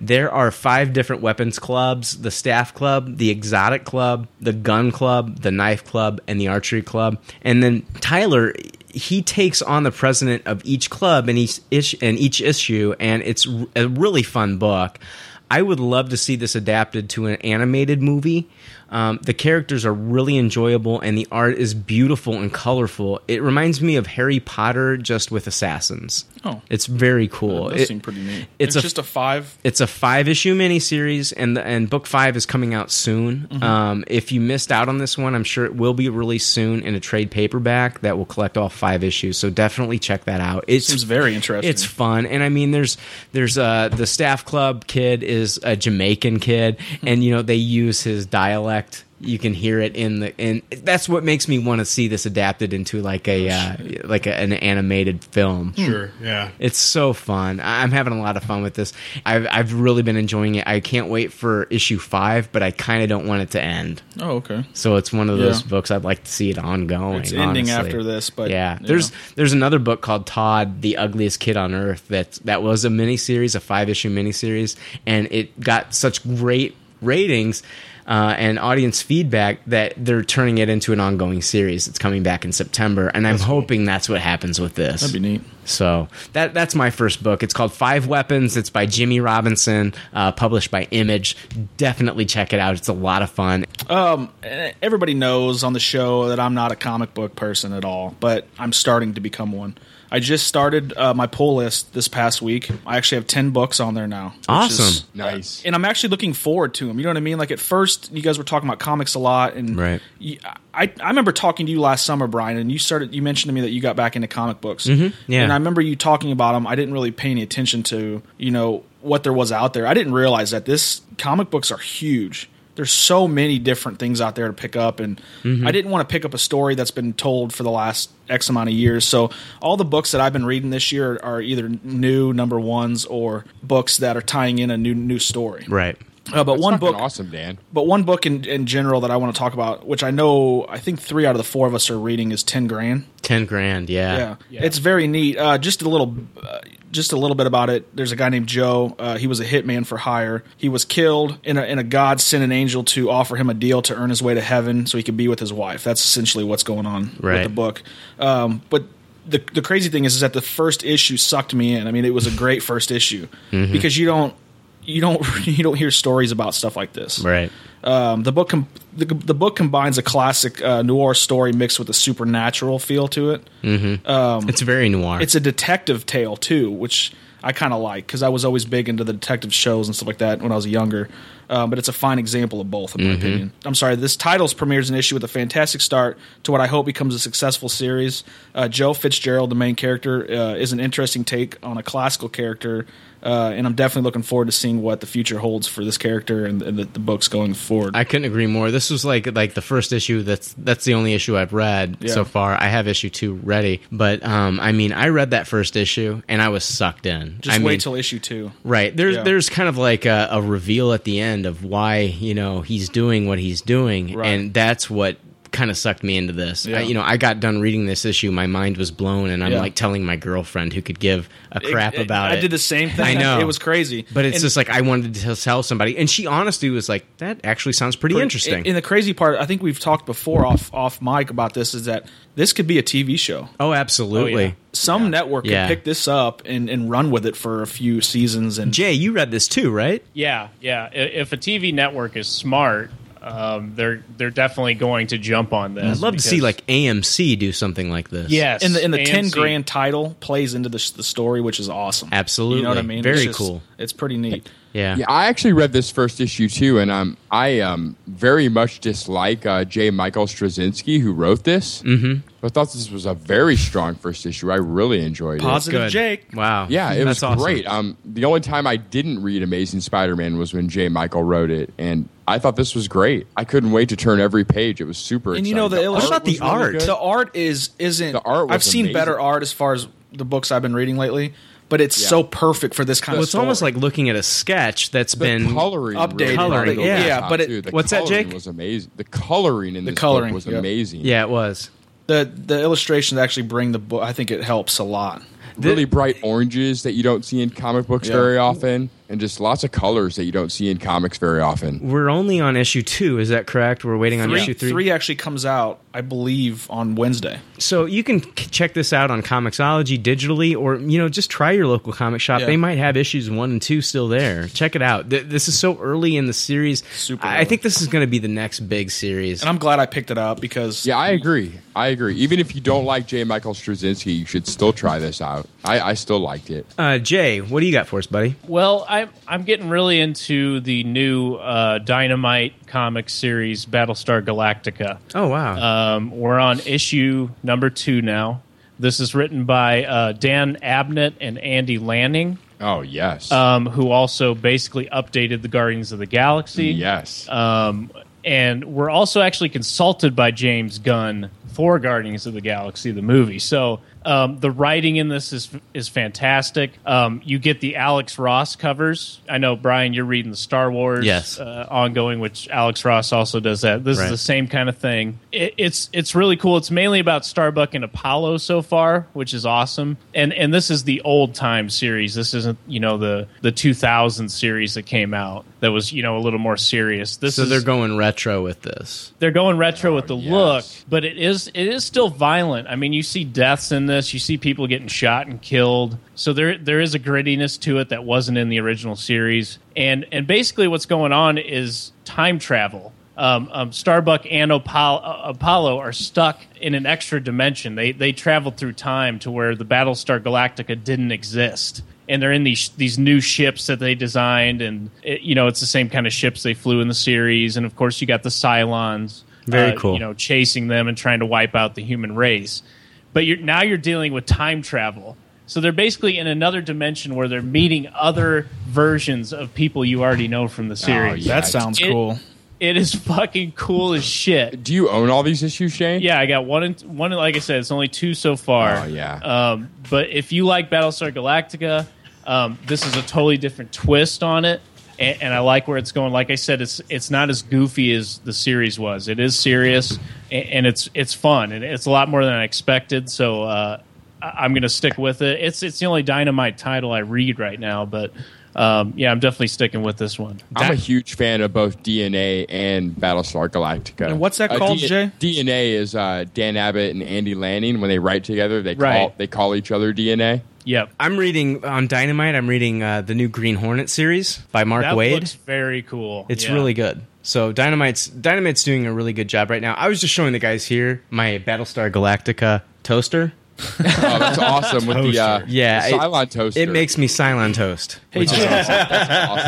There are five different weapons clubs the staff club, the exotic club, the gun club, the knife club, and the archery club. And then Tyler. He takes on the president of each club and each, ish, and each issue, and it's r- a really fun book. I would love to see this adapted to an animated movie. Um, the characters are really enjoyable, and the art is beautiful and colorful. It reminds me of Harry Potter, just with assassins. Oh. it's very cool. That does It- seem pretty neat. It's It's, a, just a five it's a five issue miniseries, and the, and book five is coming out soon. Mhm. Um, if you missed out on this one, I'm sure it will be released soon in a trade paperback that will collect all five issues. So definitely check that out. It Seems very interesting. It's fun, and I mean, there's there's uh, the staff club kid is a Jamaican kid, Mm-hmm. and you know they use his dialect. You can hear it in the and that's what makes me want to see this adapted into like Oh, a uh, like a, an animated film. Sure, yeah. It's so fun. I- I'm having a lot of fun with this. I've, I've really been enjoying it. I can't wait for issue five, but I kind of don't want it to end. Oh, okay. So it's one of those Yeah. books I'd like to see it ongoing. It's ending honestly. after this, but, yeah, you there's there's another book called Todd, the Ugliest Kid on Earth. That that was a miniseries, a five issue miniseries, and it got such great ratings. Uh, and audience feedback that they're turning it into an ongoing series. It's coming back in September, and I'm hoping that's what happens with this. That'd be neat. So that that's my first book. It's called Five Weapons. It's by Jimmy Robinson, uh, published by Image. Definitely check it out. It's a lot of fun. Um, eh, everybody knows on the show that I'm not a comic book person at all, but I'm starting to become one. I just started uh, my pull list this past week. I actually have ten books on there now. which is- nice. and I'm actually looking forward to them. You know what I mean? Like at first, you guys were talking about comics a lot, and Right. y- I, I remember talking to you last summer, Brian, and you started. You mentioned to me that you got back into comic books. Mhm, yeah. and I remember you talking about them. I didn't really pay any attention to you know what there was out there. I didn't realize that this comic books are huge. There's so many different things out there to pick up, and Mhm. I didn't want to pick up a story that's been told for the last X amount of years. So all the books that I've been reading this year are either new number ones or books that are tying in a new new story. Right. Uh, but one book, awesome, Dan. but one book in, in general that I want to talk about, which I know I think three out of the four of us are reading, is Ten Grand. Ten grand. Yeah. Yeah. it's very neat. Uh, just a little, uh, just a little bit about it. There's a guy named Joe. Uh, he was a hitman for hire. He was killed, and a, and a god sent an angel to offer him a deal to earn his way to heaven, so he could be with his wife. That's essentially what's going on Right. with the book. Um, but the the crazy thing is, is that the first issue sucked me in. I mean, it was a great first issue Mhm. because you don't you don't you don't hear stories about stuff like this. Right. Um, the book com- the, the book combines a classic uh, noir story mixed with a supernatural feel to it. Mm-hmm. Um, it's very noir. It's a detective tale too, which I kind of like because I was always big into the detective shows and stuff like that when I was younger. Um, but it's a fine example of both, in my Mhm. opinion. I'm sorry. This title's premieres an issue with a fantastic start to what I hope becomes a successful series. Uh, Joe Fitzgerald, the main character, uh, is an interesting take on a classical character, uh, and I'm definitely looking forward to seeing what the future holds for this character and, and the, the books going forward. I couldn't agree more. This was like like the first issue. That's that's the only issue I've read Yeah. so far. I have issue two ready, but um, I mean, I read that first issue and I was sucked in. Just I wait mean, till issue two. Right. There's Yeah. there's kind of like a, a reveal at the end of why you know he's doing what he's doing, and that's what kind of sucked me into this. I- Yeah. you know, I got done reading this issue, my mind was blown, and I'm Yeah. like telling my girlfriend who could give a crap It- it- about it. I did the same thing. I know It was crazy. but it's And- just like I wanted to tell somebody, and she honestly was like, "That actually sounds pretty, interesting." And the crazy part, I think we've talked before off off mic about this, is that this could be a TV show. Oh, absolutely. Some network could Yeah. pick this up and, and run with it for a few seasons. And Jay, you read this too, right? Yeah, yeah. I- If a TV network is smart, um, they're they're definitely going to jump on this. I'd love to see because- like AMC do something like this. Yes, and the and the ten AMC. grand title plays into the, the story, which is awesome. absolutely. You know what I mean? Very It's just- cool. It's pretty neat. Yeah. I actually read this first issue too, and um, I um, very much dislike uh, J. Michael Straczynski, who wrote this. Mm-hmm. I thought this was a very strong first issue. I really enjoyed Positive it. Good. Jake. Wow. Yeah, it That's was awesome. great. Um, the only time I didn't read Amazing Spider Man was when J. Michael wrote it, and I thought this was great. I couldn't wait to turn every page. It was super and you exciting. know the art was really good. the art is isn't the art was i've seen amazing. better art as far as the books i've been reading lately but it's so perfect for this kind well, of it's almost like looking at a sketch that's been Updated. Coloring, yeah, but it, Dude, the what's that, coloring Jake? Was amazing. The coloring in The this coloring, book was yeah. amazing. yeah it was the the illustrations actually bring the book i think it helps a lot really bright oranges that you don't see in comic books Yeah. very often, and just lots of colors that you don't see in comics very often. We're only on issue two, is that correct? We're waiting on three, issue three. three actually comes out i believe on wednesday So you can c- check this out on Comixology digitally, or you know, just try your local comic shop. Yeah. They might have issues one and two still there. Check it out. Th- this is so early in the series. Super. I, I think this is going to be the next big series. and i'm glad i picked it up because Yeah, I agree. I agree. Even if you don't like J. Michael Straczynski, you should still try this out. I, I still liked it. Uh, Jay, what do you got for us, buddy? Well, I'm I'm getting really into the new uh, Dynamite comic series, Battlestar Galactica. Oh wow! Um, we're on issue number two now. This is written by uh, Dan Abnett and Andy Lanning. Oh yes. Um, who also basically updated the Guardians of the Galaxy. Yes. Um, and we're also actually consulted by James Gunn for Guardians of the Galaxy, the movie. So um, the writing in this is is fantastic. Um, you get the Alex Ross covers. I know Brian, you're reading the Star Wars Yes. uh, ongoing, which Alex Ross also does that. This Right. is the same kind of thing. It, it's it's really cool. It's mainly about Starbuck and Apollo so far, which is awesome. And and this is the old time series. This isn't you know the the 2000 series that came out that was you know a little more serious. This so is they're going retro with this. they're going retro with the look, but it is it is still violent. I mean, you see deaths in this, you see people getting shot and killed. So there there is a grittiness to it that wasn't in the original series. And and basically, what's going on is time travel. Um, um, Starbuck and Apollo, Apollo are stuck in an extra dimension. They they traveled through time to where the Battlestar Galactica didn't exist and they're in these these new ships that they designed, and it, you know it's the same kind of ships they flew in the series, and of course you got the Cylons, uh, Very cool. you know, chasing them and trying to wipe out the human race. But you're now you're dealing with time travel, so they're basically in another dimension where they're meeting other versions of people you already know from the series. yeah. That sounds It- cool. It is fucking cool as shit. Do you own all these issues, Shane? Yeah, I got one. In, one, like I said, it's only two so far. Oh, yeah. Um, but if you like Battlestar Galactica, um, this is a totally different twist on it, and, and I like where it's going. Like I said, it's it's not as goofy as the series was. It is serious, and, and it's it's fun, and it's a lot more than I expected. So uh, I- I'm going to stick with it. It's it's the only Dynamite title I read right now, but um, yeah, I'm definitely sticking with this one. I'm a huge fan of both DNA and Battlestar Galactica. Uh, And what's that called, Jay? DNA is uh, Dan Abbott and Andy Lanning. When they write together, they call Right. they call each other DNA. Yep. I'm reading on Dynamite. I'm reading uh, the new Green Hornet series by Mark that Wade. looks very cool. It's Yeah. really good. So Dynamite's Dynamite's doing a really good job right now. I was just showing the guys here my Battlestar Galactica toaster. Oh, that's awesome with the, uh, yeah the it- Cylon toaster. It makes me Cylon toast. Hey, which is Jake. awesome.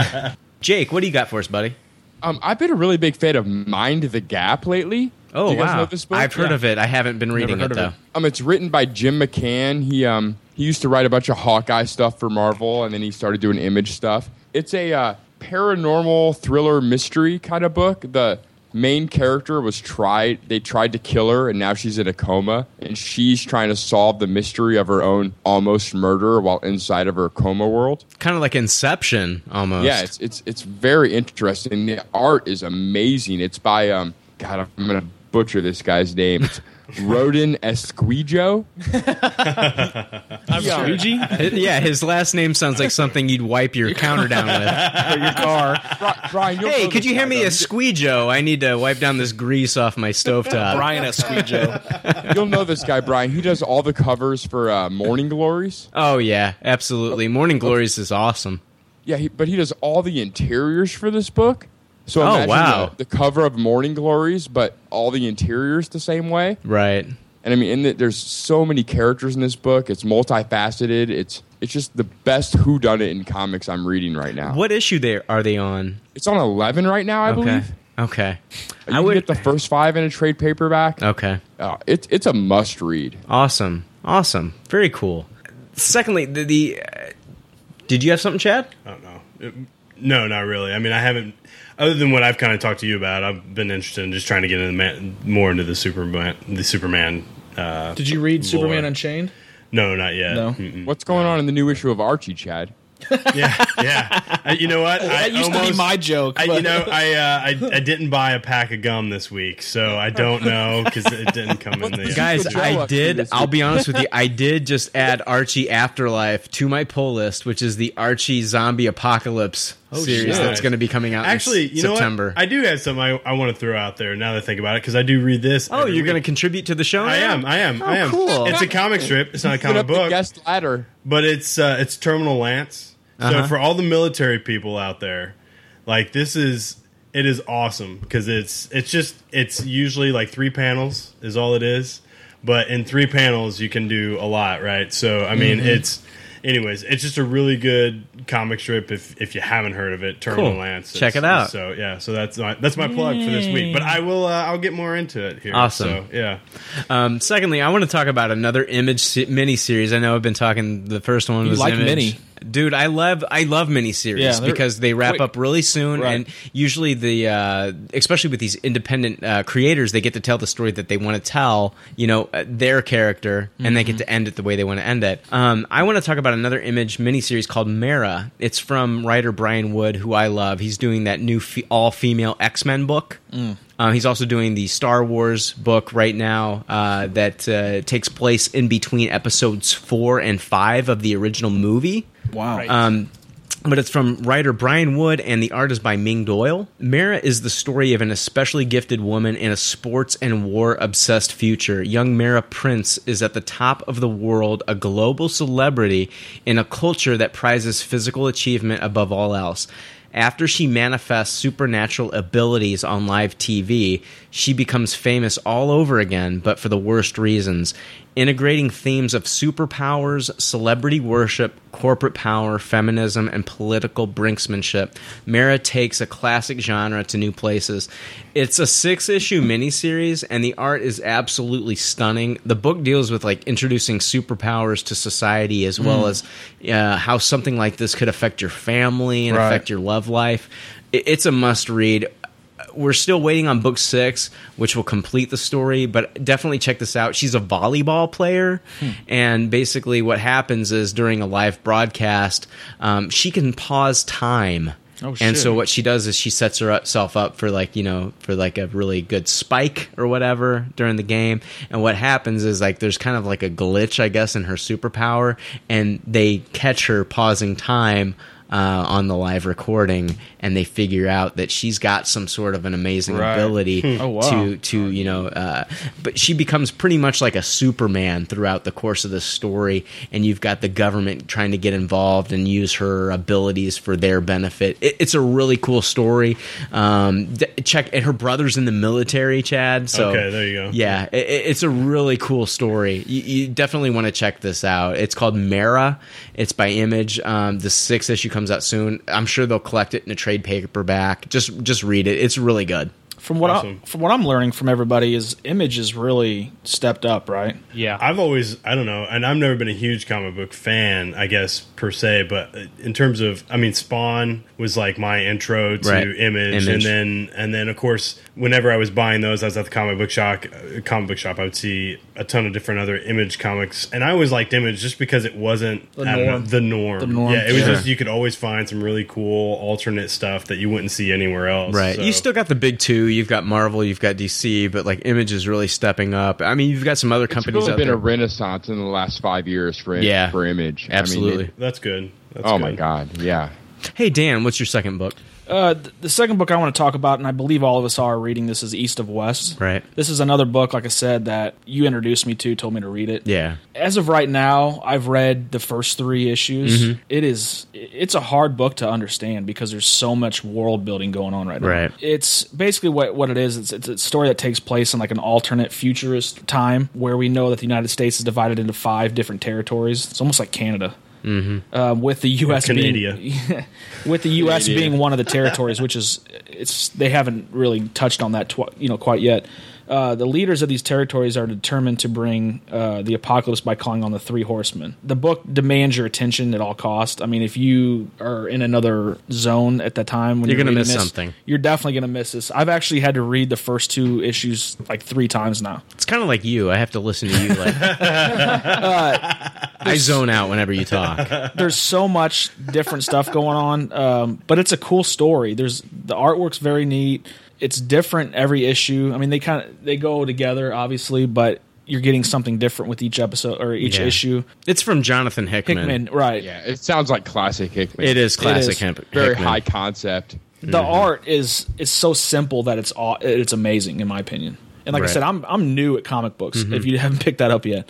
Jake, what do you got for us, buddy? Um, I've been a really big fan of Mind the Gap lately. Oh Do you guys wow, know this book? I've heard Yeah. of it. I haven't been reading it though. Um, it's written by Jim McCann. He um he used to write a bunch of Hawkeye stuff for Marvel, and then he started doing Image stuff. It's a uh, paranormal thriller mystery kind of book. The main character was tried; they tried to kill her, and now she's in a coma, and she's trying to solve the mystery of her own almost murder while inside of her coma world. Kind of like Inception almost. Yeah, it's it's it's very interesting. The art is amazing. It's by um God, I'm gonna butcher this guy's name. It's Rodin Esquijo. I'm Yeah. Hi- yeah, his last name sounds like something you'd wipe your counter down with. your car. Brian, hey, could you hand me a squeejo? I need to wipe down this grease off my stovetop. Brian Esquijo. You'll know this guy, Brian. He does all the covers for uh, Morning Glories. Oh yeah, absolutely. Morning Glories is awesome. Yeah, he, but he does all the interiors for this book. So Oh, imagine wow. the, the cover of Morning Glories, but all the interiors the same way. Right. And I mean, in the, there's so many characters in this book. It's multifaceted. It's It's just the best Who Done It in comics I'm reading right now. What issue there are they on? It's on eleven right now, I okay. believe. Okay. I would get the first five in a trade paperback. Okay. Uh, it's it's a must read. Awesome. Awesome. Very cool. Secondly, the, the uh, did you have something, Chad? I don't know. It- no, not really. I mean, I haven't. Other than what I've kind of talked to you about, I've been interested in just trying to get into man, more into the Superman. The Superman. Uh, Did you read lore. Superman Unchained? No, not yet. No. What's going on in the new issue of Archie, Chad? I- you know what? That used to be my joke, I, you but- know, I, uh, I I didn't buy a pack of gum this week, so I don't know because it didn't come in the Guys, I did. I'll be honest with you. I did just add Archie Afterlife to my poll list, which is the Archie Zombie Apocalypse Oh, shit. series that's going to be coming out Actually, in you know September. what? I do have something I, I want to throw out there now that I think about it because I do read this. Oh, you're going to contribute to the show? I now? am. I am. Oh, I am. Cool. It's a comic strip. It's not a comic book. guest ladder, but it's uh, it's Terminal Lance. Uh-huh. So for all the military people out there, like this is it is awesome because it's it's just it's usually like three panels is all it is, but in three panels you can do a lot, right? So I mean Mhm. it's. Anyways, it's just a really good comic strip. If if you haven't heard of it, Terminal Cool. Lance, Check It's- it out. So yeah, so that's my, that's my plug for this week. But I will uh, I'll get more into it here. Awesome. So, yeah. Um, secondly, I want to talk about another image se- mini series. I know I've been talking. The first one You was like Image. mini. dude. I love I love mini Yeah, series they're because they wrap quick. up really soon, Right. and usually the uh, especially with these independent uh, creators, they get to tell the story that they want to tell. You know, uh, their character, and they get to end it the way they want to end it. Um, I want to talk about another Image mini series called Mara. It's from writer Brian Wood, who I love. He's doing that new fe- all female X Men book. Um, he's also doing the Star Wars book right now uh, that uh, takes place in between episodes four and five of the original movie. Wow. Right. Um, but it's from writer Brian Wood and the art is by Ming Doyle. Mara is the story of an especially gifted woman in a sports and war obsessed future. Young Mara Prince is at the top of the world, a global celebrity in a culture that prizes physical achievement above all else. After she manifests supernatural abilities on live TV, she becomes famous all over again, but for the worst reasons. Integrating themes of superpowers, celebrity worship, corporate power, feminism, and political brinksmanship, Mara takes a classic genre to new places. It's a six issue miniseries, and the art is absolutely stunning. The book deals with like introducing superpowers to society as well Mm. as uh, how something like this could affect your family and Right. affect your love life. I- It's a must read. We're still waiting on book six, which will complete the story, but definitely check this out. She's a volleyball player, and basically, what happens is during a live broadcast, um, she can pause time. Oh, and shit. so what she does is she sets herself up for like you know for like a really good spike or whatever during the game and what happens is like there's kind of like a glitch i guess in her superpower and they catch her pausing time uh, on the live recording and they figure out that she's got some sort of an amazing Right. ability Hmm. Oh, wow. to to you know uh, but she becomes pretty much like a superman throughout the course of the story and you've got the government trying to get involved and use her abilities for their benefit it, it's a really cool story um, d- check and her brother's in the military chad so Okay, there you go. yeah i- i it's a really cool story you, you definitely want to check this out it's called mara it's by image um, the sixth issue comes out soon i'm sure they'll collect it in a trade paperback just just read it it's really good From what I, from what I'm learning from everybody is Image is really stepped up, right? Yeah. I've always, I don't know, and I've never been a huge comic book fan, I guess, per se, but uh, in terms of, I mean, Spawn was like my intro to Right. Image, Image. And then, and then, of course, whenever I was buying those, I was at the comic book shop, uh, comic book shop, I would see a ton of different other Image comics. And I always liked Image just because it wasn't The I don't know, norm. the norm. The norm, Yeah. It was sure. just, you could always find some really cool alternate stuff that you wouldn't see anywhere else. Right. So- You've still got the big two. You've got Marvel, you've got DC, but like Image is really stepping up. I mean, you've got some other It's companies really out been there. a renaissance in the last five years for Yeah. for Image. I mean, Absolutely. it- That's good. That's oh good. my god, yeah. hey Dan, what's your second book? Uh, th- the second book I want to talk about, and I believe all of us are reading this, is East of West. Right. This is another book, like I said, that you introduced me to, told me to read it. Yeah. As of right now, I've read the first three issues. Mhm. It is it's a hard book to understand because there's so much world building going on right now. Right. It's basically what, what it is. It's, it's a story that takes place in like an alternate futurist time where we know that the United States is divided into five different territories. It's almost like Canada. Mm-hmm. uh, with the U.S. being Canada. with the U.S. Canada. being one of the territories, which is it's they haven't really touched on that tw- you know quite yet. Uh, the leaders of these territories are determined to bring uh, the apocalypse by calling on the three horsemen. The book demands your attention at all cost. I mean, if you are in another zone at the time, when You're you're, gonna reading miss this, something. You're definitely going to miss this. I've actually had to read the first two issues like three times now. It's kind of like you. I have to listen to you. Like Uh, I zone out whenever you talk. there's so much different stuff going on, um, but it's a cool story. There's the artwork's very neat. It's different every issue. I mean, they kind of they go together, obviously, but you're getting something different with each episode or each Yeah. issue. It's from Jonathan Hickman. Hickman, right? Yeah, it sounds like classic Hickman. It is classic Hemp- Very Hickman. Mm-hmm. high concept. The art is is so simple that it's aw- it's amazing in my opinion. And like Right. I said, I'm I'm new at comic books. Mhm. Mm-hmm. If you haven't picked that up yet,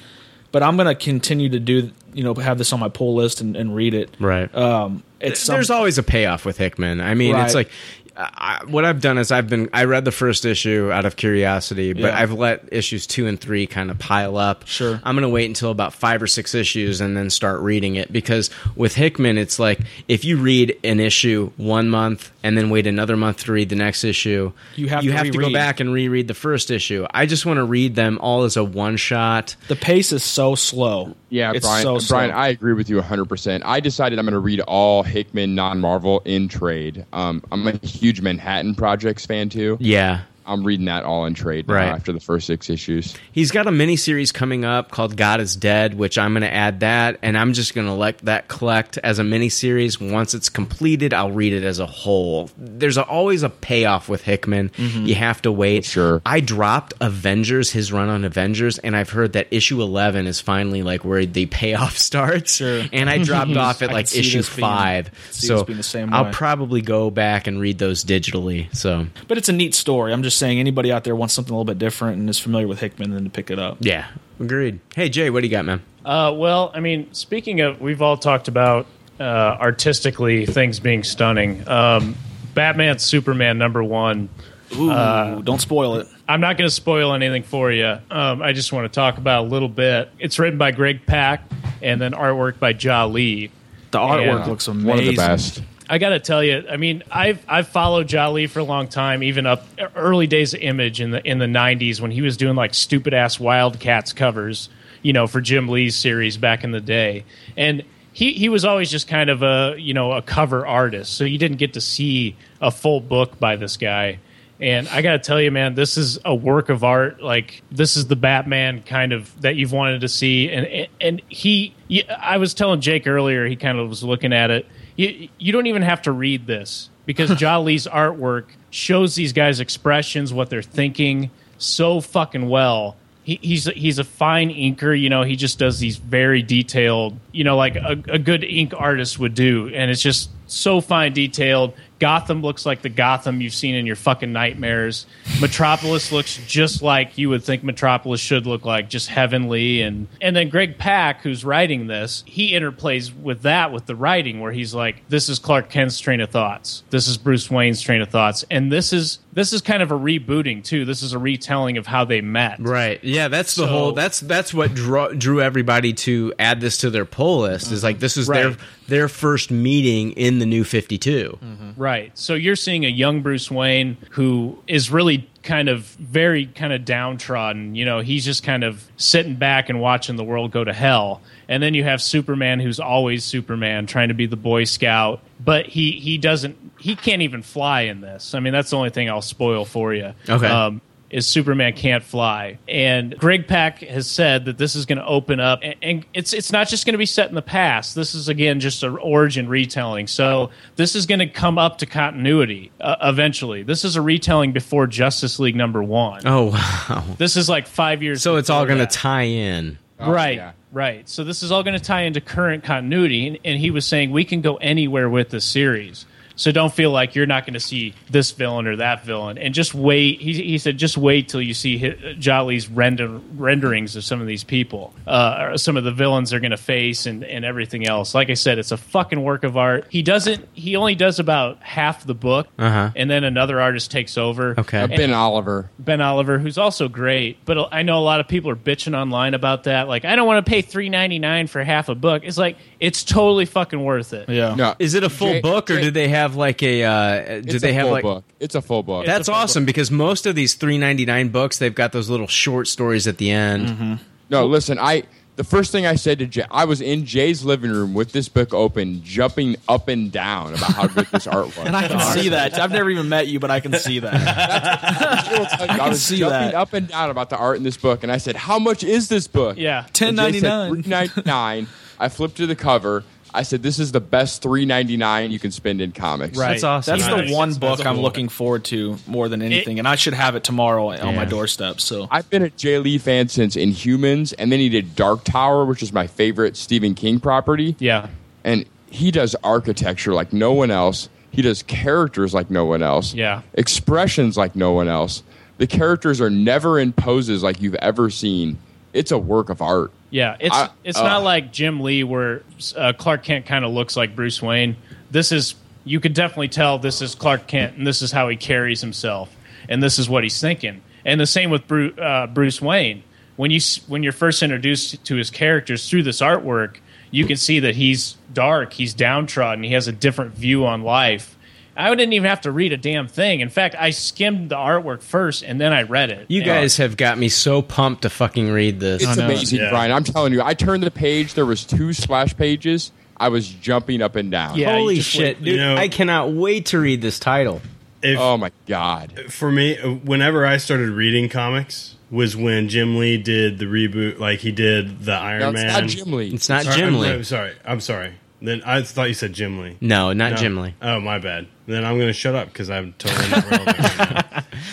but I'm gonna continue to do you know have this on my pull list and, and read it. Right. Um, it's some- There's always a payoff with Hickman. I mean, it's Right. like I, I- what I've done is I've been I read the first issue out of curiosity, but Yeah. I've let issues two and three kind of pile up. Sure, I'm going to wait until about five or six issues and then start reading it because with Hickman, it's like if you read an issue one month and then wait another month to read the next issue, You have you to have to go reread. back and reread the first issue. I just want to read them all as a one shot. The pace is so slow. Yeah, Brian, Brian, I agree with you 100%. I decided I'm going to read all Hickman non Marvel in trade. Um, I'm a huge Manhattan Projects fan too. Yeah. I'm reading that all in trade now Right. after the first six issues. He's got a mini series coming up called God is Dead, which I'm going to add that, and I'm just going to let that collect as a mini series. Once it's completed, I'll read it as a whole. There's a, always a payoff with Hickman. Mhm. You have to wait. Sure. I dropped Avengers, his run on Avengers, and I've heard that issue 11 is finally like where the payoff starts. Sure. And I dropped off at I like can see issue this being- five. see so this being the same I'll way. probably go back and read those digitally. So But it's a neat story. I'm just saying anybody out there wants something a little bit different and is familiar with Hickman, then to pick it up. Yeah, agreed. Hey Jay, what do you got, man? Uh, well, I mean, speaking of, we've all talked about uh, artistically things being stunning. Um, Batman, Superman, number one. uh, Ooh, don't spoil it. I'm not going to spoil anything for you. Um, I just want to talk about a little bit. It's written by Greg Pak and then artwork by Ja Lee. The artwork looks amazing. One of the best. I gotta tell you, I mean, I've I've followed Jolly for a long time, even up early days of Image in the in the '90s when he was doing like stupid ass Wildcats covers, you know, for Jim Lee's series back in the day, and he he was always just kind of a you know a cover artist, so you didn't get to see a full book by this guy. And I gotta tell you, man, this is a work of art. Like this is the Batman kind of that you've wanted to see. And and he, y- I was telling Jake earlier, he kind of was looking at it. You you don't even have to read this because Jolie's artwork shows these guys' expressions, what they're thinking, so fucking well. He, he's he's a fine inker, you know. He just does these very detailed, you know, like a, a good ink artist would do, and it's just so fine detailed. Gotham looks like the Gotham you've seen in your fucking nightmares. Metropolis looks just like you would think Metropolis should look like, just heavenly. And and then Greg Pak, who's writing this, he interplays with that with the writing, where he's like, "This is Clark Kent's train of thoughts. This is Bruce Wayne's train of thoughts, and this is this is kind of a rebooting too. This is a retelling of how they met." Right. Yeah, that's the So- whole that's that's what drew, drew everybody to add this to their poll list is like this is their Right. their first meeting in the new 52. Hmm. Right. So you're seeing a young Bruce Wayne who is really kind of very kind of downtrodden. You know, he's just kind of sitting back and watching the world go to hell. And then you have Superman who's always Superman trying to be the boy scout, but he he doesn't he can't even fly in this. I mean, that's the only thing I'll spoil for you. Okay. Um, is Superman can't fly. And Greg Pak has said that this is going to open up, and, and it's it's not just going to be set in the past. This is again just an origin retelling. So this is going to come up to continuity uh, eventually. This is a retelling before Justice League number one. Oh wow. This is like five years. So it's all going to tie in. right, right. So this is all going to tie into current continuity, and, and he was saying we can go anywhere with this series. So don't feel like you're not going to see this villain or that villain, and just wait. He, he said, just wait till you see hi uh, Jolly's render, renderings of some of these people, uh, or some of the villains they're going to face, and and everything else. Like I said, it's a fucking work of art. He doesn't. He only does about half the book, Uh-huh. and then another artist takes over. Uh, And- ben Oliver. Ben Oliver, who's also great, but I know a lot of people are bitching online about that. Like, I don't want to pay three ninety nine for half a book. It's like it's totally fucking worth it. Yeah. Is it a full Jay- book, or Jay- do they have like a? Uh, do It's they a have full like? book. It's a full book. That's It's a full awesome because most of these three ninety nine books, they've got those little short stories at the end. No, listen, I the first thing I said to Jay, I was in Jay's living room with this book open, jumping up and down about how good this art was. And I can see that. I've never even met you, but I can see that. I, can was see jumping that. up and down about the art in this book, and I said, "How much is this book?" Yeah, And Jay said, $10.99. $3.99. I flipped to the cover. I said, "This is the best three ninety nine you can spend in comics." That's the one book I'm cool. looking forward to more than anything, and I should have it tomorrow on my doorstep. So I've been a Jay Lee fan since Inhumans, and then he did Dark Tower, which is my favorite Stephen King property. Yeah. And he does architecture like no one else. He does characters like no one else. Yeah. Expressions like no one else. The characters are never in poses like you've ever seen. It's a work of art. Yeah, it's I- it's uh, not like Jim Lee where uh, Clark Kent kind of looks like Bruce Wayne. This is you could definitely tell this is Clark Kent and this is how he carries himself and this is what he's thinking. And the same with Bru- uh, Bruce Wayne. When you s- when you're first introduced to his characters through this artwork, you can see that he's dark, he's downtrodden, he has a different view on life. I didn't even have to read a damn thing. In fact, I skimmed the artwork first and then I read it. You And- guys have got me so pumped to fucking read this. It's amazing, Brian. I'm telling you, I turned the page. There was two splash pages. I was jumping up and down. Holy shit, dude! I cannot wait to read this title. oh my god! For me, whenever I started reading comics was when Jim Lee did the reboot. Like he did the Iron No, it's Man. not Jim Lee. It's not Sorry, Jim I'm- Lee. I'm sorry. I'm sorry. Then I thought you said Jim Lee. No, not Jim Lee. Oh, my bad. Then I'm going to shut up because I'm totally not relevant.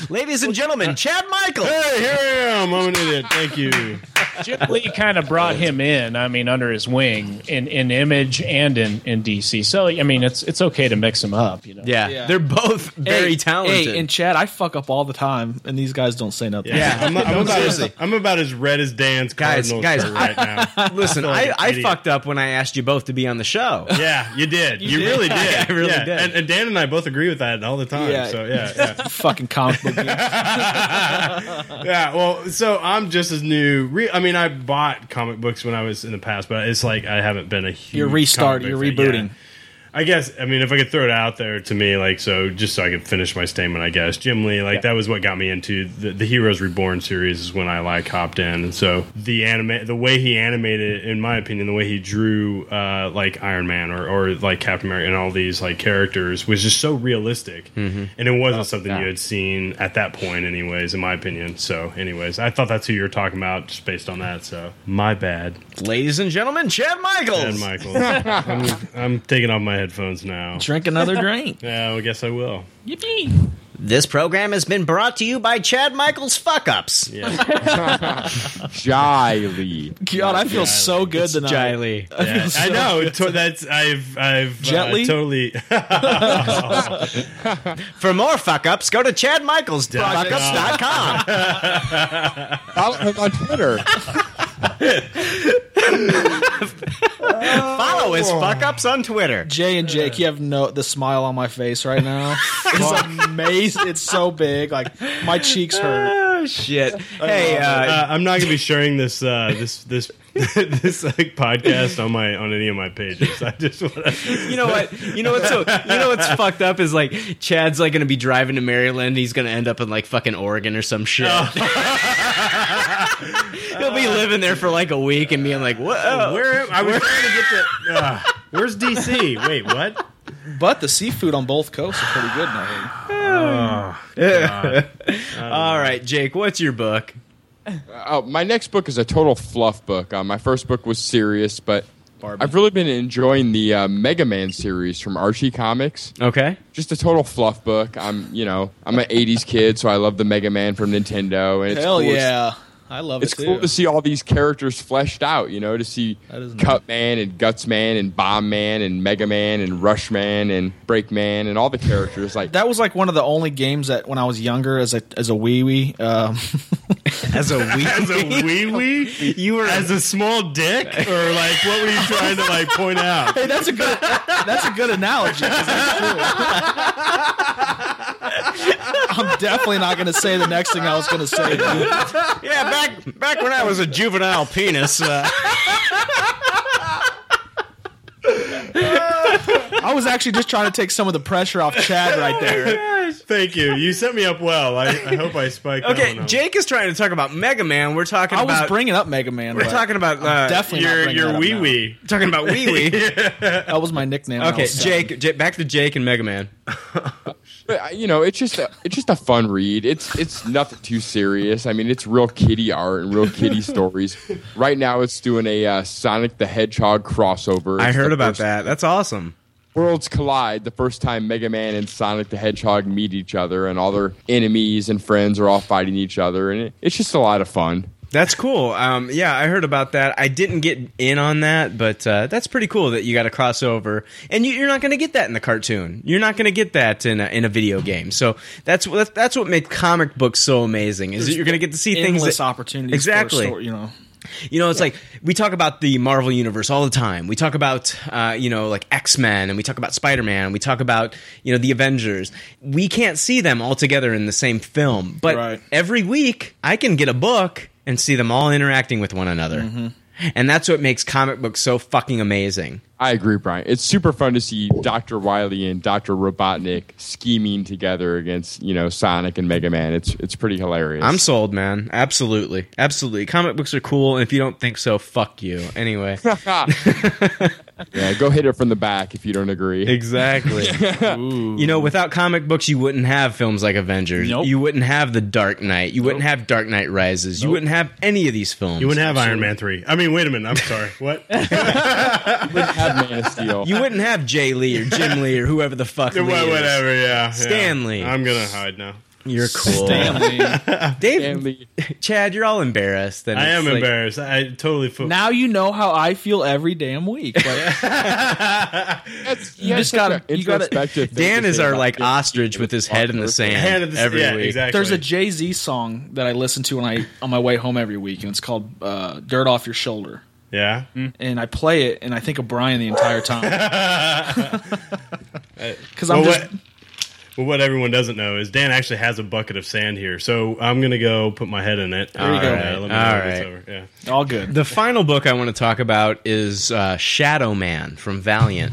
Ladies and Uh, gentlemen, Chad Michael. Hey, here I am. I'm an idiot. Thank you. Jim Lee kind of brought him in. I mean, under his wing in, in image and in, in DC. So I mean, it's it's okay to mix them up. You know. Yeah, they're both very Hey, talented. Hey, and Chad, I fuck up all the time, and these guys don't say nothing. Yeah, I'm, I'm about as, I'm about as red as Dan's guys, Cardinals guys, shirt right now. listen, I feel I, like an I idiot. fucked up when I asked you both to be on the show. Yeah, you did. You, really did. I really Yeah, did. And, and Dan and I both agree with that all the time. Yeah. So yeah, yeah. fucking comic book. yeah, well, so I'm just as new. Re- I mean, I bought comic books when I was in the past, but it's like I haven't been a huge. You're restart- comic book you're fan. rebooting. Yeah. I guess. I mean, if I could throw it out there to me, like so, just so I could finish my statement. I guess Jim Lee, like that was what got me into the, the Heroes Reborn series. Is when I like hopped in, and so the anime, the way he animated, in my opinion, the way he drew, uh, like Iron Man or or like Captain America and all these like characters was just so realistic Mm-hmm. and it Oh, wasn't something you had seen at that point anyways in my opinion so anyways i thought that's who you were talking about just based on that so my bad ladies and gentlemen chad michaels chad michaels I'm, I'm taking off my headphones now drink another drink yeah i guess i will Yippee! This program has been brought to you by Chad Michaels Fuckups. Jiley. God, I feel so good tonight. Jiley. I, feel Yeah, I so know good. to- that's I've I've uh, Gently? totally For more fuckups, go to chadmichaelsfuckups.com. Follow him on Twitter. Follow his fuckups on Twitter. Jay and Jake, you have no the smile on my face right now. It's amazing. It's so big. Like my cheeks hurt. Oh, shit. Hey, uh, Uh, I'm not gonna be sharing this uh, this this this like podcast on my on any of my pages. I just want to. you know what? You know what's so, you know what's fucked up is like Chad's like gonna be driving to Maryland. He's gonna end up in like fucking Oregon or some shit. Oh. He'll be living there for like a week and being like, "Whoa, Where am- I was trying to get to. Uh, where's DC? Wait, what? But the seafood on both coasts are pretty good now. All right, Jake, what's your book? Oh, my next book is a total fluff book. Uh, my first book was serious, but I've really been enjoying the uh, Mega Man series from Archie Comics. Okay. Just a total fluff book. I'm, you know, I'm an '80s kid, so I love the Mega Man from Nintendo, and it's Hell cool. It's- yeah. I love it's it. cool too. to see all these characters fleshed out. You know, to see Cut Man and Guts Man and Bomb Man and Mega Man and Rush Man and Break Man and all the characters. Like That was like one of the only games that when I was younger, as a as a wee wee, um, as a wee as a wee wee, you were as a small dick, or like what were you trying to like point out? Hey, that's a good that's a good analogy. 'cause that's true. I'm definitely not going to say the next thing I was going to say. yeah, back back when I was a juvenile penis. Uh, I was actually just trying to take some of the pressure off Chad right there. Thank you. You set me up well. I, I hope I spiked. that okay, one up. Jake is trying to talk about Mega Man. We're talking. I was about, bringing up Mega Man. We're but talking about I'm uh, definitely not bringing that up now. Talking about wee wee. That was my nickname. when I Okay, was seven. Jake, Jake. Back to Jake and Mega Man. But uh, you know, it's just a, it's just a fun read. It's it's nothing too serious. I mean, it's real kitty art and real kitty stories. Right now, it's doing a uh, Sonic the Hedgehog crossover. I It's heard the about first- that. That's awesome. Worlds collide the first time Mega Man and Sonic the Hedgehog meet each other, and all their enemies and friends are all fighting each other, and it, it's just a lot of fun. That's cool. Um, yeah, I heard about that. I didn't get in on that, but uh, that's pretty cool that you got a crossover, and you, you're not going to get that in the cartoon. You're not going to get that in a, in a video game. So that's what that's what makes comic books so amazing is that you're going to get to see things Endless that, opportunities. for Exactly. story, you know. You know, it's like we talk about the Marvel universe all the time. We talk about uh, you know like X Men, and we talk about Spider Man, and we talk about you know the Avengers. We can't see them all together in the same film, but every week I can get a book and see them all interacting with one another, Mm-hmm. and that's what makes comic books so fucking amazing. I agree, Brian. It's super fun to see Dr. Wily and Dr. Robotnik scheming together against, you know, Sonic and Mega Man. It's it's pretty hilarious. I'm sold, man. Absolutely, absolutely. Comic books are cool, and if you don't think so, fuck you. Anyway, yeah, go hit it from the back if you don't agree. Exactly. You know, without comic books, you wouldn't have films like Avengers. You wouldn't have The Dark Knight. You wouldn't have Dark Knight Rises. You wouldn't have any of these films. You wouldn't have Iron Man three. I mean, wait a minute. I'm sorry. What? have Man of Steel. You wouldn't have Jay Lee or Jim Lee or whoever the fuck. Yeah, Lee is. whatever. Yeah. yeah. Stanley. I'm gonna hide now. You're cool. Stanley. Dave, Chad, you're all embarrassed. And I it's am like- embarrassed. I totally. Fo- Now you know how I feel every damn week. Like, you yeah, just such got a to. You got introspective thing Dan to is say our about like Jim Lee ostrich with his head in the sand Hand of the- every yeah, week. exactly. There's a Jay Z song that I listen to when I on my way home every week, and it's called uh, "Dirt Off Your Shoulder." Yeah, Mm. and I play it, and I think of Brian the entire time. Because I'm Well, just what, well, what everyone doesn't know is Dan actually has a bucket of sand here, so I'm gonna go put my head in it. There you All go. right, let me know All when it's right. over. Yeah. all good. The final book I want to talk about is uh, Shadow Man from Valiant.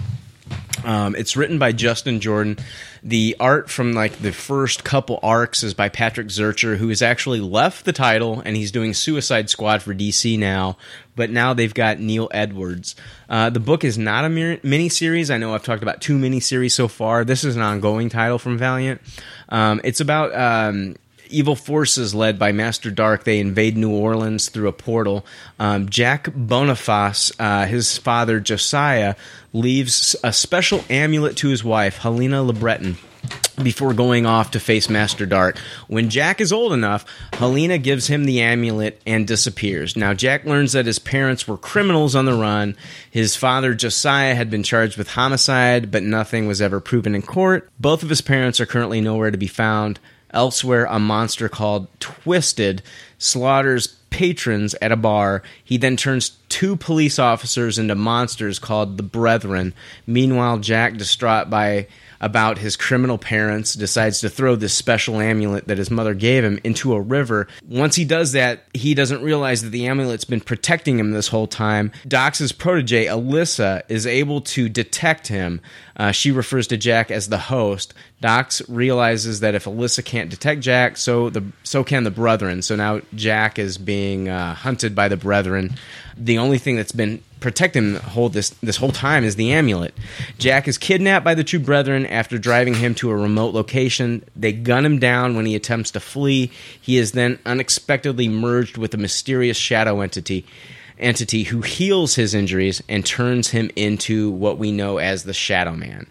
Um, it's written by Justin Jordan. The art from like the first couple arcs is by Patrick Zercher, who has actually left the title and he's doing Suicide Squad for DC now. But now they've got Neil Edwards. Uh, the book is not a mini series. I know I've talked about two mini series so far. This is an ongoing title from Valiant. Um, it's about um, evil forces led by Master Dark. They invade New Orleans through a portal. Um, Jack Boniface, uh, his father Josiah, leaves a special amulet to his wife, Helena LeBreton. Before going off to face Master Dark. When Jack is old enough, Helena gives him the amulet and disappears. Now, Jack learns that his parents were criminals on the run. His father, Josiah, had been charged with homicide, but nothing was ever proven in court. Both of his parents are currently nowhere to be found. Elsewhere, a monster called Twisted slaughters patrons at a bar. He then turns two police officers into monsters called the Brethren. Meanwhile, Jack, distraught by about his criminal parents, decides to throw this special amulet that his mother gave him into a river. Once he does that, he doesn't realize that the amulet's been protecting him this whole time. Dox's protege, Alyssa, is able to detect him. Uh, she refers to Jack as the host. Dox realizes that if Alyssa can't detect Jack, so the so can the brethren. So now Jack is being uh, hunted by the brethren. The only thing that's been protecting him the whole this this whole time is the amulet. Jack is kidnapped by the two brethren after driving him to a remote location. They gun him down when he attempts to flee. He is then unexpectedly merged with a mysterious shadow entity entity who heals his injuries and turns him into what we know as the Shadow Man.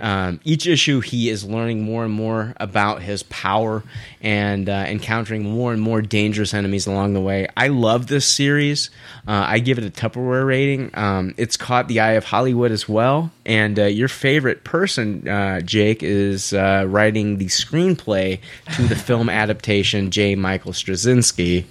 Um, each issue, he is learning more and more about his power and uh, encountering more and more dangerous enemies along the way. I love this series. Uh, I give it a Tupperware rating. Um, it's caught the eye of Hollywood as well. And uh, your favorite person, uh, Jake, is uh, writing the screenplay to the film adaptation, J. Michael Straczynski.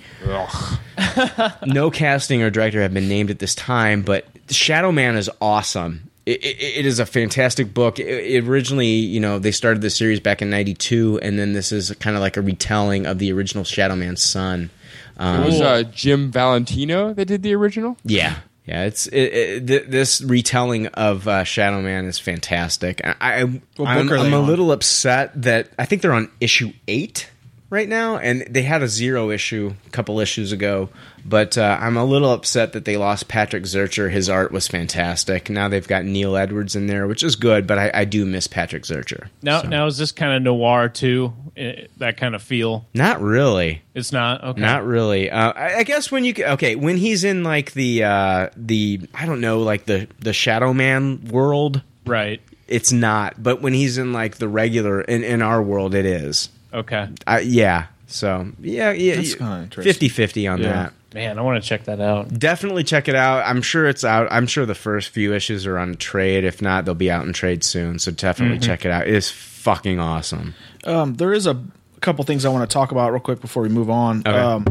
no casting or director have been named at this time, but Shadow Man is awesome. It, it, it is a fantastic book. It, it originally, you know, they started the series back in '92, and then this is kind of like a retelling of the original Shadow Man's son. Um, it was uh, Jim Valentino that did the original. yeah, yeah. It's it, it, th- this retelling of uh, Shadow Man is fantastic. I, I What I'm, book are they I'm a on? little upset that I think they're on issue eight right now, and they had a zero issue a couple issues ago. But uh, I'm a little upset that they lost Patrick Zercher. His art was fantastic. Now they've got Neil Edwards in there, which is good, but I, I do miss Patrick Zercher. Now, now is this kind of noir too? Eh, that kind of feel. Not really. It's not okay. Not really. Uh, I, I guess when you c- okay when he's in like the uh, the I don't know like the the Shadow Man world, right? It's not. But when he's in like the regular in in our world, it is. Okay. I, yeah. So yeah, yeah, That's kinda interesting. 50 50 on Yeah. that. Man, I want to check that out. Definitely check it out. I'm sure it's out. I'm sure the first few issues are on trade. If not, they'll be out in trade soon. So definitely Mhm. check it out. It is fucking awesome. Um, there is a couple things I want to talk about real quick before we move on. Okay. Um,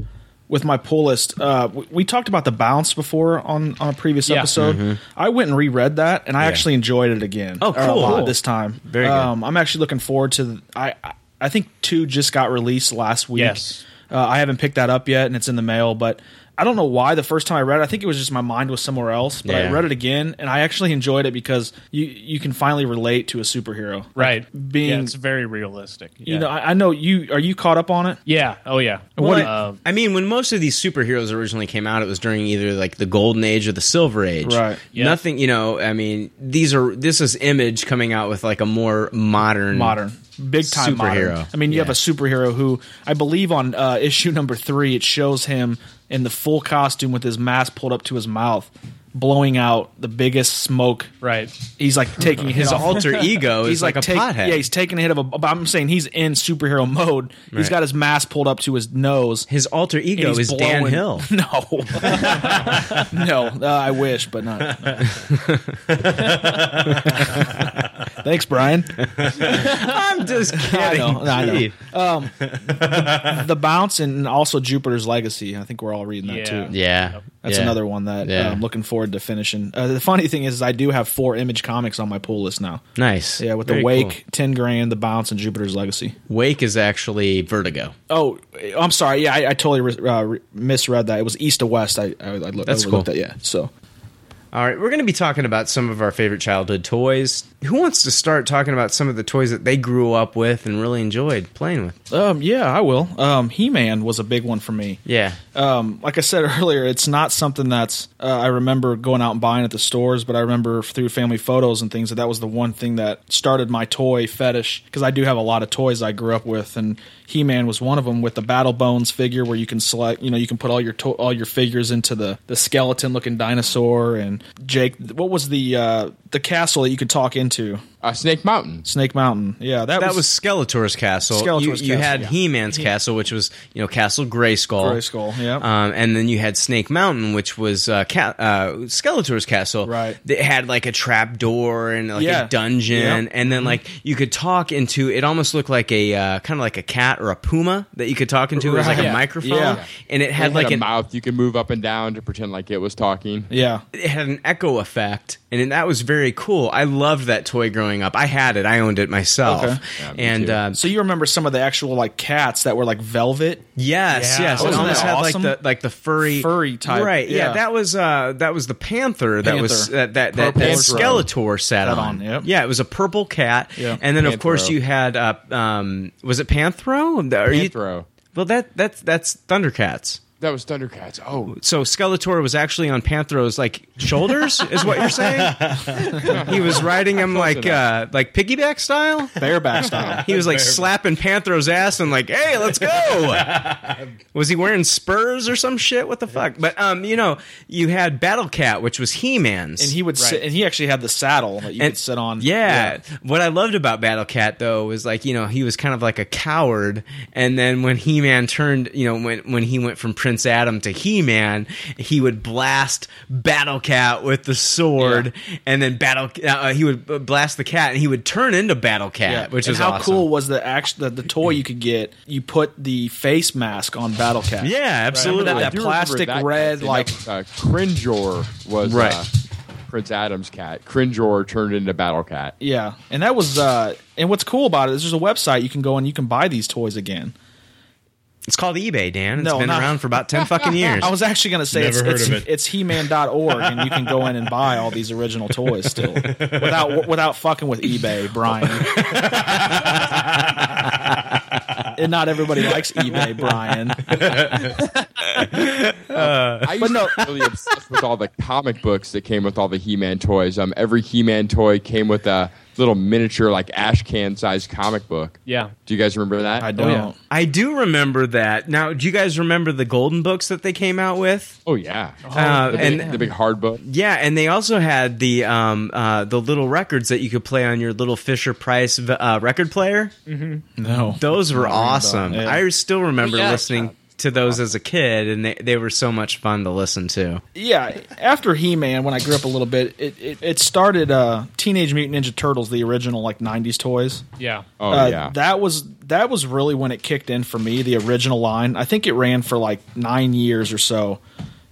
with my pull list, uh, we, we talked about the bounce before on, on a previous Yeah. episode. Mhm. I went and reread that, and I Yeah. actually enjoyed it again. Oh, or A cool. lot this time. Very good. Um, I'm actually looking forward to. The, I I- I think two just got released last week. Yes. Uh, I haven't picked that up yet, and it's in the mail. But I don't know why. The first time I read it, I think it was just my mind was somewhere else. But Yeah. I read it again, and I actually enjoyed it because you you can finally relate to a superhero. Like, Right. being yeah, it's very realistic. you know, I, I know you. Are you caught up on it? Yeah. Oh yeah. Well, I, I mean, when most of these superheroes originally came out, it was during either like the Golden Age or the Silver Age. Right. Yeah. Nothing, you know. I mean, these are this is Image coming out with like a more modern, Modern, big time superhero. modern. I mean, you have a superhero who I believe on uh, issue number three it shows him in the full costume with his mask pulled up to his mouth, blowing out the biggest smoke. Right. He's like taking his His alter ego is like a take- pothead. Yeah, he's taking a hit of a. But I'm saying he's in superhero mode. He's Right. got his mask pulled up to his nose. His alter ego is Dan Hill. No, no, uh, I wish, but not. Thanks, Brian. I'm just kidding. I know. I know. Gee. Um, the, the bounce and also Jupiter's Legacy. I think we're all reading that Yeah. too. Yeah. that's Yeah. another one that Yeah. uh, I'm looking forward to finishing. Uh, the funny thing is, is I do have four Image comics on my pull list now. Nice. Yeah, with Very the cool. Wake, Ten Grand, the Bounce, and Jupiter's Legacy. Wake is actually Vertigo. Oh, I'm sorry. Yeah, I, I totally re- uh, re- misread that. It was East to West. I, I, I looked, That's I cool. looked at yeah. So All right, we're going to be talking about some of our favorite childhood toys. Who wants to start talking about some of the toys that they grew up with and really enjoyed playing with? Um, yeah, I will. Um, He Man was a big one for me. Yeah. Um, like I said earlier, it's not something that's uh, I remember going out and buying at the stores, but I remember through family photos and things that that was the one thing that started my toy fetish because I do have a lot of toys I grew up with, and He Man was one of them with the Battle Bones figure where you can select, you know, you can put all your to- all your figures into the the skeleton looking dinosaur and Jake. What was the uh, the castle that you could talk into? Uh, Snake Mountain. Snake Mountain. Yeah, that, That, was, Skeletor's castle. Skeletor's you, you castle, had yeah. He-Man's He- castle, which was you know Castle Grayskull. Grayskull, yeah. Um, and then you had Snake Mountain, which was uh, ca- uh, Skeletor's castle. Right. That had like a trap door and like Yeah. a dungeon, Yep. Mm-hmm. and then like you could talk into. It almost looked like a uh, kind of like a cat or a puma that you could talk into. It was like Right. a Yeah. microphone, Yeah. and it had like a an mouth you could move up and down to pretend like it was talking. Yeah. it had an echo effect, and then that was very cool. I loved that toy growing up. I had it. I owned it myself. Okay. and um, so you remember some of the actual like cats that were like velvet? Yes, yes. It Wasn't almost that had awesome? like the like the furry Furry type, Right. Yeah. yeah. that was uh that was the panther that was Panther. uh, that that that, that Purple Skeletor sat Sat on. on, yep. Yeah, it was a purple cat. Yeah. And then of course Panthro. you had uh um was it Panthro? Are you- Panthro. well that that's that's Thundercats. That was Thundercats. Oh, So Skeletor was actually on Panthro's like shoulders, is what you're saying? he was riding him like uh, like piggyback style, bareback style. He was like Bareback. slapping Panthro's ass and like, "Hey, let's go!" was he wearing spurs or some shit? What the fuck? But um, you know, you had Battle Cat, which was He Man's, And he would sit, and he actually had the saddle that you And- could sit on. Yeah. What I loved about Battle Cat though was like, you know, he was kind of like a coward and then when He-Man turned, you know, when when he went from Prince Adam to He-Man, he would blast Battle Cat with the sword and then Battle uh, he would uh, blast the cat and he would turn into Battle Cat, which and is how awesome. cool was the action the, the toy you could get? You put the face mask on Battle Cat. Yeah, absolutely. Remember I That, do that remember plastic that red, cat. like uh, Cringeor was Right. uh, Prince Adam's cat. Cringeor turned into Battle Cat. yeah. And that was uh, and what's cool about it is there's a website you can go and you can buy these toys again. It's called eBay, Dan. It's No, been not- around for about 10 fucking years. I was actually going to say Never it's, heard it's, of it. it's he-man.org and you can go in and buy all these original toys still without without fucking with eBay, Brian. and not everybody likes eBay, Brian. Uh. I used to be really obsessed with all the comic books that came with all the He-Man toys. Um, every He-Man toy came with a little miniature, like ash can sized comic book. Yeah. Oh, Do you guys remember that? I Oh, I do remember that. Now, do you guys remember the golden books that they came out with? Oh yeah, Uh, the, big, and the big hard book. Yeah, and they also had the um, uh, the little records that you could play on your little Fisher Price uh, record player. No, Those were Ring bell. awesome. Yeah. I still remember Yeah. listening to those as a kid, and they, they were so much fun to listen to. Yeah, after He Man, when I grew up a little bit, it, it, it started uh, Teenage Mutant Ninja Turtles, the original like '90s toys. Oh, Yeah. Uh, that was that was really when it kicked in for me. The original line, I think it ran for like nine years or so,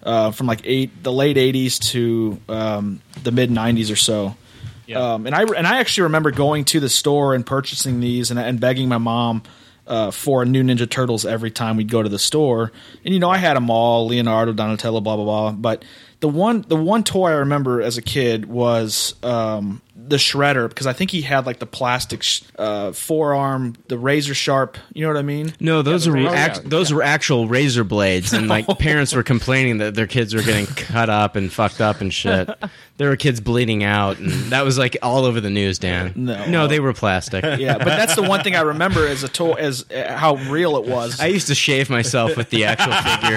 uh, from like eight the late '80s to um, the mid '90s or so. Um, and I and I actually remember going to the store and purchasing these and, and begging my mom uh, for a new Ninja Turtles every time we'd go to the store. And you know, I had them all: Leonardo, Donatello, blah blah blah. But the one the one toy I remember as a kid was um, the Shredder because I think he had like the plastic sh- uh, forearm, the razor sharp. You know what I mean? No, those the were razor- act- Oh, yeah. those were actual razor blades, and like parents were complaining that their kids were getting cut up and fucked up and shit. There were kids bleeding out, and that was like all over the news. Dan, No. no, they were plastic. yeah, but that's the one thing I remember as a toy as uh, how real it was. I used to shave myself with the actual figure.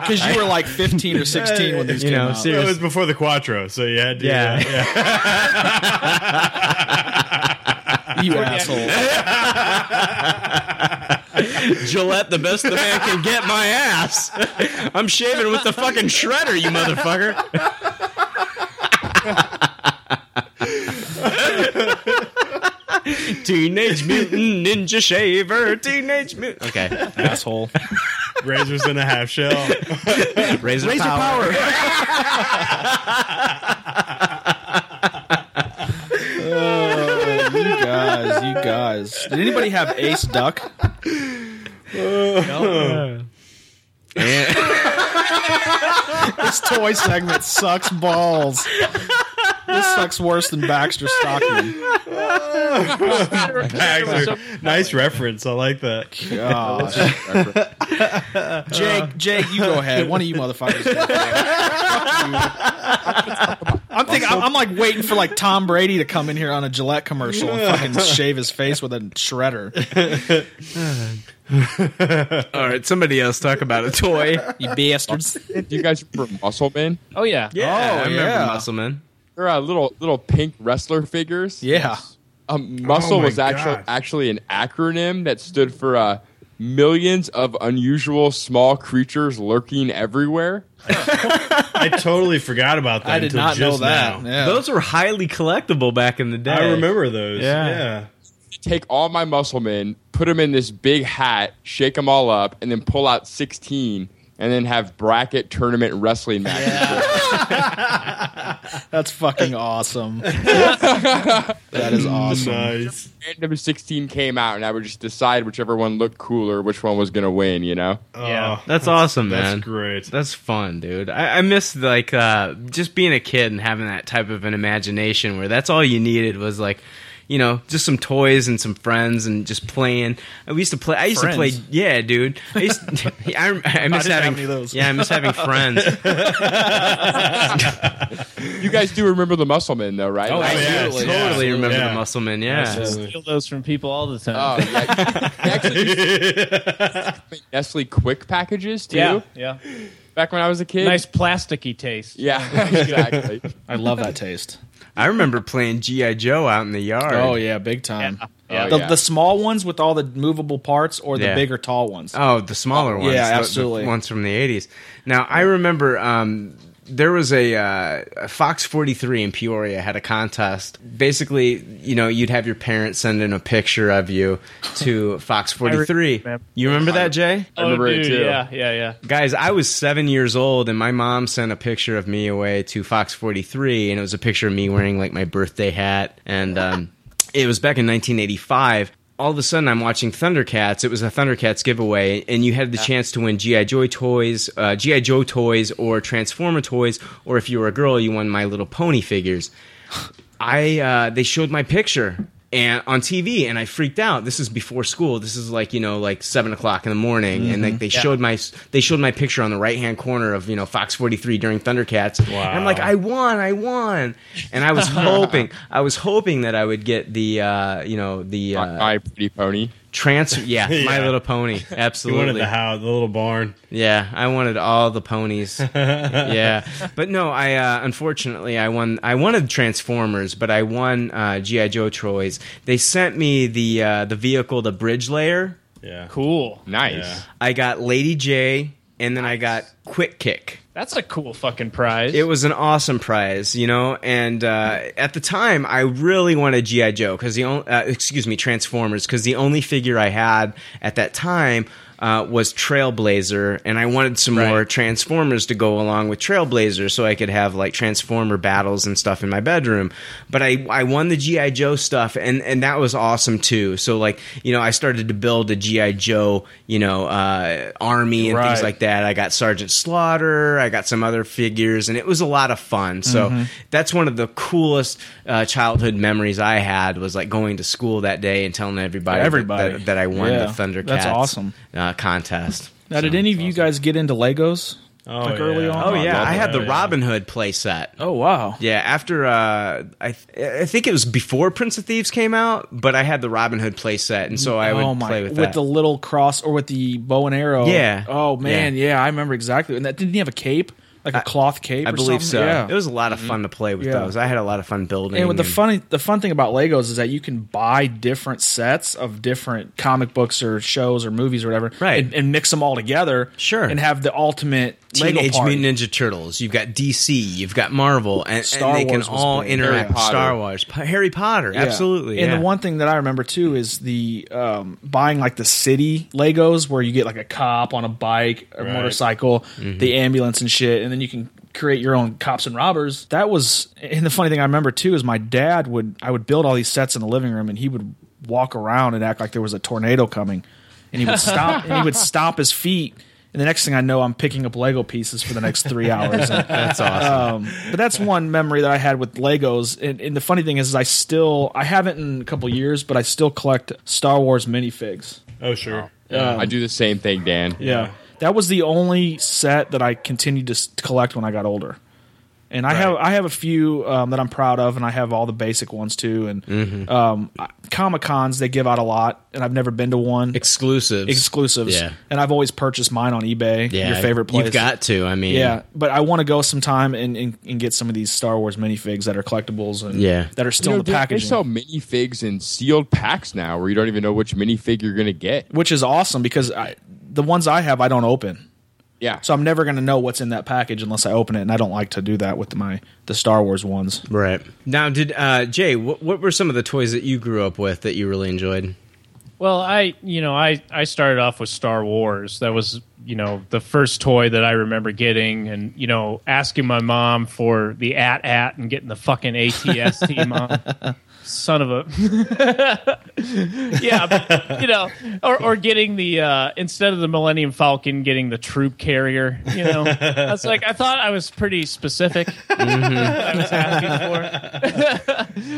because you were like 15 or 16 Uh, when these came out. It was before the Quattro, so you had to. Yeah. you asshole. Gillette, the best the man can get my ass. I'm shaving with the fucking shredder, you motherfucker. Teenage Mutant Ninja Shaver, Teenage Mutant. Okay, asshole. Razors in a half shell. Razor, Razor power. Oh, you guys, you guys. Did anybody have Ace Duck? No. this toy segment sucks balls. This sucks worse than Baxter Stockman. Baxter. Nice reference. I like that. Jake, Jake, you go ahead. One of you motherfuckers. go ahead. I'm thinking. I'm, I'm like waiting for like Tom Brady to come in here on a Gillette commercial and fucking shave his face with a shredder. All right, somebody else talk about a toy. You bastards. Do you guys remember Muscle Man? Oh yeah. Yeah, I remember yeah. Muscleman. They're uh, little little pink wrestler figures. Yeah. Um, muscle Oh my was actually God. actually an acronym that stood for uh, millions of unusual small creatures lurking everywhere. I totally forgot about that. until just Now. Those were highly collectible back in the day. I remember those. Yeah. Yeah. Take all my muscle men, put them in this big hat, shake them all up, and then pull out sixteen, and then have bracket tournament wrestling matches. That's fucking awesome. that is awesome. Nice. Random 16 came out, and I would just decide whichever one looked cooler, which one was going to win, you know? Oh, Yeah. That's awesome, man. That's great. That's fun, dude. I, I miss like uh, just being a kid and having that type of an imagination where that's all you needed was like, you know, just some toys and some friends and just playing. We used to play. I used to play. Friends? Yeah, dude. I, used I, I I didn't have miss having any of those. Yeah, I miss having friends. You guys do remember the Muscleman, though, right? Oh, I yeah, totally, totally remember the Muscleman. Yeah. steal those from people all the time. Oh, Nestle Quick packages too. Yeah, yeah. Back when I was a kid. Nice plasticky taste. Yeah, exactly. I love that taste. I remember playing GI Joe out in the yard. Oh, yeah, big time. Oh, Yeah. the, Oh, yeah. the small ones with all the movable parts, or the Yeah. bigger tall ones. Oh, the smaller ones. Yeah, the- the absolutely. ones from the 80s. Now, I remember um, there was a, uh, a Fox 43 in Peoria had a contest. Basically, you know, you'd have your parents send in a picture of you to Fox 43. remember. you remember that, Jay? Oh, dude, Yeah, yeah, yeah. Guys, I was seven years old, and my mom sent a picture of me away to Fox 43, and it was a picture of me wearing like my birthday hat. And um, it was back in 1985. All of a sudden, I'm watching Thundercats. It was a Thundercats giveaway, and you had the chance to win GI Joe toys, uh, GI Joe toys, or Transformer toys, or if you were a girl, you won My Little Pony figures. I uh, they showed my picture and on TV, and I freaked out. This is before school. This is like you know like seven o'clock in the morning, and like they Mhm. Yeah. showed my they showed my picture on the right hand corner of you know Fox forty three during Thundercats. And I'm like, I won, I won, and I was hoping I was hoping that I would get the uh, you know the uh, My Pretty Pony transfer. Yeah, My Yeah. Little Pony. Absolutely, You wanted the how the little barn. yeah, I wanted all the ponies. yeah, but no, I uh, unfortunately I won. I wanted Transformers, but I won uh, GI Joe toys. They sent me the uh, the vehicle, the bridge layer. Yeah, cool, nice. Yeah. I got Lady J, and then I got Quick Kick. That's a cool fucking prize. It was an awesome prize, you know. And uh, at the time, I really wanted GI Joe because the only, uh, excuse me, Transformers because the only figure I had at that time uh, was Trailblazer, and I wanted some more Transformers to go along with Trailblazer so I could have like Transformer battles and stuff in my bedroom. But I I won the GI Joe stuff, and and that was awesome too. So like you know, I started to build a GI Joe, you know, uh, army and things Right. like that. I got Sergeant Slaughter, I got some other figures, and it was a lot of fun. So Mhm. that's one of the coolest uh, childhood memories I had was like going to school that day and telling everybody, that- Everybody. that, that I won Yeah. the Thundercats That's awesome. uh, contest. Now, did any of you guys get into Legos? Oh, like early on. Oh yeah, I had the Robin Hood playset. Oh wow. Yeah, after uh, I th- I think it was before Prince of Thieves came out, but I had the Robin Hood playset, and so I would oh play with, that. the little cross or with the bow and arrow. Yeah. Oh man, yeah, I remember exactly. And that didn't he have a cape, like a cloth cape? I or believe something? so. Yeah. Mm-hmm. It was a lot of fun to play with Yeah. those. I had a lot of fun building. And what the funny the fun thing about Legos is that you can buy different sets of different comic books or shows or movies or whatever, right? And, and mix them all together, sure, and have the ultimate Teenage Lego party. Mutant Ninja Turtles. You've got DC. You've got Marvel, and, Star and they Wars can was all big. Harry interact. Potter. Star Wars, Pa- Harry Potter, Yeah. absolutely. And yeah. the one thing that I remember too is the um, buying like the city Legos where you get like a cop on a bike, a Right. Mm-hmm. motorcycle, the ambulance and shit, and then you can create your own cops and robbers. That was and the funny thing I remember too is my dad would I would build all these sets in the living room and he would walk around and act like there was a tornado coming. And he would stomp and he would stomp his feet and the next thing I know, I'm picking up Lego pieces for the next three hours. And, That's awesome. um, but that's one memory that I had with Legos. And, and the funny thing is, is I still I haven't in a couple years, but I still collect Star Wars minifigs. Oh sure. Um, I do the same thing, Dan. Yeah. that was the only set that I continued to s- collect when I got older. And I have I have a few um, that I'm proud of, and I have all the basic ones too. And Mm-hmm. um, Comic Cons they give out a lot, and I've never been to one. Exclusives, exclusives, Yeah. And I've always purchased mine on eBay. Yeah, your favorite place? You've got to. I mean, Yeah, but I want to go sometime and, and, and get some of these Star Wars minifigs that are collectibles and Yeah. that are still You know, in the they- packaging, They sell minifigs in sealed packs now, where you don't even know which minifig you're gonna get. which is awesome because I, the ones I have I don't open. Yeah. So I'm never going to know what's in that package unless I open it, and I don't like to do that with my the Star Wars ones. Right. Now, did uh, Jay? What, what were some of the toys that you grew up with that you really enjoyed? Well, I you know I I started off with Star Wars. That was you know the first toy that I remember getting, and you know asking my mom for the at at and getting the fucking ATST mom. son of a yeah but, you know or, or getting the uh, instead of the millennium falcon getting the troop carrier you know i was like i thought i was pretty specific I was asking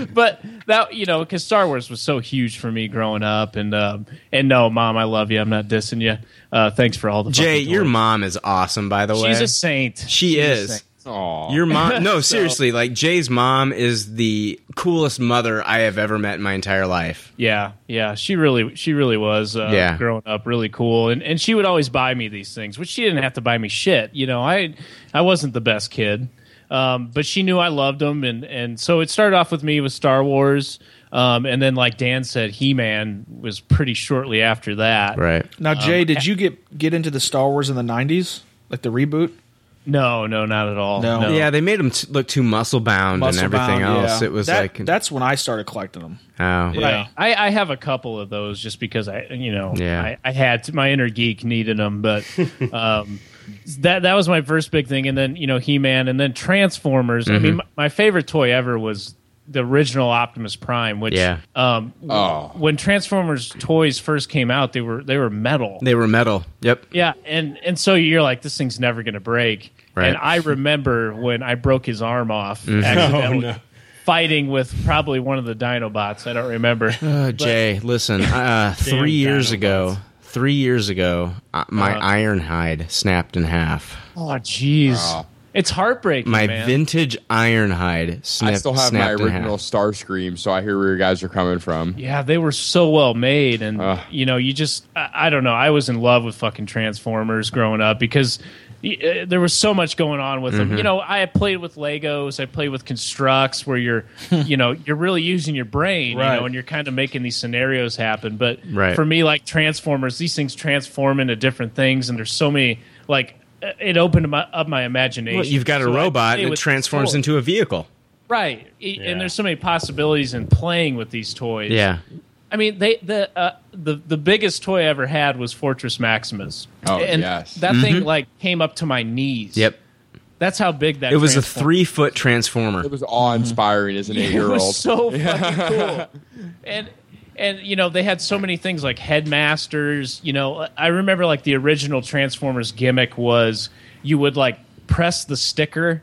for but that you know because star wars was so huge for me growing up and um, and no mom i love you i'm not dissing you uh, thanks for all the Jay, fucking your mom is awesome, by the way. She's a saint. She She's a is. saint. Your mom? So- No, seriously. Like Jay's mom is the coolest mother I have ever met in my entire life. Yeah, yeah, she really, she really was. Uh, Yeah. growing up, really cool, and and she would always buy me these things, which she didn't have to buy me shit. You know, I I wasn't the best kid, um, but she knew I loved them, and and so it started off with me with Star Wars, um, and then like Dan said, He Man was pretty shortly after that. Right Now, Jay, Um, did you get get into the Star Wars in the '90s, like the reboot? No, no, not at all. Oh, No. Yeah, they made him t- look too muscle bound and everything Musclebound, else. yeah. It was That- like, that's when I started collecting them. oh, Yeah. I, I have a couple of those just because I, you know, Yeah. I, I had to, my inner geek needed them, but um, that that was my first big thing, and then you know He Man, and then Transformers. I mean, Mhm. my, my favorite toy ever was the original Optimus Prime, which Yeah. um, w- Oh. when Transformers toys first came out, they were they were metal. they were metal. Yep. Yeah, and and so you're like, this thing's never gonna break. Right. And I remember when I broke his arm off Mhm. accidentally, Oh, no. fighting with probably one of the Dinobots. I don't remember. Uh, But- Jay, listen. Uh, three years ago, three years ago, uh, my Uh. iron hide snapped in half. Oh jeez, Oh. it's heartbreaking. My man. vintage iron hide I snapped. still have my snapped in half. original Starscream, so I hear where you guys are coming from. Yeah, they were so well made, and you know, you just—I I don't know. I was in love with fucking Transformers growing up because y- uh, there was so much going on with them. Mm-hmm. Mhm. You know, I had played with Legos, I played with Constructs, where you're, you know, you're really using your brain, you Right. know, and you're kind of making these scenarios happen. But Right. for me, like Transformers, these things transform into different things, and there's so many like. uh, It opened my, up my imagination. Well, you've got a So I robot play that with transforms toys. into a vehicle. right, E- and there's so many possibilities in playing with these toys. Yeah. I mean, they the uh, the the biggest toy I ever had was Fortress Maximus. Oh, and yes. that thing Mhm. like came up to my knees. Yep. That's how big that. it was a transform- three foot transformer. It was awe inspiring as an eight year It old. was so fucking cool. And and you know they had so many things like headmasters. You know, I remember like the original Transformers gimmick was you would like press the sticker.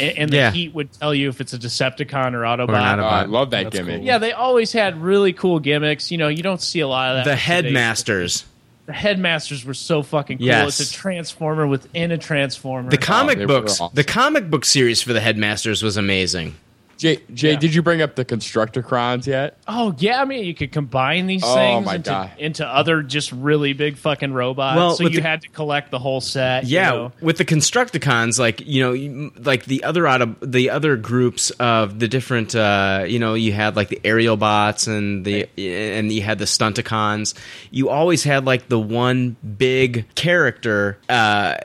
And and the Yeah. heat would tell you if it's a Decepticon or Autobot. Oh, I love that gimmick. Yeah, they always had really cool gimmicks. You know, you don't see a lot of that. The in today's- headmasters. The headmasters were so fucking cool. Yes. It's a transformer within a transformer. The comic books. The comic book series for the headmasters was amazing. Jay, Jay did you bring up the Constructicrons yet? Oh yeah, I mean you could combine these Oh, things my God. into, into other just really big fucking robots. Well, so with you the- had to collect the whole set. you Yeah, know? with the Constructicons, like you know, you- like the other out of the other groups of the different, uh, you know, you had like the aerial bots and the eh, and you had the Stunticons. You always had like the one big character, uh,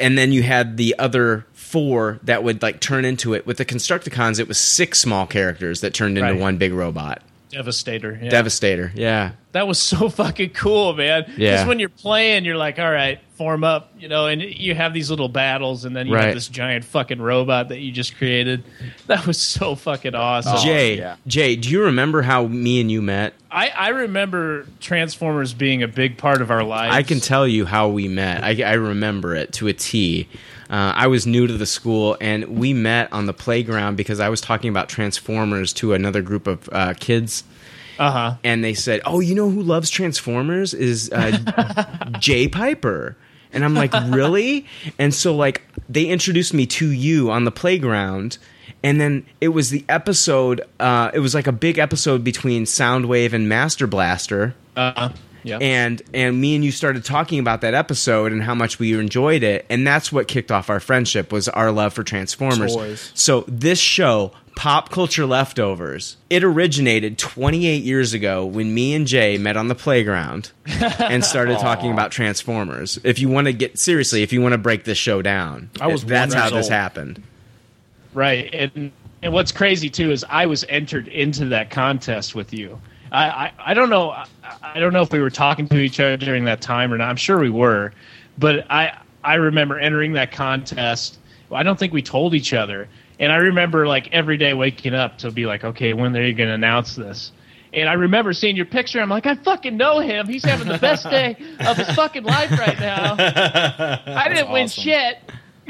and then you had the other four that would like turn into it. With the Constructicons, it was six small characters that turned into Right. one big robot. Devastator. yeah. Devastator. Yeah. That was so fucking cool, man. Yeah. Because when you're playing, you're like, all right, form up, you know, and you have these little battles, and then you Right. have this giant fucking robot that you just created. That was so fucking awesome. Oh, Jay, Jay, do you remember how me and you met? I, I remember Transformers being a big part of our lives. I can tell you how we met. I, I remember it to a T. Uh, I was new to the school, and we met on the playground because I was talking about Transformers to another group of uh, kids. Uh huh. And they said, "Oh, you know who loves Transformers is uh, Jay Piper." And I'm like, "Really?" And so like they introduced me to you on the playground. And then it was the episode. Uh, it was like a big episode between Soundwave and Master Blaster Uh, yeah. and and me and you started talking about that episode and how much we enjoyed it and that's what kicked off our friendship was our love for transformers Toys. so this show pop culture leftovers it originated 28 years ago when me and jay met on the playground and started talking about transformers if you want to get seriously if you want to break this show down I was that's one how years this old. happened Right. And and what's crazy too is I was entered into that contest with you. I, I, I don't know I, I don't know if we were talking to each other during that time or not. I'm sure we were, but I I remember entering that contest. I don't think we told each other. And I remember like every day waking up to be like, okay, when are you going to announce this? And I remember seeing your picture. I'm like, I fucking know him. He's having the best day of his fucking life right now. I didn't win shit.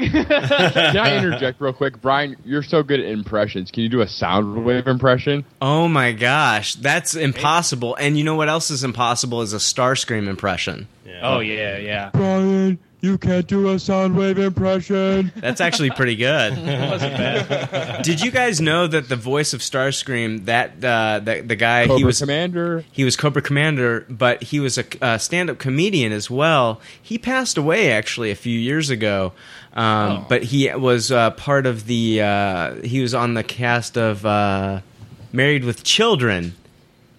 Can I interject real quick, Brian? You're so good at impressions. Can you do a sound wave impression? Oh my gosh, that's impossible. And you know what else is impossible is a Starscream impression. Oh yeah, yeah. Brian, you can't do a sound wave impression. That's actually pretty good. wasn't bad. Did you guys know that the voice of Starscream, that uh, the, the guy, he Cobra was Commander. He was Cobra Commander, but he was a uh, stand-up comedian as well. He passed away actually a few years ago, um, Oh. but he was uh, part of the. Uh, he was on the cast of uh, Married with Children.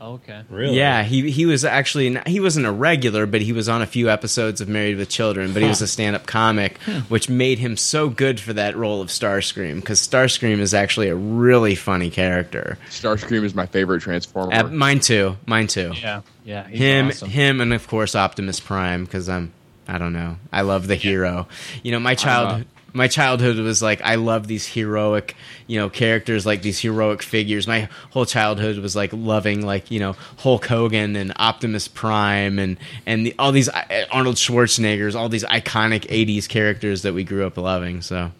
Okay. Yeah, he he was actually not, he wasn't a regular, but he was on a few episodes of Married with Children. But he was Huh. a stand-up comic, Hmm. which made him so good for that role of Starscream because Starscream is actually a really funny character. Starscream is my favorite Transformer. Uh, mine too. Mine too. Yeah, yeah, he's Him, awesome. him, and of course Optimus Prime because I'm I don't know. I love the hero. You know, my I'm, child. uh, My childhood was like I love these heroic, you know, characters like these heroic figures. My whole childhood was like loving like you know Hulk Hogan and Optimus Prime and and the, all these I- Arnold Schwarzeneggers, all these iconic '80s characters that we grew up loving. So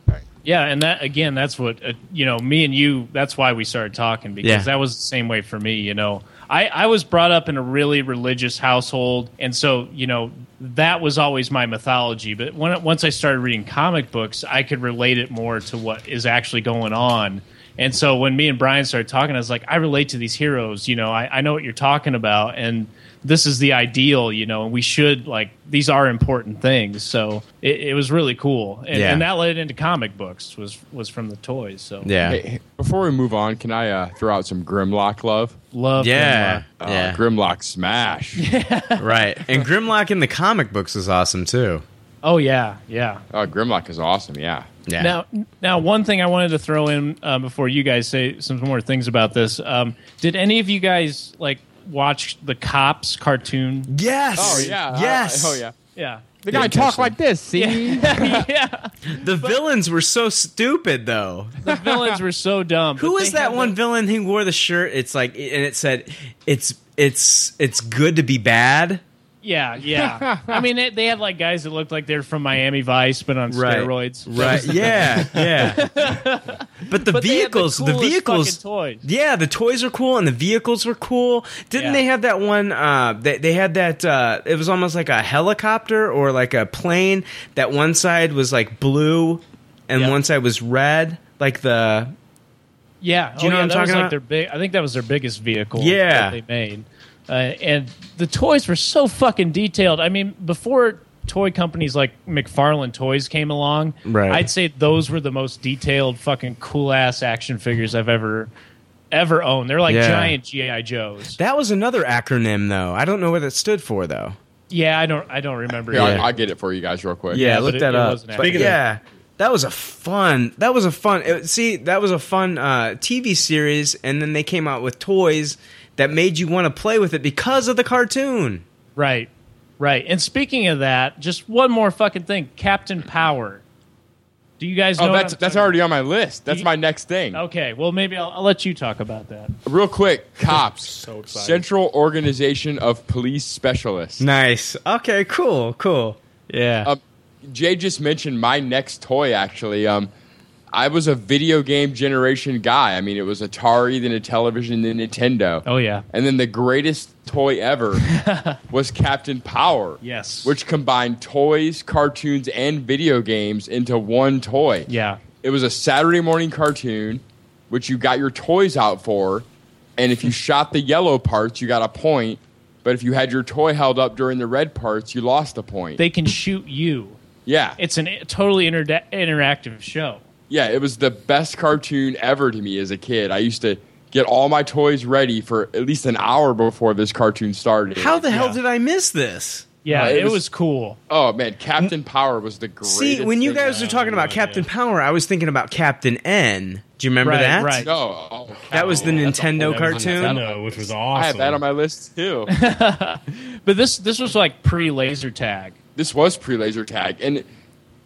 Yeah, and that again, that's what uh, you know. Me and you, that's why we started talking because Yeah. that was the same way for me. You know, I I was brought up in a really religious household, and so you know that was always my mythology. But when once I started reading comic books, I could relate it more to what is actually going on. And so when me and Brian started talking, I was like, I relate to these heroes. You know, I, I know what you're talking about, and this is the ideal. You know, and we should like these are important things. So it, it was really cool, and, Yeah. and that led into comic books was was from the toys. So Hey, hey, before we move on, can I uh, throw out some Grimlock love? Love Yeah. Grimlock. Uh, Yeah. Grimlock smash. right, and Grimlock in the comic books is awesome too. oh yeah, yeah. Oh, Grimlock is awesome. Yeah. Yeah. Now, now, one thing I wanted to throw in uh, before you guys say some more things about this. Um, did any of you guys like watch the Cops cartoon? Yes. Oh yeah. Uh, oh yeah. Yeah. The guy talk like this. See. The villains were so stupid though. The villains were so dumb. Who is that one villain who wore the shirt? It's like, and it said, "It's it's it's good to be bad." Yeah, yeah. I mean, it, they had like guys that looked like they're from Miami Vice, but on steroids. Right. Yeah. Yeah. But the But they had the vehicles, the, coolest vehicles, fucking toys. yeah, the toys are cool and the vehicles were cool. Didn't Yeah. they have that one? Uh, they, they had that. Uh, it was almost like a helicopter or like a plane. That one side was like blue, and one side was red. Like the Yeah, Do you oh, know yeah, what I'm that was talking like about? Their big, I think that was their biggest vehicle. that Yeah. they made, uh, and the toys were so fucking detailed. I mean, before toy companies like McFarlane Toys came along, Right. I'd say those were the most detailed, fucking cool ass action figures I've ever ever owned. They're like Yeah. giant GI Joes. that was another acronym though. I don't know what it stood for though. Yeah, I don't, I don't remember. Here, I- either. I'll get it for you guys real quick. Yeah, look that up. But But yeah, that was a fun. That was a fun. It, see, that was a fun uh, TV series, and then they came out with toys that made you want to play with it because of the cartoon. Right, right. And speaking of that, just one more fucking thing, Captain Power. Do you guys know? Oh, what that's I'm that's already on my list. That's my next thing. Okay, well, maybe I'll, I'll let you talk about that. Real quick, cops. excited. Central Organization of Police Specialists. Nice. Okay. Cool. Cool. Yeah. Um, Jay just mentioned my next toy. Actually, um, I was a video game generation guy. I mean, it was Atari, then a television, then Nintendo. Oh yeah. And then the greatest toy ever was Captain Power. Yes. Which combined toys, cartoons, and video games into one toy. Yeah. It was a Saturday morning cartoon, which you got your toys out for. And if you shot the yellow parts, you got a point. But if you had your toy held up during the red parts, you lost a point. They can shoot you. yeah. It's an a totally inter- interactive show. Yeah, it was the best cartoon ever to me as a kid. I used to get all my toys ready for at least an hour before this cartoon started. How the hell did I miss this? Yeah, Uh, it it was- was cool. Oh man, Captain Power was the greatest. See, when you thing guys were talking about Captain Power, I was thinking about Captain N. Do you remember Right, that? right. No, oh, that was the Nintendo cartoon. which was awesome. I have that on my list too. But this this was like pre laser tag. This was pre laser tag, and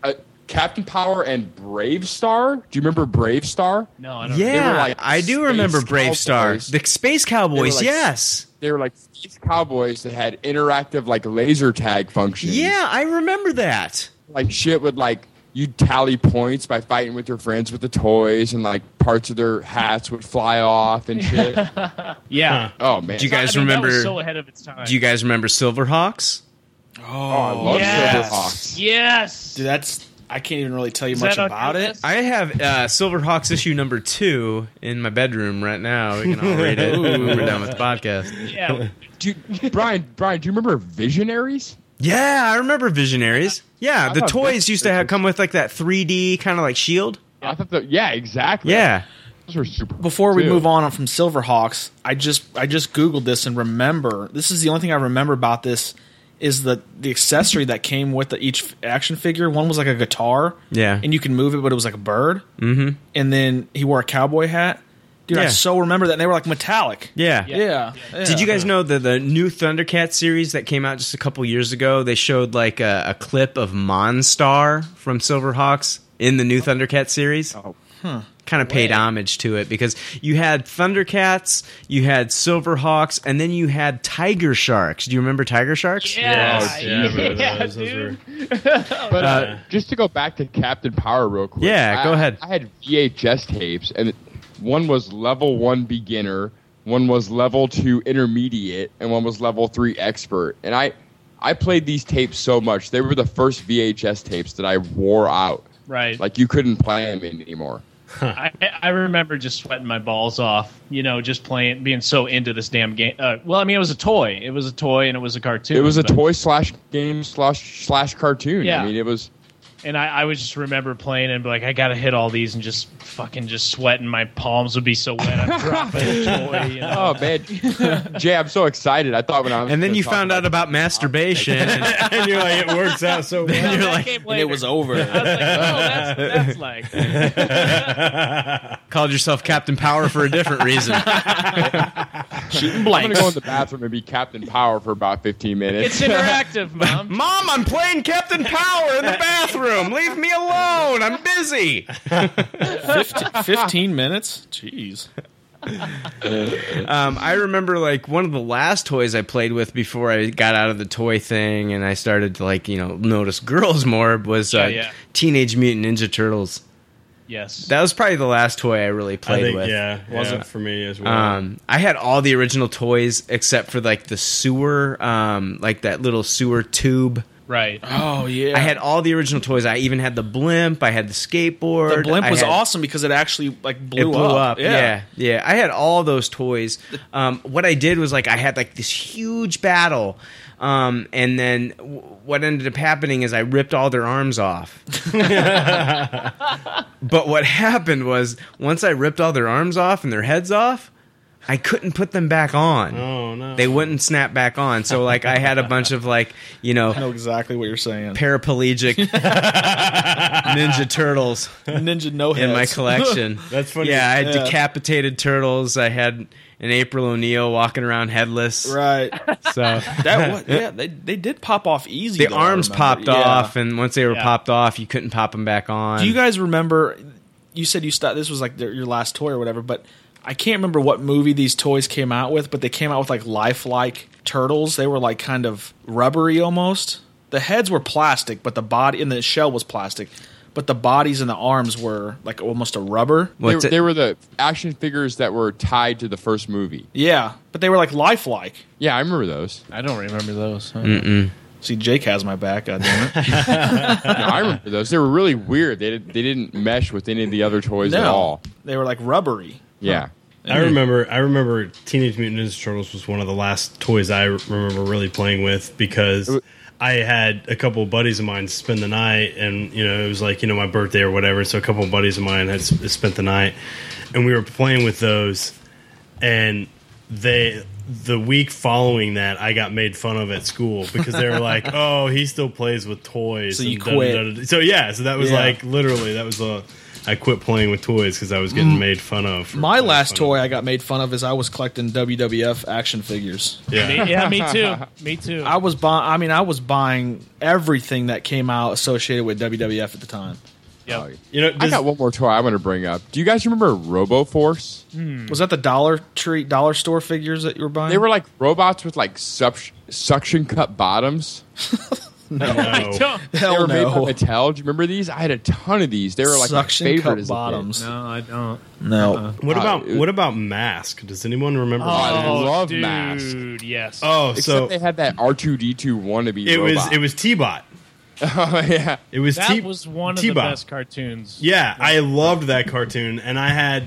uh, Captain Power and Brave Star. Do you remember Brave Star? No, I Yeah, I do remember Brave Star. The Space Cowboys, yes. They were like space cowboys that had interactive like laser tag functions. Yeah, I remember that. Like shit would like you'd tally points by fighting with your friends with the toys and like parts of their hats would fly off and shit. yeah. Oh man. Do you guys remember? Do you guys remember Silverhawks? Oh, I love Yes. Silverhawks. Yes, dude, that's I can't even really tell you Is much that on about it. I have uh, Silverhawks issue number two in my bedroom right now. We can all read it when we're done with the podcast. Yeah. Do you, Brian, Brian, do you remember Visionaries? Yeah, I remember Visionaries. Yeah, I the thought toys used to have come with like that 3D kind of like shield. I thought that, yeah, exactly. E Yeah. Those were super. Before we Dude. move on from Silverhawks, I just I just googled this and remember this is the only thing I remember about this is the the accessory that came with the, each action figure. One was like a guitar, Yeah. and you can move it, but it was like a bird. Mm-hmm. And then he wore a cowboy hat. Dude, I Yeah. so remember that. And they were like metallic. Yeah. yeah. Did you guys know that the new Thundercat series that came out just a couple years ago? They showed like a, a clip of Monstar from Silverhawks in the new Thundercat series. Oh. Huh. Kind of paid homage to it because you had Thundercats, you had Silverhawks, and then you had Tiger Sharks. Do you remember Tiger Sharks? Yes. Yeah, yeah, But uh, Uh, just to go back to Captain Power real quick. Yeah, I- go ahead. I had VHS tapes, and one was level one beginner, one was level two intermediate, and one was level three expert. And I, I played these tapes so much; they were the first VHS tapes that I wore out. Right. Like you couldn't play them anymore. I, I remember just sweating my balls off, you know, just playing, being so into this damn game. Uh, well, I mean, it was a toy. It was a toy, and it was a cartoon. it was a but- toy slash game slash slash cartoon. Yeah. I mean, it was and I, I would just remember playing and be like, I gotta hit all these, and just fucking just sweating. My palms would be so wet. I'd drop it. Joy, you know? Oh man, Jay, I'm so excited. I thought when I was and then gonna you talk found out about masturbation, and, you're like, it works out so well. Then you're like, And it was over. that's what that's like. called yourself Captain Power for a different reason. Shooting blanks. I'm gonna go in the bathroom and be Captain Power for about 15 minutes. It's interactive, mom. Mom, I'm playing Captain Power in the bathroom. Leave me alone. I'm busy. 15, minutes? Jeez. Um, I remember like one of the last toys I played with before I got out of the toy thing and I started to like you know notice girls more was uh, Yeah, yeah. Teenage Mutant Ninja Turtles. Yes. That was probably the last toy I really played think, with. yeah, wasn't for me as Uh, well. Um, I had all the original toys except for like the sewer, um, like that little sewer tube. Right. Oh yeah. I had all the original toys. I even had the blimp. I had the skateboard. The blimp I was had- awesome because it actually like blew, it blew up. Yeah. yeah, I had all those toys. Um, what I did was like I had like this huge battle, um, and then w- what ended up happening is I ripped all their arms off. but what happened was once I ripped all their arms off and their heads off. I couldn't put them back on. Oh, no. They wouldn't snap back on. So like I had a bunch of like, you know, I know exactly what you're saying. paraplegic Ninja Turtles Ninja no heads in my collection. Yeah, I had decapitated turtles. I had an April O'Neil walking around headless. Right. So That was, yeah, they they did pop off easy. the though, I arms remember. popped Yeah. off, and once they were Yeah. popped off, you couldn't pop them back on. Do you guys remember? You said you stopped. This was like their, your last toy or whatever, but I can't remember what movie these toys came out with. But they came out with like lifelike turtles. They were like kind of rubbery almost. The heads were plastic, but the body and the shell was plastic. But the bodies and the arms were like almost a rubber. They, were- they were the action figures that were tied to the first movie. yeah, but they were like lifelike. Yeah, I remember those. I don't remember those. See, Jake has my back. God damn it. No, I remember those. They were really weird. They did, they didn't mesh with any of the other toys at No. all. They were like rubbery. Yeah. I remember. I remember Teenage Mutant Ninja Turtles was one of the last toys I remember really playing with because I had a couple of buddies of mine spend the night, and you know it was like you know my birthday or whatever. So a couple of buddies of mine had s- spent the night, and we were playing with those, and they the week following that, I got made fun of at school because they were like, "Oh, he still plays with toys." So you and da-da-da-da-da. quit. So yeah, so that was Yeah. like literally that was a. I quit playing with toys because I was getting Mm. made fun of. for- My last toy I got made fun of is I was collecting WWF action figures. Yeah. Me- yeah, me too. Me too. I was buying. I mean, I was buying everything that came out associated with WWF at the time. Yeah, you know, I got one more toy I want to bring up. Do you guys remember RoboForce? Was that the Dollar Tree Dollar Store figures that you were buying? They were like robots with like sup- suction cup bottoms. No. I don't. they were made by no. Mattel. Do you remember these? I had a ton of these. They were like Suction my cup favorite as a kid. bottoms. No, I don't. No. What Uh, about it- what about Mask? Does anyone remember? Uh-uh. Oh, I love dude, Mask. Yes. Oh, so- Except they had that R two D two wannabe. It was robot. it was T Bot. Oh yeah, it was that T- was one of the T-Bot. best cartoons. Yeah, I loved that cartoon, and I had,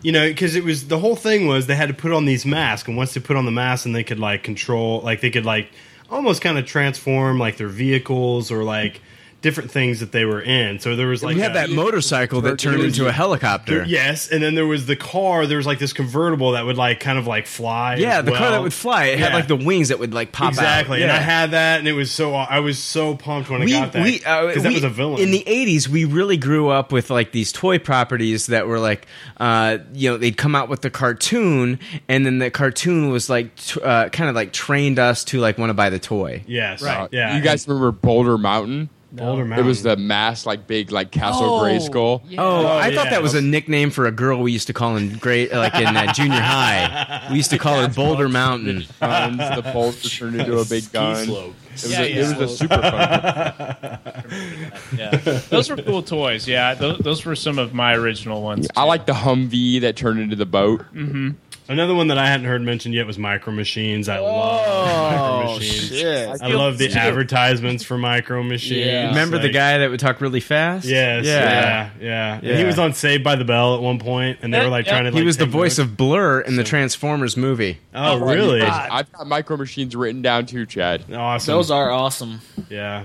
you know, because it was the whole thing was they had to put on these masks, and once they put on the masks, and they could like control, like they could like almost kind of transform like their vehicles or like different things that they were in. So there was like we had a- that motorcycle that turned into a helicopter. There- yes, and then there was the car. There was like this convertible that would like kind of like fly. Yeah, as the car well. that would fly. It had Yeah. like the wings that would like pop exactly, and out. Yeah. I had that, and it was so I was so pumped when I got that we, uh, because that we- was a villain in the 80s we really grew up with like these toy properties that were like uh, you know they'd come out with the cartoon and then the cartoon was like t- uh, kind of like trained us to like want to buy the toy Yes. Uh, You guys remember Boulder Mountain? Boulder It was the mass, like big, like Castle Oh, Grayskull. Oh, I thought that was a nickname for a girl we used to call in great, like in uh, junior high. We used to call her Boulder Mountain. guns, the bolts turned into a big Ski gun. slope. It was, Yeah, a, yeah. it was a super fun. Yeah, those were cool toys. Yeah, those, those were some of my original ones. I like the Humvee that turned into the boat. Mm-hmm. Another one that I hadn't heard mentioned yet was Micro Machines. I love Oh, Micro Machines. shit. I love the Shit. advertisements for Micro Machines. Remember the Like- guy that would talk really fast? Yes, yeah, yeah. And he was on Saved by the Bell at one point, and they were like trying to. Like, he was the take voice notes. of Blur in the Transformers movie. Oh, really? I've got micro machines written down too, Chad. Awesome. Those are awesome. Yeah.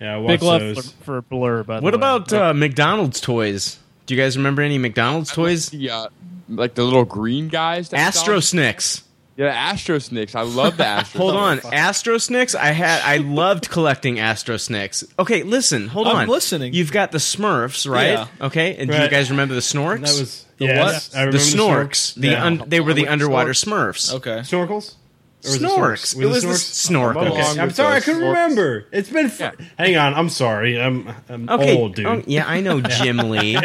Yeah. I Big watched love those. for, for Blur, by the What way. about uh, McDonald's toys? Do you guys remember any McDonald's toys? Yeah, like the little green uh, guys. that Astro song? Snicks. Yeah, Astro Snicks. I love the Astro. Hold Snicks. on, Astro Snicks. I had, I loved collecting Astro Snicks. Okay, listen, hold I'm on. listening. You've got the Smurfs, Oh, right? Yeah. Okay, and do you Right. guys remember the Snorks? That was- the Yes, I what? The remember the Snorks. Snorks. The Yeah. un- they were the Snorks. underwater Smurfs. Okay. Snorkels. Or was it Snorks. It was the Snork. Okay. I'm sorry, I couldn't remember. It's been. F- Hang on, I'm sorry. I'm, I'm Okay. old, dude. oh, yeah, I know Jim Lee.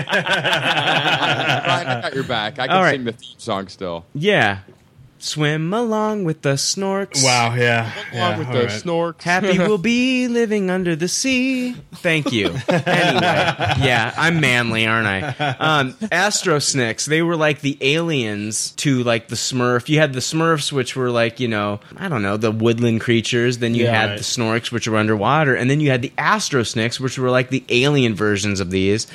Ryan, I got your back. I All can right. sing the theme song still. Yeah. Swim along with the snorks. Wow, yeah. Along Yeah, with all the right. snorks. Happy will be living under the sea. Thank you. Anyway, yeah, I'm manly, aren't I? Um, Astro Snicks, they were like the aliens to like the Smurf. You had the Smurfs, which were like, you know, I don't know, the woodland creatures. Then you Yeah, had right. the Snorks, which were underwater. And then you had the Astro Snicks, which were like the alien versions of these.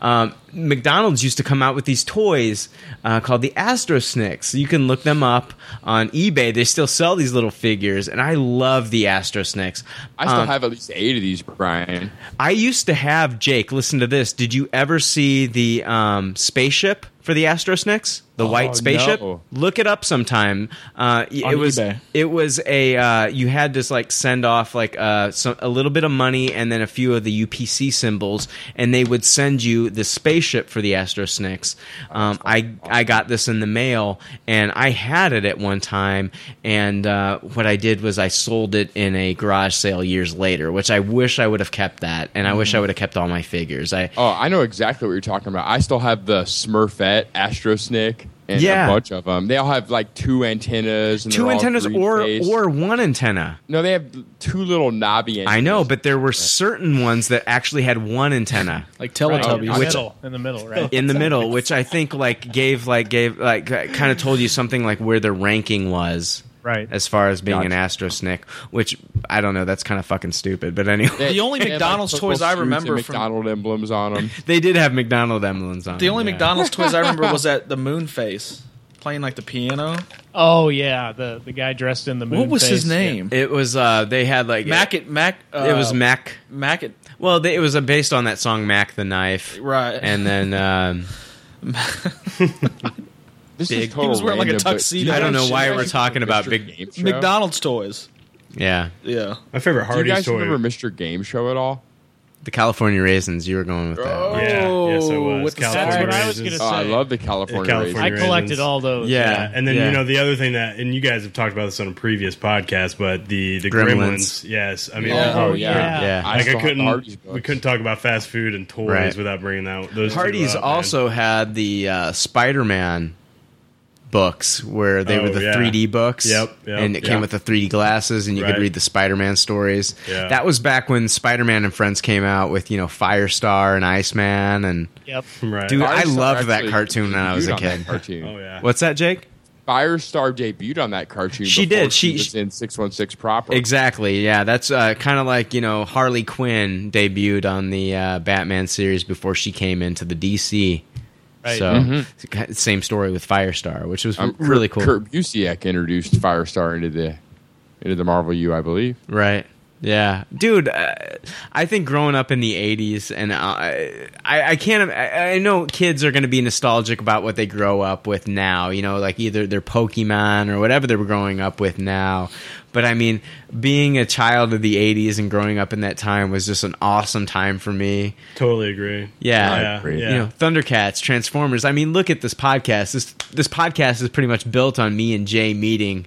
Um, McDonald's used to come out with these toys uh, called the Astro Snicks. You can look them up on eBay. They still sell these little figures, and I love the Astro Snicks. I still Um, have at least eight of these, Brian. I used to have Jake. Listen to this. Did you ever see the um, spaceship for the Astrosnicks? The Oh, white spaceship. no. Look it up sometime. Uh, y- On it was eBay. it was a uh, you had to like send off like uh, some, a little bit of money and then a few of the UPC symbols, and they would send you the spaceship for the Astrosnicks. Um, I I got this in the mail and I had it at one time, and uh, what I did was I sold it in a garage sale years later, which I wish I would have kept that, and I wish I would have kept all my figures. I Oh, I know exactly what you're talking about. I still have the Smurfette, Astro Snick, and Yeah. a bunch of them. They all have like two antennas. And two they're all antennas or green-faced. or one antenna. no, they have two little knobby. Antennas. I know, but there were certain ones that actually had one antenna, like In the middle, in the middle, right? in the middle, which I think like gave like gave like kind of told you something like where their ranking was. Right. As far as being an Gotcha. Astro Snick, which I don't know, that's kind of fucking stupid. But anyway, The only McDonald's toys I remember from- McDonald emblems on them. they did have McDonald emblems on. The only them, yeah. McDonald's toys I remember was that the moon face playing like the piano. Oh yeah, the the guy dressed in the moon. What was his face, yeah. name? It was uh they had like Mac it Mac. Uh, it was Mac. Mac it. Well, they, it was uh, based on that song Mac the Knife, Right. And then um, This big. is total random, but- I don't know why we're talking about Mr. big. Game Show? McDonald's toys. Yeah. Yeah. My favorite Do you Hardee's guys toy. remember Mr. Game Show at all? Oh. The California raisins. You were going with that. Yeah, yes, I was. Oh, with the California That's what I was raisins. Oh, gonna I say. love the California, raisins. Yeah. And then, you know, the other thing that, and you guys have talked about this on a previous podcast, but the, the Gremlins. gremlins. Yes. I mean, Yeah. we- Oh, we- yeah. Yeah. I Like, still I, have the Hardee's couldn't, books. we couldn't talk about fast food and toys Right. without bringing that. Those two Hardee's up, man. also had the uh, Spider-Man books where they Oh, were the yeah. 3D books. Yep, yep, and it yeah. came with the 3D glasses, and you Right. could read the Spider-Man stories. Yeah. That was back when Spider-Man and Friends came out with you know Firestar and Iceman and. Yep. Right. Dude, I Firestar loved that actually cartoon when I was debuted a on that kid. cartoon. Oh, yeah. What's that, Jake? Firestar debuted on that cartoon. She before did. She- was in six one six proper. Exactly. Yeah, that's uh, kind of like you know Harley Quinn debuted on the uh, Batman series before she came into the DC. Right. So Mhm. it's ki- same story with Firestar, which was Um, really cool. Kurt, Kurt Busiek introduced Firestar into the into the Marvel U, I believe. Right. Yeah, dude. Uh, I think growing up in the '80s, and uh, I, I, I can't. I, I know kids are going to be nostalgic about what they grow up with now. You know, like either their Pokemon or whatever they're growing up with now. But I mean, being a child of the '80s and growing up in that time was just an awesome time for me. Totally agree. Yeah, Yeah. You yeah. know, Thundercats, Transformers. I mean, look at this podcast. This this podcast is pretty much built on me and Jay meeting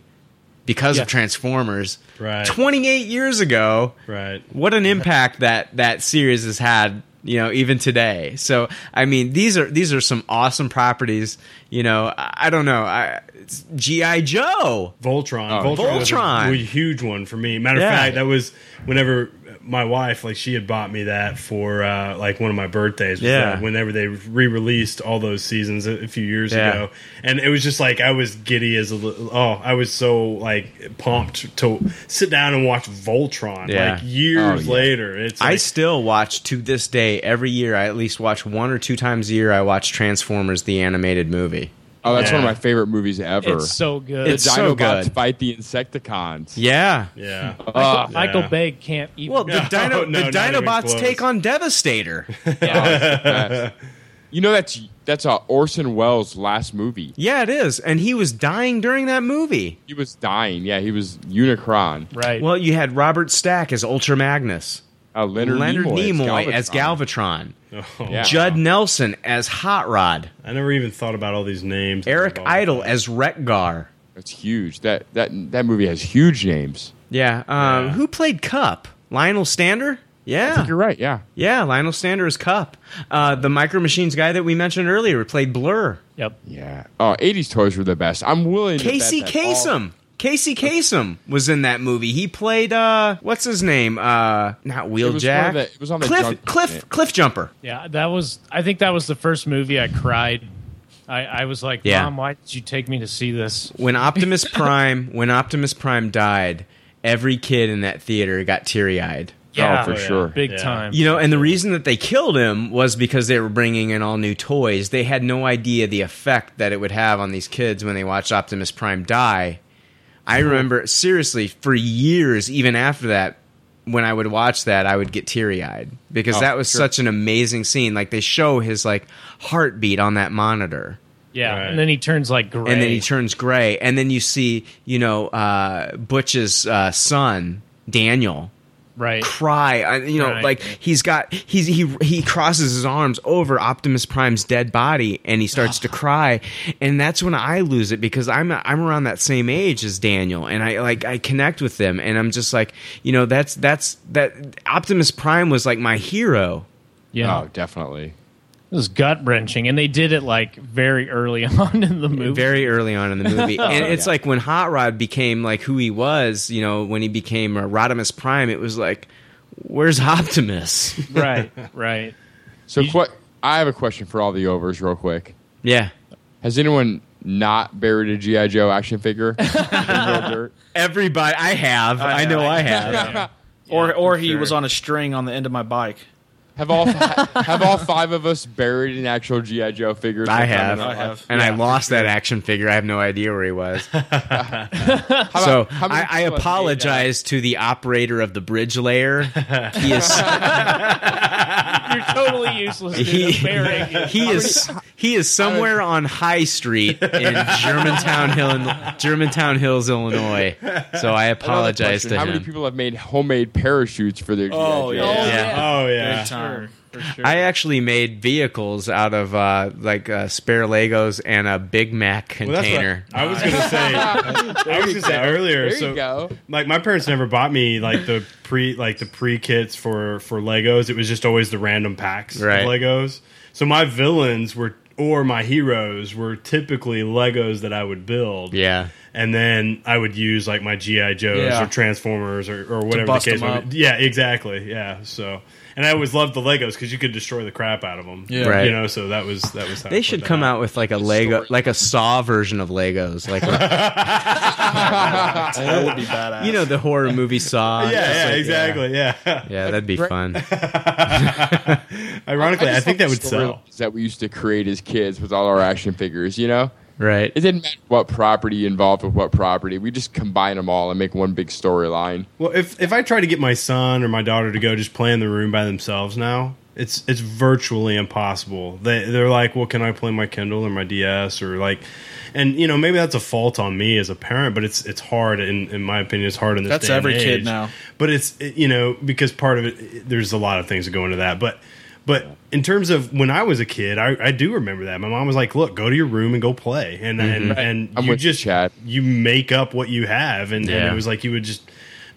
because Yeah. of Transformers. Right. 28 years ago. Right. What an impact that that series has had, you know, even today. So, I mean, these are these are some awesome properties, you know. I, I don't know. I it's GI Joe. Voltron. Oh, Um, Voltron, was a- Voltron. was a huge one for me. Matter Yeah. of fact, that was whenever my wife, like, she had bought me that for uh, like one of my birthdays. was Yeah. that Whenever they re-released all those seasons a, a few years Yeah. ago, and it was just like I was giddy as a little. Oh, I was so like pumped to sit down and watch Voltron. Like years Oh, yeah. later, it's I like, still watch to this day every year. I at least watch one or two times a year. I watch Transformers the animated movie. Oh, that's one of my favorite movies ever. It's so good. The It's so Dinobots good. fight the Insecticons. Yeah. Oh, Yeah. Uh, Michael, Michael Bay can't even. Well, the, Oh, Dino, the Dinobots take on Devastator. you know that's that's uh, Orson Welles' last movie. Yeah, it is, and he was dying during that movie. He was dying. Yeah, he was Unicron. Right. Well, you had Robert Stack as Ultra Magnus. Uh, Leonard, Nimoy, Nimoy, as Galvatron. Yeah. Judd Nelson as Hot Rod. I never even thought about all these names. Eric Idle as Retgar. That's huge. That that that movie has huge names. Yeah. Um, Who played Cup? Lionel Stander? Yeah. you're right. Yeah. Yeah, Lionel Stander is Cup. Uh, the Micro Machines guy that we mentioned earlier played Blur. Yep. Yeah. Oh, 80s toys were the best. I'm willing to bet Casey that all- Kasem. Casey Kasem was in that movie. He played uh, what's his name? Uh, not It was Wheeljack. one of the- it was on the Cliff junk- Cliff yeah. Cliff Jumper. Yeah, that was. I think that was the first movie I cried. I, I was like, Yeah. Mom, why did you take me to see this? When Optimus Prime when Optimus Prime died, every kid in that theater got teary eyed. Yeah, Oh, for sure, big time. You know, and the reason that they killed him was because they were bringing in all new toys. They had no idea the effect that it would have on these kids when they watched Optimus Prime die. I remember seriously for years, even after that, when I would watch that, I would get teary eyed because Oh, that was sure. such an amazing scene. Like they show his like heartbeat on that monitor. Yeah, and then he turns like gray. And then he turns gray, and then you see, you know, uh, Butch's uh, son Daniel, right? Cry, I- you know, Right. like he's got he's he he crosses his arms over Optimus Prime's dead body, and he starts to cry, and that's when I lose it because I'm I'm around that same age as Daniel, and I like I connect with them, and I'm just like, you know, that's that's that Optimus Prime was like my hero. Yeah. Oh, definitely. It was gut wrenching, and they did it like very early on in the movie. Oh, Very early on in the movie. And it's like when Hot Rod became like who he was, you know, when he became uh, Rodimus Prime, it was like, where's Optimus? right, right. So, qu- I have a question for all the overs, real quick. Yeah. Has anyone not buried a GI Joe action figure? Everybody, I have. I know I have. or or he was on a string on the end of my bike. Have all fi- have all five of us buried an actual GI Joe figure? I sometime have, in our life? and I lost that action figure. I have no idea where he was. so how many I, I people have made that? apologize to the operator of the bridge layer. He is You're totally useless. Dude. he, I'm burying you. he is he is somewhere on High Street in Germantown Hill, Germantown Hills, Illinois. So I Another apologize question, to How him. many people have made homemade parachutes for their? Oh, GI yeah. Joe? Yeah. Oh, yeah. I actually made vehicles out of uh, like uh, spare Legos and a Big Mac Well, that's what container. I was gonna say. I was gonna say earlier. There you so, go. like, my parents never bought me like the pre like the pre kits for for Legos. It was just always the random packs Right. of Legos. So my villains were or my heroes were typically Legos that I would build. Yeah. And then I would use like my GI Joes Yeah. or Transformers or, or whatever bust the case. them may up. be. Yeah, exactly. Yeah. So, and I always loved the Legos because you could destroy the crap out of them. Yeah. Right. You know. So that was that was. How I They put should that come out with like a Lego, like a Saw version of Legos, like That would be badass. you know the horror movie Saw. Yeah, Just yeah, like- exactly. Yeah. yeah, that'd be fun. Ironically, I, just think that love the would sell. storylines That we used to create as kids with all our action figures, you know. Right. It didn't matter what property involved with what property. We just combine them all and make one big storyline. Well, if if I try to get my son or my daughter to go just play in the room by themselves now, it's it's virtually impossible. They they're like, well, can I play my Kindle or my DS or like, and you know maybe that's a fault on me as a parent, but it's it's hard in in my opinion. It's hard in this. That's day and every kid age. now. but it's it- you know because part of it, it there's a lot of things that go into that but but in terms of when I was a kid, I, I do remember that. My mom was like, "Look, go to your room and go play," and Mhm. Mm-hmm. and, and I'm you with you, just you make up what you have, and, and Yeah. it was like you would just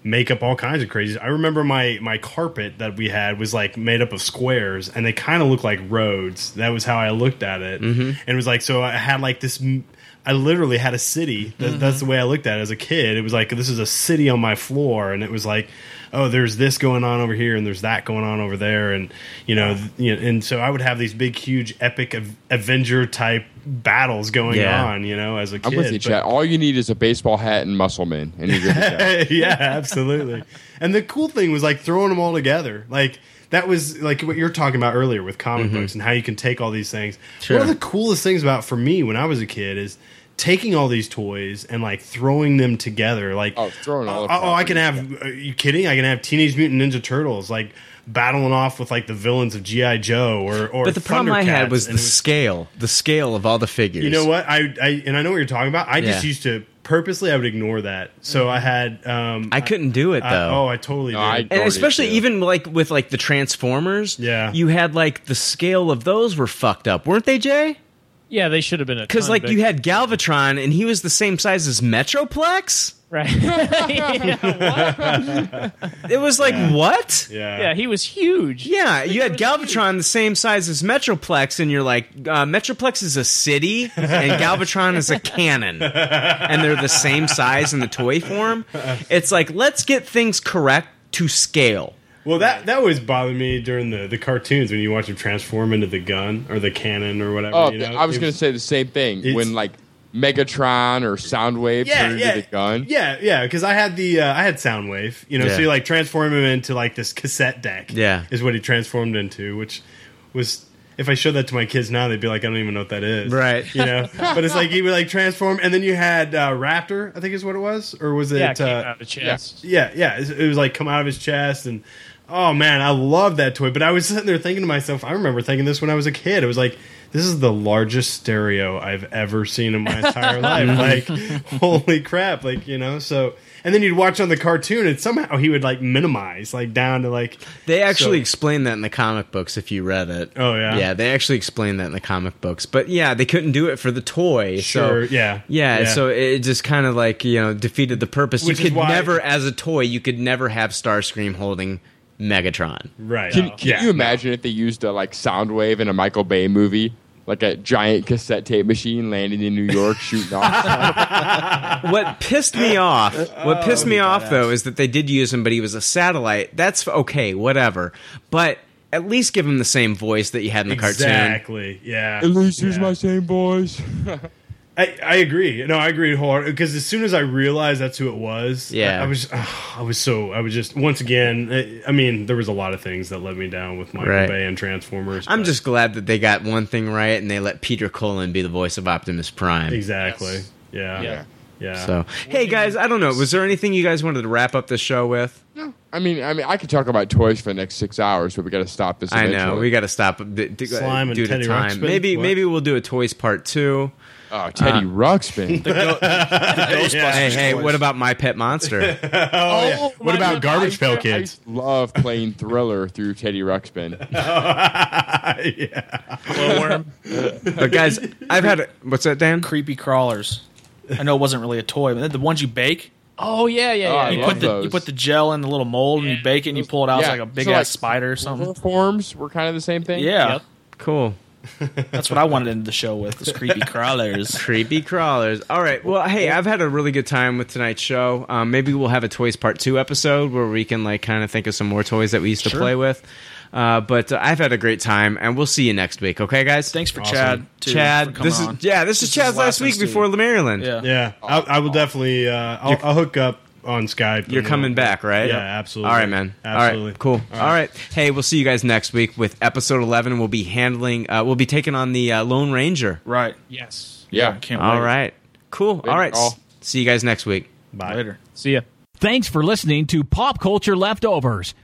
make up all kinds of crazy. I remember my my carpet that we had was like made up of squares, and they kind of looked like roads. That was how I looked at it, Mm-hmm. and it was like so I had like this. m- I literally had a city. Mm-hmm. That, That's the way I looked at it as a kid. It was like this is a city on my floor, and it was like, oh, there's this going on over here, and there's that going on over there, and you know, th- you know and so I would have these big, huge, epic Avenger type battles going Yeah. on, you know, as a kid. I'm with you, But- Chad. All you need is a baseball hat and muscle man, and you're good to go. yeah, absolutely. And the cool thing was like throwing them all together. Like that was like what you're talking about earlier with comic Mm-hmm. books and how you can take all these things. Sure. One of the coolest things about for me when I was a kid is taking all these toys and like throwing them together. Like oh, throwing all oh, the I can have. Are you kidding? I can have Teenage Mutant Ninja Turtles like battling off with like the villains of GI Joe or or. But the problem I had Thundercats, was the and it scale, the scale of all the figures. you know what? I, I and I know what you're talking about. I just Yeah. used to purposely I would ignore that. So I had um I couldn't do it I- though. oh, I totally did. and especially e- even like with like the Transformers. Yeah, you had like the scale of those were fucked up, weren't they, Jay? Yeah, they should have been a Because ton like you bigger. had Galvatron, and he was the same size as Metroplex. It was like what? Yeah. Yeah, he was huge. Yeah, you had Galvatron the same size as Metroplex, and you're like, uh, Metroplex is a city, and Galvatron is a cannon, and they're the same size in the toy form. It's like let's get things correct to scale. Well, that that always bothered me during the, the cartoons when you watch them transform into the gun or the cannon or whatever. Oh, you know? I was It going to say the same thing when like Megatron or Soundwave Yeah, turned yeah. into the gun. Yeah, yeah, because I had the uh, I had Soundwave, you know, Yeah. so you like transform him into like this cassette deck. Yeah. is what he transformed into, which was if I showed that to my kids now, they'd be like, I don't even know what that is, Right. You know, but it's like he would like transform, and then you had uh, Raptor, I think is what it was, or was it? Yeah, it came uh, out of the chest. Yeah, yeah, it it was like come out of his chest and. Oh man, I love that toy. But I was sitting there thinking to myself, I remember thinking this when I was a kid. It was like, this is the largest stereo I've ever seen in my entire life. Like, holy crap like you know so and then you'd watch on the cartoon and somehow he would like minimize like down to like They actually So- explain that in the comic books if you read it. Oh, yeah? yeah. They actually explain that in the comic books, but yeah, they couldn't do it for the toy. Sure, so, yeah, yeah, yeah. So it just kind of like you know defeated the purpose. Which you is could why- never, as a toy, you could never have Starscream holding Megatron. Right. Oh, Can, can you imagine if they used a like Soundwave in a Michael Bay movie, like a giant cassette tape machine landing in New York, shooting off? what pissed me off Oh, what pissed me off though is that they did use him but he was a satellite that's f- okay whatever but at least give him the same voice that you had in the cartoon exactly yeah At least use my same voice. I, I agree. No, I agree hard because as soon as I realized that's who it was, Yeah. I, I was ah, I was so I was just once again. I, I mean, there was a lot of things that let me down with Michael Right. Bay and Transformers. I'm just glad that they got one thing right and they let Peter Cullen be the voice of Optimus Prime. Exactly. Yeah. Yeah. Yeah. So, hey guys, I don't know. Was there anything you guys wanted to wrap up the show with? I mean, I mean, I could talk about toys for the next six hours, but we got to stop this. I know, we got to stop uh, d- Slime and due Teddy to time. Ruxpin? Maybe What? maybe we'll do a toys part two. Uh, Oh, Teddy Ruxpin. The go- the Yeah. Hey, hey, toys. what about my pet monster? Oh, yeah. What about Garbage Pail I Kids? love playing Thriller through Teddy Ruxpin. but guys, I've had what's that, Dan? Creepy crawlers. I know it wasn't really a toy, but the ones you bake. Oh yeah, yeah, yeah. you yeah. put the you put the gel in the little mold and you bake it and you pull it out it's like a big ass spider or something. Forms were kind of the same thing. Yeah. Cool. That's what I wanted to end the show with. This creepy crawlers. Creepy crawlers. All right. Well, hey, I've had a really good time with tonight's show. Um, maybe we'll have a toys part two episode where we can like kind of think of some more toys that we used to Sure. play with. Uh, but uh, I've had a great time, and we'll see you next week. Okay, guys. Thanks for Awesome. Chad, too, for Chad, coming this is on. yeah, this, is This is Chad's last last week in studio. before Maryland. Yeah. Yeah, I, I will definitely. Uh, I'll, I'll hook up on Skype. You're and coming we'll- back, right? Yeah, absolutely. All right, man. All Absolutely. right, cool. All right. Hey, we'll see you guys next week with episode 11. We'll be handling, uh, we'll be taking on the uh, Lone Ranger. Right. Yes. Yeah. Can't All wait. right. Cool. Later, All right. all. See you guys next week. Bye. Later. See ya. Thanks for listening to Pop Culture Leftovers.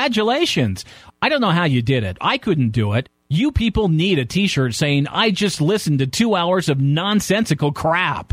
Congratulations! I don't know how you did it. I couldn't do it. You people need a t shirt saying, I just listened to two hours of nonsensical crap.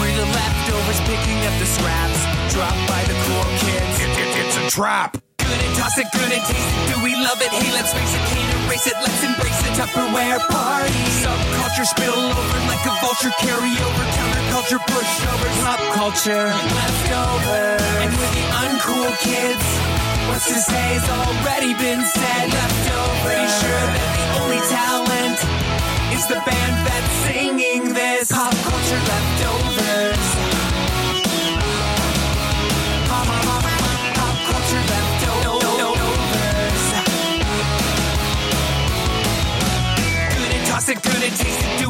We're the leftovers picking up the scraps dropped by the cool kids. it's a trap. Good and toss it, good and taste it. Do we love it? Hey, let's face it, can't erase it. Let's embrace the Tupperware party. Subculture spill over like a vulture. Carry over counterculture, pushovers, pop culture, leftovers. And with the uncool kids, what's to say's already been said. Leftovers. Pretty sure that the only talent is the band that's singing this. Pop culture leftovers. Pop, pop, pop, pop culture leftovers. Good and toss it, good and taste it. Do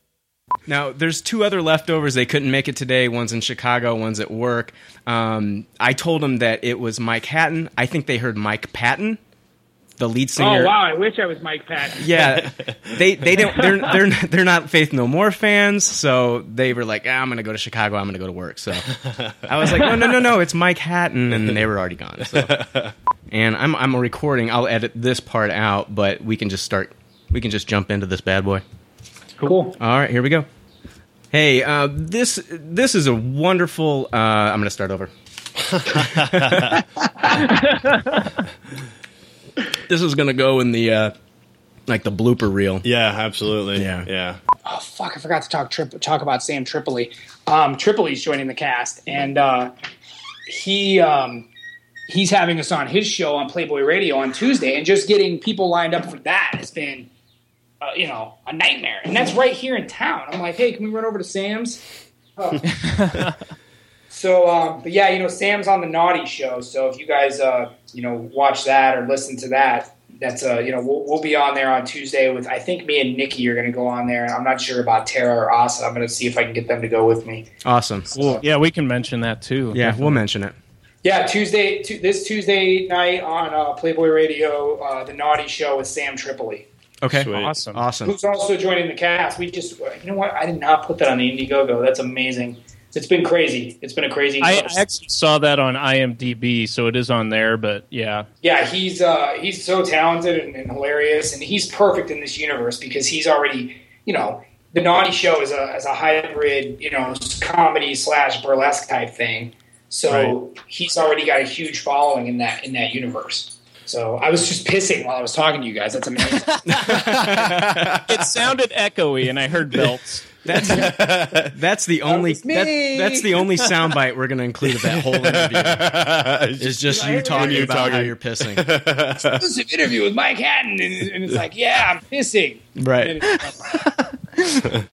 Now, there's two other leftovers. They couldn't make it today. One's in Chicago, one's at work. Um, I told them that it was Mike Hatton. I think they heard Mike Patton, the lead singer. Oh wow! I wish I was Mike Patton. Yeah, they they don't they're they're not, they're not Faith No More fans, so they were like, ah, "I'm going to go to Chicago. I'm going to go to work." So I was like, "No, no, no, no! It's Mike Hatton," and they were already gone. So. And I'm I'm recording. I'll edit this part out, but we can just start. We can just jump into this bad boy. Cool. All right, here we go. Hey, uh, this this is a wonderful. Uh, I'm going to start over. this is going to go in the uh, like the blooper reel. Yeah, absolutely. Yeah, yeah. oh fuck, I forgot to talk trip, talk about Sam Tripoli. Um, Tripoli's joining the cast, and uh, he um, he's having us on his show on Playboy Radio on Tuesday, and just getting people lined up for that has been, uh, you know, a nightmare. And that's right here in town. I'm like, hey, can we run over to Sam's? Oh. so, um, but yeah, you know, Sam's on the Naughty Show. So if you guys, uh, you know, watch that or listen to that, that's uh, you know, we'll, we'll be on there on Tuesday with. I think me and Nikki are going to go on there. I'm not sure about Tara or Asa. I'm going to see if I can get them to go with me. Awesome. yeah, we can mention that too. Yeah, we'll mention it. Yeah, Tuesday, tu- this Tuesday night on uh, Playboy Radio, uh, the Naughty Show with Sam Tripoli, Okay. Sweet. Awesome. Awesome. who's also joining the cast. We just, uh, you know what? I did not put that on the Indiegogo. That's amazing. It's been crazy. It's been a crazy. I I actually saw that on IMDb, so it is on there. But yeah, yeah, he's uh, he's so talented and, and hilarious, and he's perfect in this universe because he's already, you know, the Naughty Show is a is a hybrid, you know, comedy slash burlesque type thing. So he's already got a huge following in that in that universe. So I was just pissing while I was talking to you guys. That's amazing. it sounded echoey, and I heard belts. That's that's the only me. that, that's the only soundbite we're going to include of that whole interview. It's just you talking You about how talking. you're pissing. Exclusive interview with Mike Hatton, and, and it's like, yeah, I'm pissing. Right.